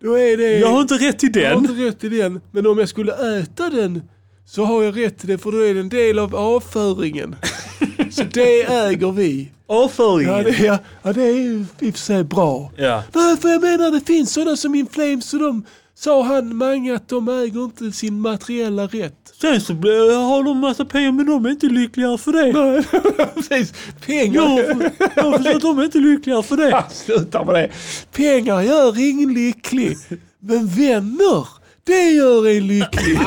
Då är det... Jag har inte rätt till Jag har den. inte rätt till den. Men om jag skulle äta den så har jag rätt till det för då är det en del (laughs) av avföringen. så det äger vi. Ja Avföringen. det, ja, ja, det är ju i och för sig bra. Ja. Nej, för jag menar det finns sådana som In Flames och de sa han Mange att de äger inte sin materiella rätt. Sen så blir- har de massa pengar men de är inte lyckligare för det. (laughs) Precis, pengar. Jag har- jag har förstått att de är inte lyckligare för det. Sluta med det. Pengar gör (laughs) ingen lycklig. Men vänner, det gör en lycklig.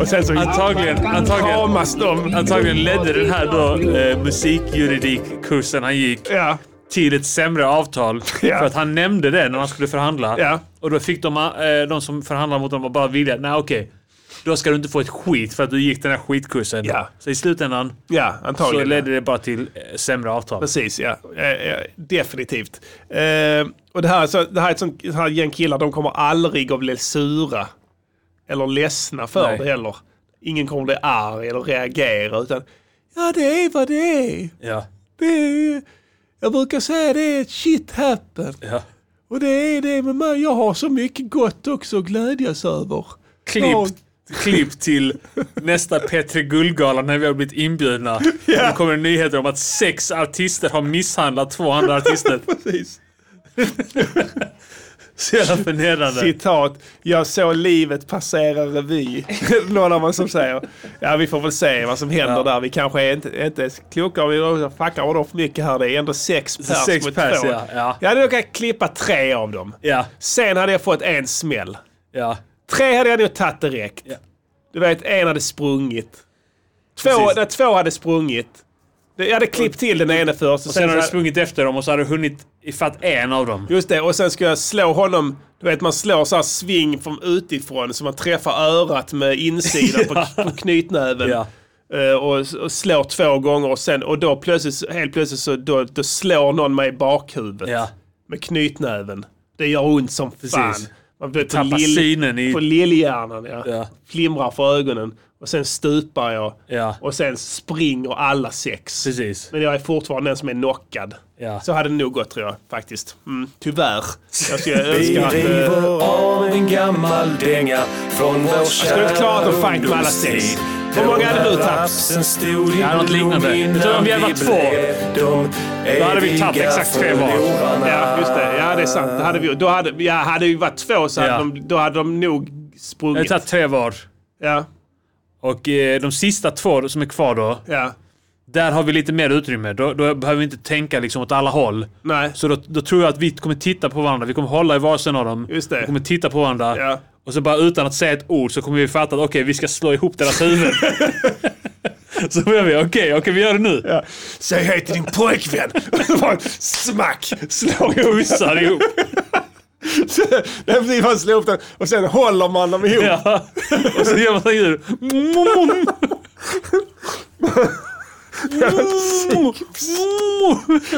och sen så Antagligen, antagligen, kramas de. antagligen ledde den här då eh, musikjuridikkursen han gick Ja, till ett sämre avtal. Ja. För att han nämnde det när han skulle förhandla. ja. Och då fick de, eh, de som förhandlade mot honom bara vilja, nej okej. Då ska du inte få ett skit för att du gick den här skitkursen. Ja. Så i slutändan Ja, så antagligen. ledde det bara till eh, sämre avtal. Precis, ja. Eh, eh, Definitivt. Eh, och det här, är så, det här är ett sånt det här gäng killar, de kommer aldrig att bli sura. Eller ledsna för Nej. det heller. Ingen kommer bli arg eller reagera utan ja det är vad det är. Ja. Det är jag brukar säga det är ett shit happen. ja. Och det är det med mig. Jag har så mycket gott också att glädjas över. Ja. Klipp, klipp till nästa Petri Guldgala när vi har blivit inbjudna. Yeah. Då kommer det nyheter om att sex artister har misshandlat två andra artister. Precis. (laughs) Så jävla förnedrande. Citat, jag såg livet passera revy. (laughs) Någon av oss som säger. Ja, vi får väl se vad som händer Ja. där. Vi kanske är inte, inte ens kloka om vi då fuckar och då för mycket här. Det är ändå sex pers sex mot pers, två. ja, ja. Jag hade nog kunnat klippa tre av dem. Ja, Sen hade jag fått en smäll. ja. Tre hade jag nog tagit direkt. Ja. Du vet, en hade sprungit. Två, Precis. när två hade sprungit. Jag hade klippt till den ena först. Och sen har så du hade- sprungit efter dem och så har du hunnit ifatt en av dem. Just det, och sen ska jag slå honom. Du vet man slår så här sving från utifrån så man träffar örat med insidan (laughs) på, på knytnäven. Ja. Eh, och, och slår två gånger och, sen, och då plötsligt, helt plötsligt så då, då slår någon mig i bakhuvudet Ja. med knytnäven. Det gör ont som fan. Man blir på, Tappar lill, synen i... på lillhjärnan. Ja. Ja. Flimrar för ögonen. Och sen stupar jag. Ja, Och sen springer alla sex. precis. Men jag är fortfarande den som är knockad. Ja. Så hade det nog gått tror jag faktiskt. Mm, tyvärr. Jag skulle önska att... eh, Jag Av en gammal dänga från vår kära skulle inte klara att de fight med alla sex. Hur många hade du tagit? Sen stod i Ja, något liknande. Jag tror om vi hade varit två. Då hade vi tagit exakt tre var. Ja, just det. Ja, det är sant. Det hade vi, då hade, ja, hade vi varit två så hade, Ja. de, då hade de nog Jag har sprungit. tagit tre var. Ja, Och eh, de sista två som är kvar då, ja. där har vi lite mer utrymme. Då, då behöver vi inte tänka liksom åt alla håll. Nej. Så då, då tror jag att vi kommer titta på varandra. Vi kommer hålla i varsin av dem. Just det. Vi kommer titta på varandra. Ja. Och så bara utan att säga ett ord så kommer vi fatta att okej, vi ska slå ihop deras huvuden. (laughs) så gör vi. Okej, okej, vi gör det nu. ja. Säg hej till din pojkvän! Bara Smack! Slår ihop. Pussar ihop. Det är precis, man slår ihop den och sen håller man dem ihop. (laughs) Ja. Och så gör man så här ljud.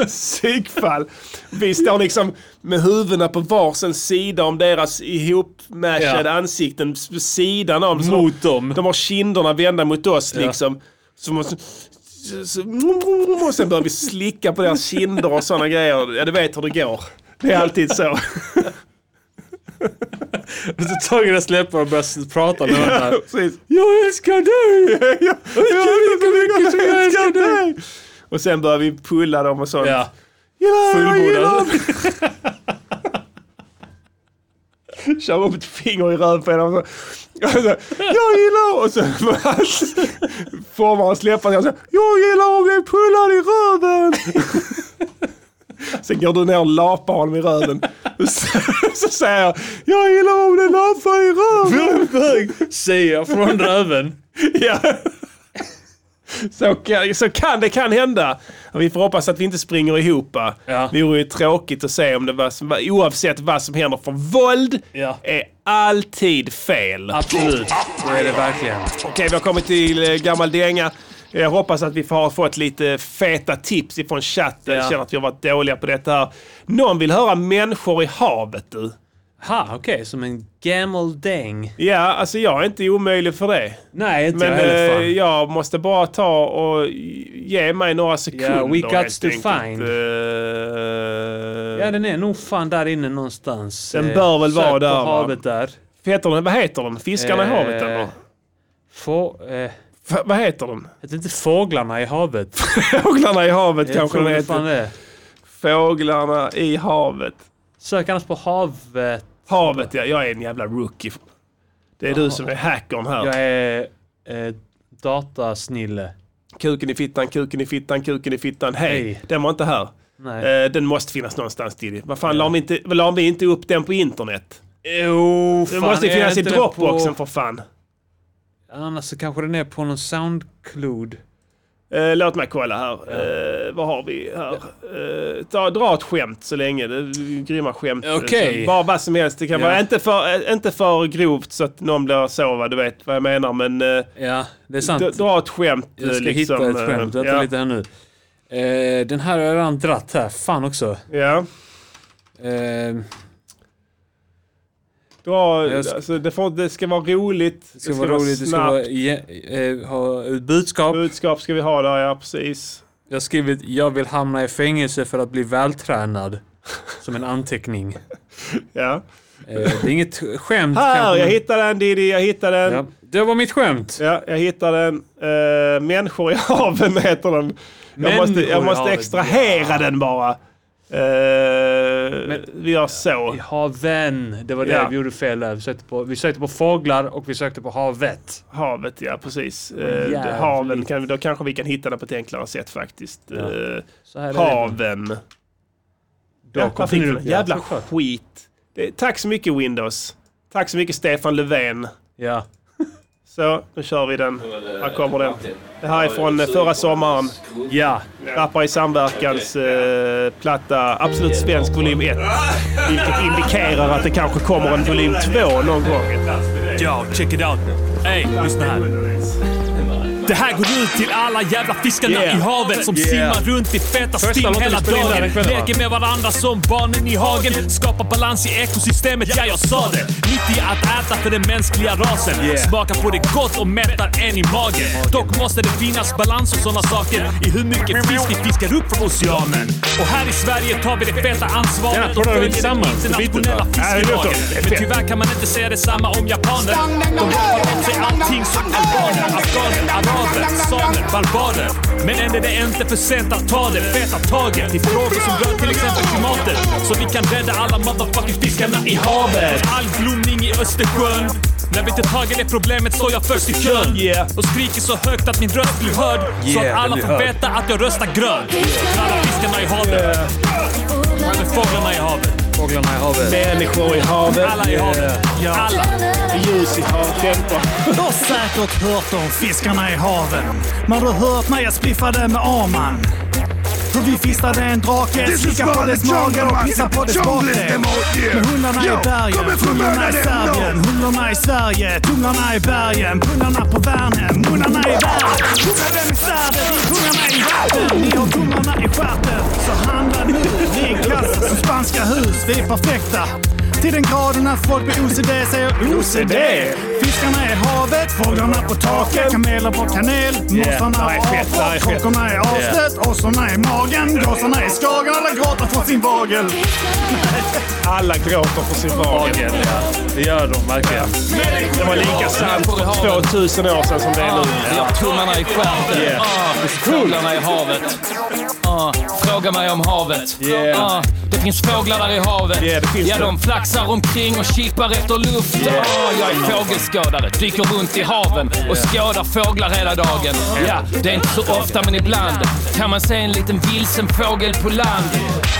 psykfall. Vi står liksom med huvudena på varsin sida om deras ihopmashade Ja. ansikten på sidan om. Så Mot dem. De har kinderna vända mot oss Ja. liksom. Så man, så, så, och sen börjar vi slicka på deras kinder och sådana grejer. Ja, du vet hur det går. Det är alltid så. (laughs) Och så tar vi deras läppar och börjar prata med varandra. Precis. Jag älskar dig! Ja, Jag älskar lika mycket som jag älskar dig! Och sen börjar vi pulla dem och sånt. Ja, Fullbordad. fullbordad. (laughs) kör upp ett finger i röven på henne och så, och så jag gillar och så (laughs) formar och släpper sig och så jag gillar om jag pullar i röven. (laughs) Sen går du ner och lapar honom i röven. Så, så säger jag, jag gillar om den lapar i röven. Säger jag från röven. Ja. Så kan, så kan det kan hända. Vi får hoppas att vi inte springer ihop. Ja. Det vore ju tråkigt att se om det var som, oavsett vad som händer. För våld Ja. är alltid fel. Absolut, det är det verkligen. Okej, vi har kommit till eh, gammal dänga. Jag hoppas att vi har fått lite feta tips ifrån Ja. chatten. Jag känner att vi har varit dåliga på detta här. Någon vill höra människor i havet du. Ha, okej. Som en gameldäng. Ja, alltså jag är inte omöjlig för det. Nej, inte Men jag heller, eh, fan. jag måste bara ta och ge mig några sekunder we got helt to enkelt. find. Eh, Ja, den är nog fan där inne någonstans. Den Eh, bör väl sök vara på där, va? havet där. heter den, vad heter den? Fiskarna i havet Eh, eller? Få, eh, F- vad heter den? (laughs) heter inte Fåglarna i havet? Fåglarna i havet jag kanske tror den det heter. fan det. Fåglarna i havet. Sök annars på havet. Havet ja, jag är en jävla rookie. Det är du som är hackern här. Jag är eh, datasnille. Kuken i fittan, kuken i fittan, kuken i fittan. Hej, Hej. den var inte här. Nej. Eh, den måste finnas någonstans till. Vad fan, la, vi inte, la vi inte upp den på internet? Jo, Den Oh, fan, måste ju är finnas i inte den Dropboxen På... för fan. Annars så kanske den är på någon Soundcloud. Eh, låt mig kolla här. Eh, vad har vi här? Eh, ta, dra ett skämt så länge. Det är grymma skämt. Okej. Så Bara vad som helst. Det kan Ja. vara inte för, eh, inte för grovt så att någon blir så, va, du vet vad jag menar. Men eh, Ja, det är sant. d- dra ett skämt. jag ska eh, liksom, hitta ett skämt. eh, Vänta ja. lite här nu. Eh, den här har jag redan dratt här. Fan också. ja. Eh, Dra, Jag ska- alltså, det, får, det ska vara roligt. det ska vara roligt, det ska snabbt. vara, ge- eh, ha ett budskap. Budskap ska vi ha där, ja precis. Jag har skrivit “Jag vill hamna i fängelse för att bli vältränad” som en anteckning. Eh, Ja. det är inget skämt Här, kanske, jag men- hittade den Diddy, jag hittade den. ja. Det var mitt skämt. Ja, jag hittade den. Eh, Människor i haven (laughs) heter den. Jag Människor måste, jag i måste haven, extrahera ja. den bara. Eh, vi gör så. Haven, det var det Ja. vi gjorde fel där. Vi sökte, på, vi sökte på fåglar och vi sökte på havet. Havet, ja precis. Eh, Jävligt. det- haven, kan, vi- då kanske vi kan hitta den på ett enklare sätt faktiskt. Eh, Så här är det. haven. Då Ja, kom där fick den du upp, den. ja, Jävla såklart. skit. Det, tack så mycket Windows. Tack så mycket Stefan Löfven. Ja. (laughs) Så, nu kör vi den. Här kommer den. Det här är från eh, förra sommaren. ja. Rappar i samverkans eh, platta Absolut Svensk volym 1. Vilket indikerar att det kanske kommer en volym 2 någon gång. Ja, check it out. Ey, lyssna här. Det här går ut till alla jävla fiskarna Yeah. i havet som Yeah. simmar runt i feta stim låten hela vi spelade in den dagen. kvällen, va? Leker med varandra som barnen i hagen. Skapar balans i ekosystemet, ja jag sa det. Nyttig att äta för den mänskliga rasen. Yeah. Smakar på det gott och mättar en i magen. Dock måste det finnas balans och sådana saker i hur mycket fisk vi fiskar upp från oceanen. Och här i Sverige tar vi det feta Gärna, ansvaret och kolla följer dem den tillsammans, det blir inte internationella bra. Nej, det låter- fiskelagen. det är Men fett. tyvärr kan man inte säga detsamma om japaner. De har åt sig allting som albaner, afghaner, araber, samer, barbarer. Men än är det inte för sent att ta det feta taget till frågor som rör till exempel klimatet. Så vi kan rädda alla motherfucking fiskarna i havet. All blomning i Östersjön. När vi tar tag i det problemet står jag först i kön. Yeah. Och skriker så högt att min röst blir hörd. så att Yeah, alla den får blir hörd. veta att jag röstar grönt. Alla fiskarna i havet. Eller fåglarna i havet. Fåglarna i havet. Människor i havet. Alla i havet. Alla. Ljus i havet. Dämpar. Du har säkert hört om fiskarna i haven. Men du har hört när jag spliffade med Arman. Hur vi fistade en drake, slickade på dess mage och pissade på dess bakdel. Med hundarna i bergen, hundarna i Serbien, hundarna i Sverige, tunglarna i bergen, pundarna på Värnhem, munnarna i världen. Huggade med svärdet, ni kungarna i vatten, ni har tummarna i stjärten. Så handla nu, ni är klass som spanska hus, vi är perfekta. Till den graden att folk med OCD säger OCD. Fiskarna i havet, fåglarna på taket, kameler på kanel, mossarna Nej, och fett, nej, apor, fett. kråkorna i arslet, åssorna i magen, gåsarna i skagen, alla gråter från sin vagel. Alla gråter för sin mage. Det gör de verkligen. Det var lika sant för 2000 år sedan som det är nu. Ja, tungarna i stjärten. Yeah. Ah, fåglarna i havet. Ah, fråga mig om havet. Yeah. Ah, det finns fåglar där i havet. Yeah, det finns ja, det. de flaxar omkring och kippar efter luft. Ah, jag är fågelskådare, dyker runt i haven och skådar fåglar hela dagen. Ja, det är inte så ofta, men ibland kan man se en liten vilsen fågel på land.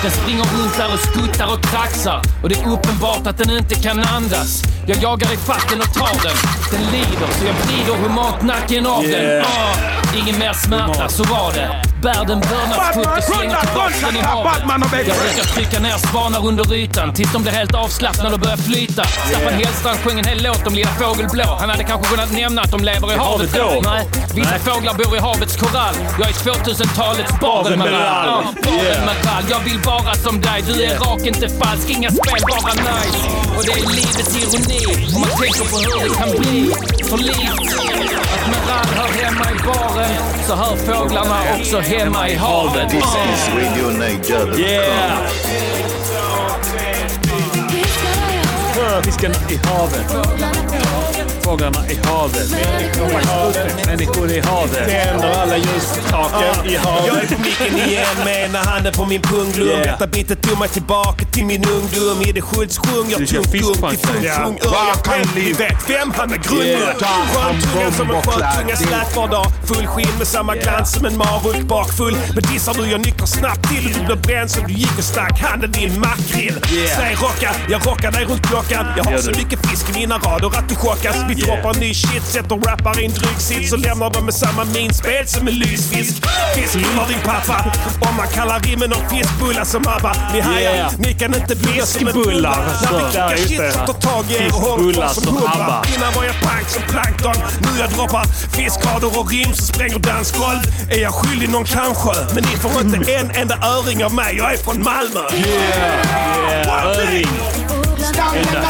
Den springer runt där och skuttar och kraxar och det är uppenbart att den inte kan andas. Jag jagar i fatten och tar den. Den lider, så jag vrider humant nacken av den. Ah, ingen mer smärta, så var det. Bär den vördnadsfullt och slänger tillbaks den i havet. Jag brukar trycka ner svanar under ytan tills de blir helt avslappnade och börjar flyta. Staffan Hellstrand sjöng en hel låt om Lilla Fågelblå. Han hade kanske kunnat nämna att de lever i havet då. Nej, vissa fåglar bor i havets korall. Jag är 2000-talets Baden Baden Merall. Merall. Ja, Baden Yeah. Merall. Jag vill vara som dig. Du är rak, inte falsk. Inga spel, bara nice. Och det är livets ironi. Om man tänker på hur det kan bli. För livet. Att Merall hör hemma i baren så hör fåglarna också hemma i havet. This is Radio Niger. Yeah! Fisken i havet. Fåglarna i havet. Människor i havet. Människor i havet. Tänder alla ljus på taket i havet. Jag är på micken igen med ena handen på min pungblom. Yeah. Detta bitet tog mig tillbaka till min ungdom. I det Schultz sjöng jag Du kör tung gung till fistpunk, tung ja. tung ör. Jag kan livet. Fem han med Yeah. grundmur. Sköntungan som en skötunga slät var dag. Full skinn med samma glans som en marulk bakfull. Men dissar du jag nyktrar snabbt till och du blev bränd som du gick och stack handen i en makrill. Yeah. Säg rocka, jag rockar dig runt klockan. Jag har Gör så du. mycket fisk i mina rader att du chockas. Vi Yeah. droppar ny shit, sätter rappar i en dryg sits och lämnar dem med samma minspel som en lysfisk. Fisk gillar din pappa. Om man kallar rimmen om fiskbullar som ABBA. Ni hajar, Yeah. ni kan inte bli som en bulla. Fiskbullar, När vi alltså. kickar Ja, just det. shit så tar tag i er och håller Fiskbullar kvar som som hundar. ABBA. Innan var jag pank som plankton. Nu jag droppar fiskrader och rim som spränger dansgolv. Är jag skyldig någon kanske? Men ni får (laughs) inte en enda öring av mig. Jag är från Malmö. Yeah, öring. In the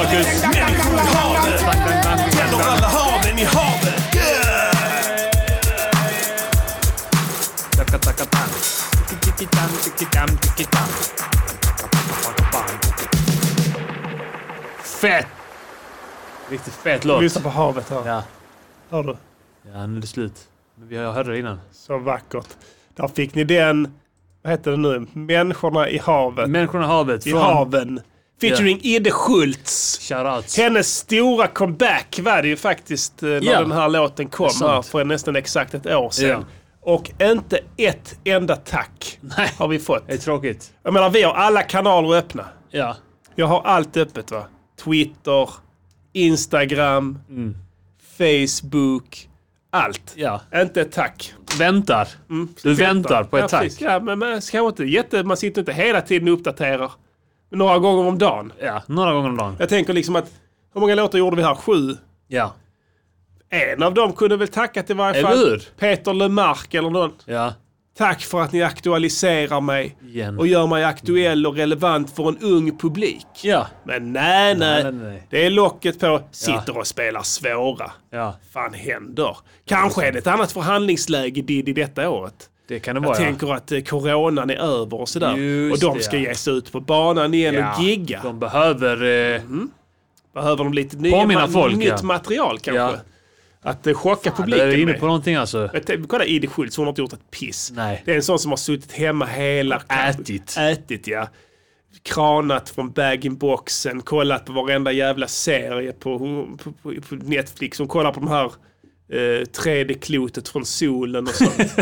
Fuckers. Människor i havet. Tänder alla haven i havet. Fett! Riktigt fett låt. Lyssna på havet här. Ja. Hör du? Ja, nu är det slut. Men vi- Jag hörde det innan. Så vackert. Där fick ni den, vad heter det nu, Människorna i havet. Människorna i havet. I från- haven. Featuring Ide Schultz. Shoutouts. Hennes stora comeback var det ju faktiskt eh, när Ja. den här låten kom Det är sant. här för nästan exakt ett år sedan. Ja. Och inte ett enda tack har vi fått. Det är tråkigt. Jag menar, vi har alla kanaler öppna. Ja. Jag har allt öppet va. Twitter, Instagram, Facebook, allt. Mm. Ja. Inte ett tack. Väntar. Du väntar på ett ja, tack. precis. Ja, men man, ska inte, jätte, man sitter inte hela tiden och uppdaterar. Men några gånger om dagen. Ja, några gånger om dagen. Jag tänker liksom att, hur många låtar gjorde vi här? Sju? Ja. En av dem kunde väl tacka till varje Eller fall. hur? Peter Lemark eller någon. Ja. Tack för att ni aktualiserar mig Igen. och gör mig aktuell och relevant för en ung publik. Ja. Men nej, nej. Nej, nej, nej. Det är locket på. Sitter och spelar svåra. Ja. Fan händer. Kanske är det ett annat förhandlingsläge Diddy detta året. Det kan det Jag vara. ja. tänker att eh, coronan är över och sådär. Just och de det, ska ja. ge sig ut på banan igen Ja, och gigga. De behöver... Eh, Behöver de lite nya Påminna ma- folk, nytt ja. material kanske? Ja. Att eh, chocka det publiken är inne med. på någonting alltså. Jag tänkte- Kolla Idde Schultz, hon har inte gjort ett piss. Nej. Det är en sån som har suttit hemma hela... Ätit. Ätit, ja. Kranat från bag-in-boxen, kollat på varenda jävla serie på, på, på, på Netflix. Hon kollar på de här eh, 3D-klotet från solen och sånt.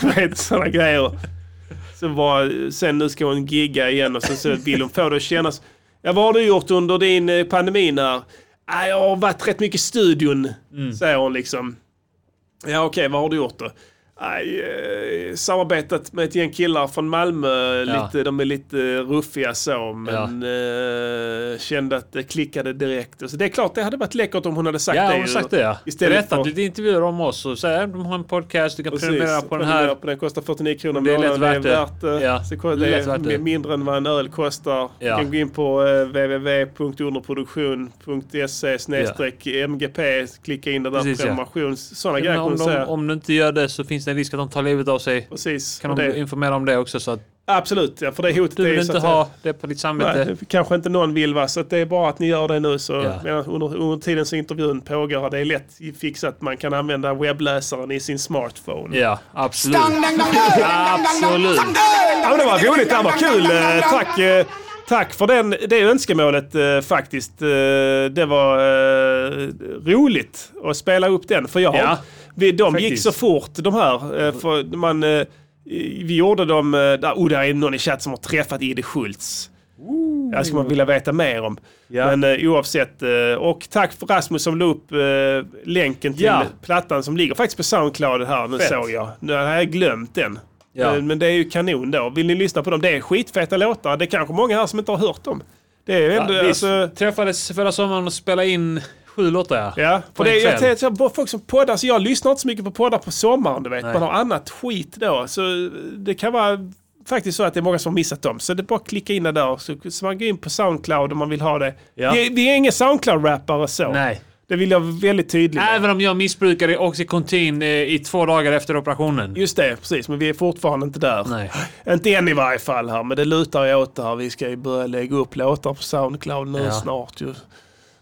Du vet, sådana grejer. Så var, sen nu ska hon gigga igen och så, så vill hon få det att kännas. Ja, vad har du gjort under din eh, pandemin här? Ah, jag har varit rätt mycket i studion, säger hon liksom. Ja, okej, vad har du gjort då? Aj, eh, samarbetat med ett gäng killar från Malmö. Ja. Lite, de är lite ruffiga så, men eh, kände att det klickade direkt. Och Så det är klart, det hade varit läckert om hon hade sagt ja, det. hon har ju. sagt det ja. Istället Berättat för- lite intervjuer om oss och så här, de har en podcast, du kan Precis, prenumerera på den prenumerera här. på den kostar 49 kronor Det är lätt värt det. det. Ja, Så kolla, det är det lätt värt är det. mindre än vad en öl kostar. Ja. Du kan gå in på eh, www.underproduktion.se MGP. Klicka in det där Precis, ja. prenumeration. Sådana Men grejer om, kommer de, säga. om du inte gör det så finns det en risk att de tar livet av sig. Precis. Kan och de det- informera om det också så att Absolut, ja, för det hotet du är vill ju så inte att säga- ha det på ditt samvete. Nej, det kanske inte någon vill va, så att det är bra att ni gör det nu. Så Ja. medan under, under tiden som intervjun pågår, det är lätt fixat. Man kan använda webbläsaren i sin smartphone. Ja, absolut. Absolut. Ja, men det var roligt, det här var kul. Eh, Tack, eh, tack för den, det önskemålet eh, faktiskt. Eh, Det var eh, roligt att spela upp den. För jag, Ja, vi, de gick faktiskt. så fort de här. eh, För man, eh, vi gjorde dem... eh, Där, oh, där är någon i chatten som har träffat Ide Schultz. Det här skulle man vilja veta mer om. Men eh, oavsett. Eh, och tack för Rasmus som la upp eh, länken till Ja. plattan som ligger faktiskt på Soundcloud här nu Fett. såg jag. Nu har jag glömt den. Ja. Eh, Men, men det är ju kanon då. Vill ni lyssna på dem? Det är skitfeta låtar. Det är kanske många här som inte har hört dem. Det är ju ändå, Ja, vi alltså, träffades förra sommaren och spelade in sju låtar. Ja. Ja, På för det, en jag, kväll. jag, jag, bara folk som poddar, så jag lyssnar inte så mycket på poddar på sommaren. Du vet. Nej. Man har annat skit då. Så eh, det kan vara faktiskt så att det är många som har missat dem. Så det är bara att klicka in det där. Så, så man går in på Soundcloud om man vill ha det. Ja. Vi, vi är inga Soundcloud-rappare så. Nej. Det vill jag vara väldigt tydlig med. Även om jag missbrukade Oxycontin eh, i två dagar efter operationen. Just det, precis. Men vi är fortfarande inte där. Nej. Inte än i varje fall här, men det lutar ju åt där. Vi ska ju börja lägga upp låtar på Soundcloud nu Ja. snart ju.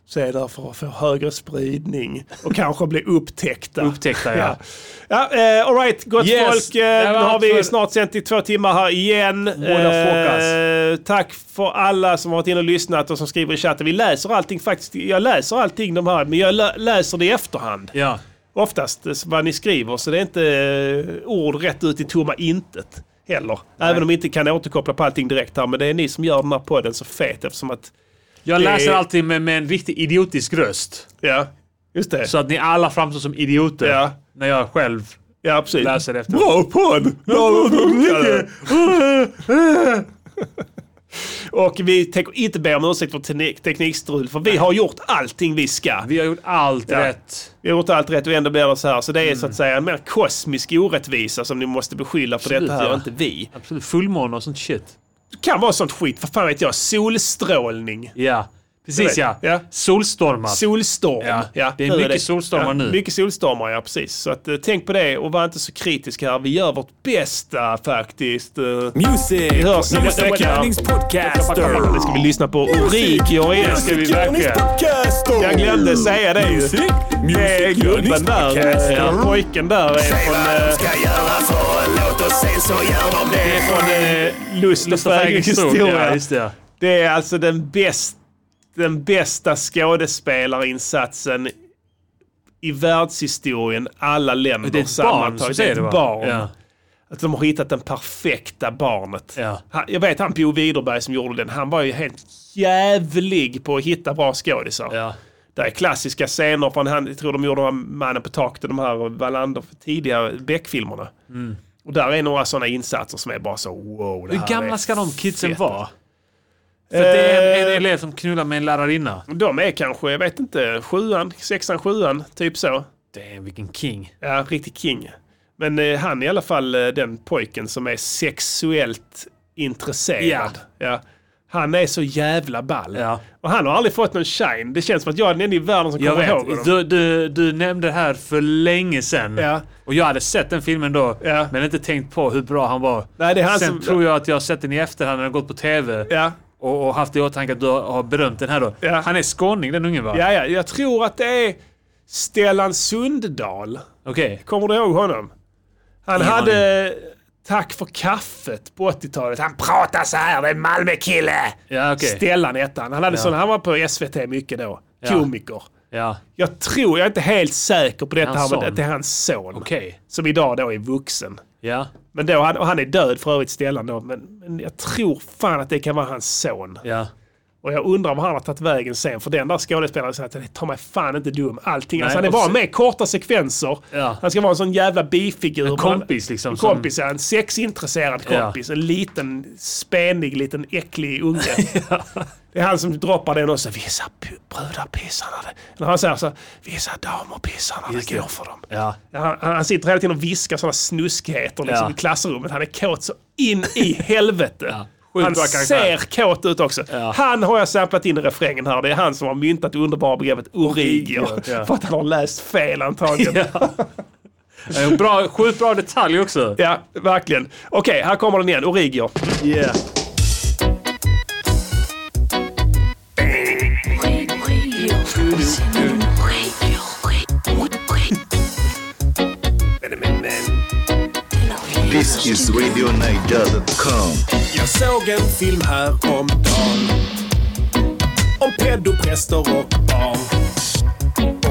Så är det där för att få högre spridning och kanske bli upptäckta. Upptäckta, ja. (laughs) ja. eh, all right, gott Yes, folk. det Eh, nu var har allt vi för- snart sänt i två timmar här igen. Motherfuckers. Eh, tack för alla som har varit inne och lyssnat och som skriver i chatten. Vi läser allting faktiskt. Jag läser allting de här, men jag lä- läser det i efterhand. Ja. Oftast eh, vad ni skriver, så det är inte eh, ord rätt ut i tomma intet heller. Även om vi inte kan återkoppla på allting direkt här, men det är ni som gör den här podden så fet eftersom att... Jag det läser är- alltid med, med en riktigt idiotisk röst. Ja, just det. Så att ni alla framstår som idioter. Ja. När jag själv Ja, precis. läser efter. Bra podd! Bra podd! (laughs) Och vi tänker inte be om ursäkt för teknik- teknikstrul, för vi har gjort allting vi ska. Vi har gjort allt rätt. Vi har gjort allt rätt och ändå blir det så här. Så det är så att säga en mer kosmisk orättvisa som ni måste beskylla för detta här, ja. inte vi. Absolut. Fullmåne och sånt shit. Det kan vara sånt skit, vad fan vet jag, solstrålning. Ja. Du Precis vet, ja. ja. Solstormar. Solstorm. Ja, det är nu mycket solstormar ja, nu. Mycket solstormar, ja precis. Så att, eh, tänk på det och var inte så kritisk här. Vi gör vårt bästa faktiskt. eh. Music. Vi hörs nästa Music vecka. Gardningspodcaster. Nu ska vi lyssna på Origior igen. Ska vi verkligen. Jag glömde säga det ju. Music. Det är gubben där, Gardningspodcaster. eh, pojken där är från... eh, Det är från eh, Lust och Ja, fägringshistoria. just det. Det är alltså den, bäst, den bästa skådespelarinsatsen i världshistorien, alla länder Det är ett barn som sammantaget. säger det ett va? barn. Ja. Att de har hittat den perfekta barnet. Ja. Han, jag vet han Bo Widerberg som gjorde den, han var ju helt jävlig på att hitta bra skådisar. Ja. Det är klassiska scener från, han, jag tror de gjorde de här Mannen på taket, de här Wallander, tidiga Beck-filmerna. Mm. Och där är några sådana insatser som är bara så wow. Det Hur här gamla är Eh. ska de kidsen fett. vara? För att det är en, en elev som knullar med en lärarinna. De är kanske, jag vet inte, sjuan, sexan, sjuan, typ så. Damn, vilken king. Ja, riktig king. Men eh, han är i alla fall eh, den pojken som är sexuellt intresserad. Ja. Han är så jävla ball. Ja. Och han har aldrig fått någon shine. Det känns som att jag är den enda i världen som Jag kommer ihåg vet, honom. du, du, du nämnde det här för länge sedan. Ja. Och jag hade sett den filmen då, Ja. men inte tänkt på hur bra han var. Nej, det är han Sen som- tror jag att jag har sett den i efterhand när den har gått på TV. Ja. Och, och haft i åtanke att du har- har berömt den här då. Ja. Han är skåning den ungen va? Ja, ja, jag tror att det är Stellan Sundahl. Okej. Kommer du ihåg honom? Han Ingen hade Tack för kaffet på 80-talet. Han pratar så här, det är Malmökille. Ja, okej. Stellan hette han. Han, hade Ja. sån, han var på SVT mycket då. Ja. Komiker. Ja. Jag tror, jag är inte helt säker på detta Hans här, men son. att det är hans son. Okej. Som idag då är vuxen. Ja. Men då, han, och han är död för övrigt Stellan då. Men, men jag tror fan att det kan vara hans son. Ja. Och jag undrar vad han har tagit vägen sen. För den där skådespelaren säger att det tar mig fan inte dum. Allting. Nej, alltså han är och bara se- med i korta sekvenser. Ja. Han ska vara en sån jävla bifigur. En kompis liksom. En som- kompis, ja. En sexintresserad Ja. kompis. En liten, spänig, liten (laughs) äcklig unge. Det är han som droppar den och säger vissa p- brudar pissar när det... Eller han säger så här, vissa damer pissar när Just det det. går för dem. Ja. Han, han sitter hela tiden och viskar sådana snuskigheter liksom, Ja. i klassrummet. Han är kåt så in i (laughs) helvete. Sjukt Han bra karaktär. ser kåt ut också. Han har jag samplat in i refrängen här. Det är han som har myntat det underbara begreppet origier. Origier, ja. (laughs) För att han har läst fel antagligen. (laughs) Ja. Eh, Bra, sjukt bra detalj också. Ja, verkligen. Okej, här kommer den igen. Origier. Yeah. This is RadioNiger.com. Jag såg en film här om dagen Om pedopräster och barn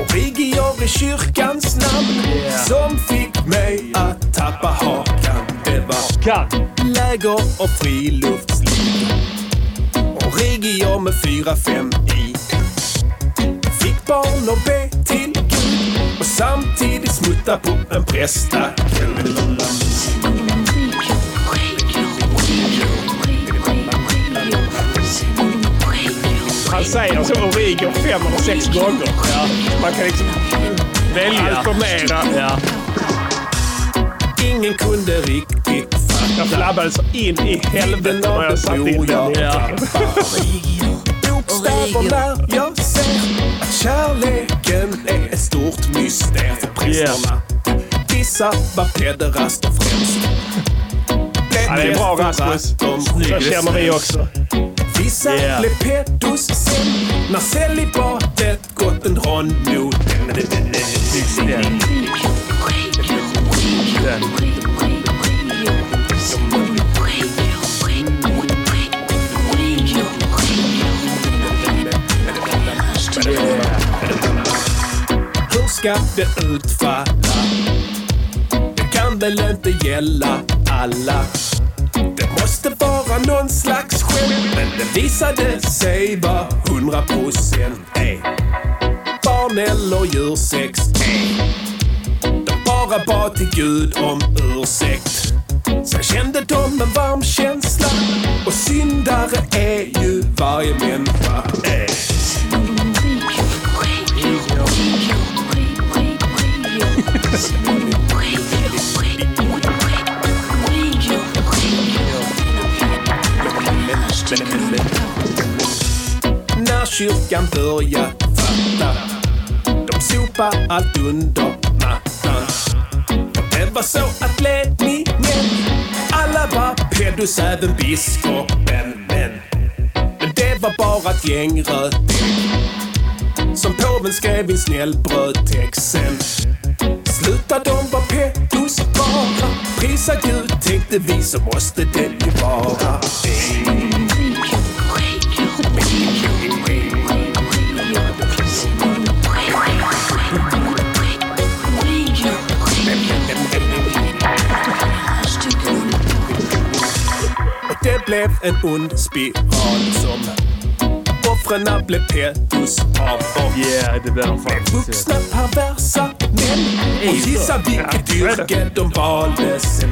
Och rigior i kyrkans namn Som fick mig att tappa hakan Det var läger och friluftsliv Och regio med 4-5 i. Fick barn och be till Gud och samtidigt smutta på en prästakul. Han säger så Origo fem eller sex gånger. Man kan liksom välja. Alternera. Ingen kunde riktigt fatta. Jag flabbade så in i helvete när jag satt in den. Bokstäver när jag ser att kärleken är ett stort mysterium för prästerna. Vissa var pederaster främst. Ja, det är bra, Rasmus. Så känner vi också. Vissa Yeah. blev pedos sen när celibatet gått en rond mot den. Hur ska det utfalla? Det kan väl inte gälla alla? Det måste vara någon slags skämt Men det visade sig vara 100 procent är Barn eller djursex är De bara bad till Gud om ursäkt Sen kände de en varm känsla Och syndare är ju varje människa är När kyrkan börjar fatta De sopar allt under mattan Och Det var så att ledningen Alla var pedos, även biskopen Men, men det var bara ett gäng rötägg Som påven skrev i en snäll brödtext sen Sluta de var pedos bara Prisa Gud tänkte vi, så måste det ju vara Och det blev en ond spiral som offren blev pedos av dem. Yeah, det blir de faktiskt. Vuxna perversa män. Och gissa vilket yrke de valde sen.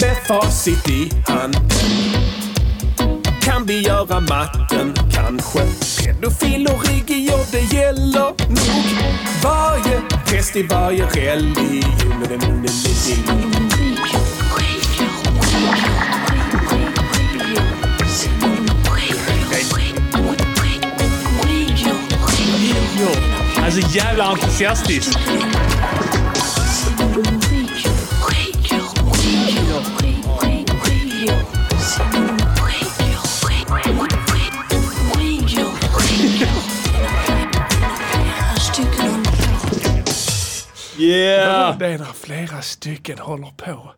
Med facit i handen. Kan vi göra matten kanske? Pedofil och rigio, det gäller nog. Varje pest i varje religion. Alltså jävla entusiastiskt. Det är när flera stycken håller på.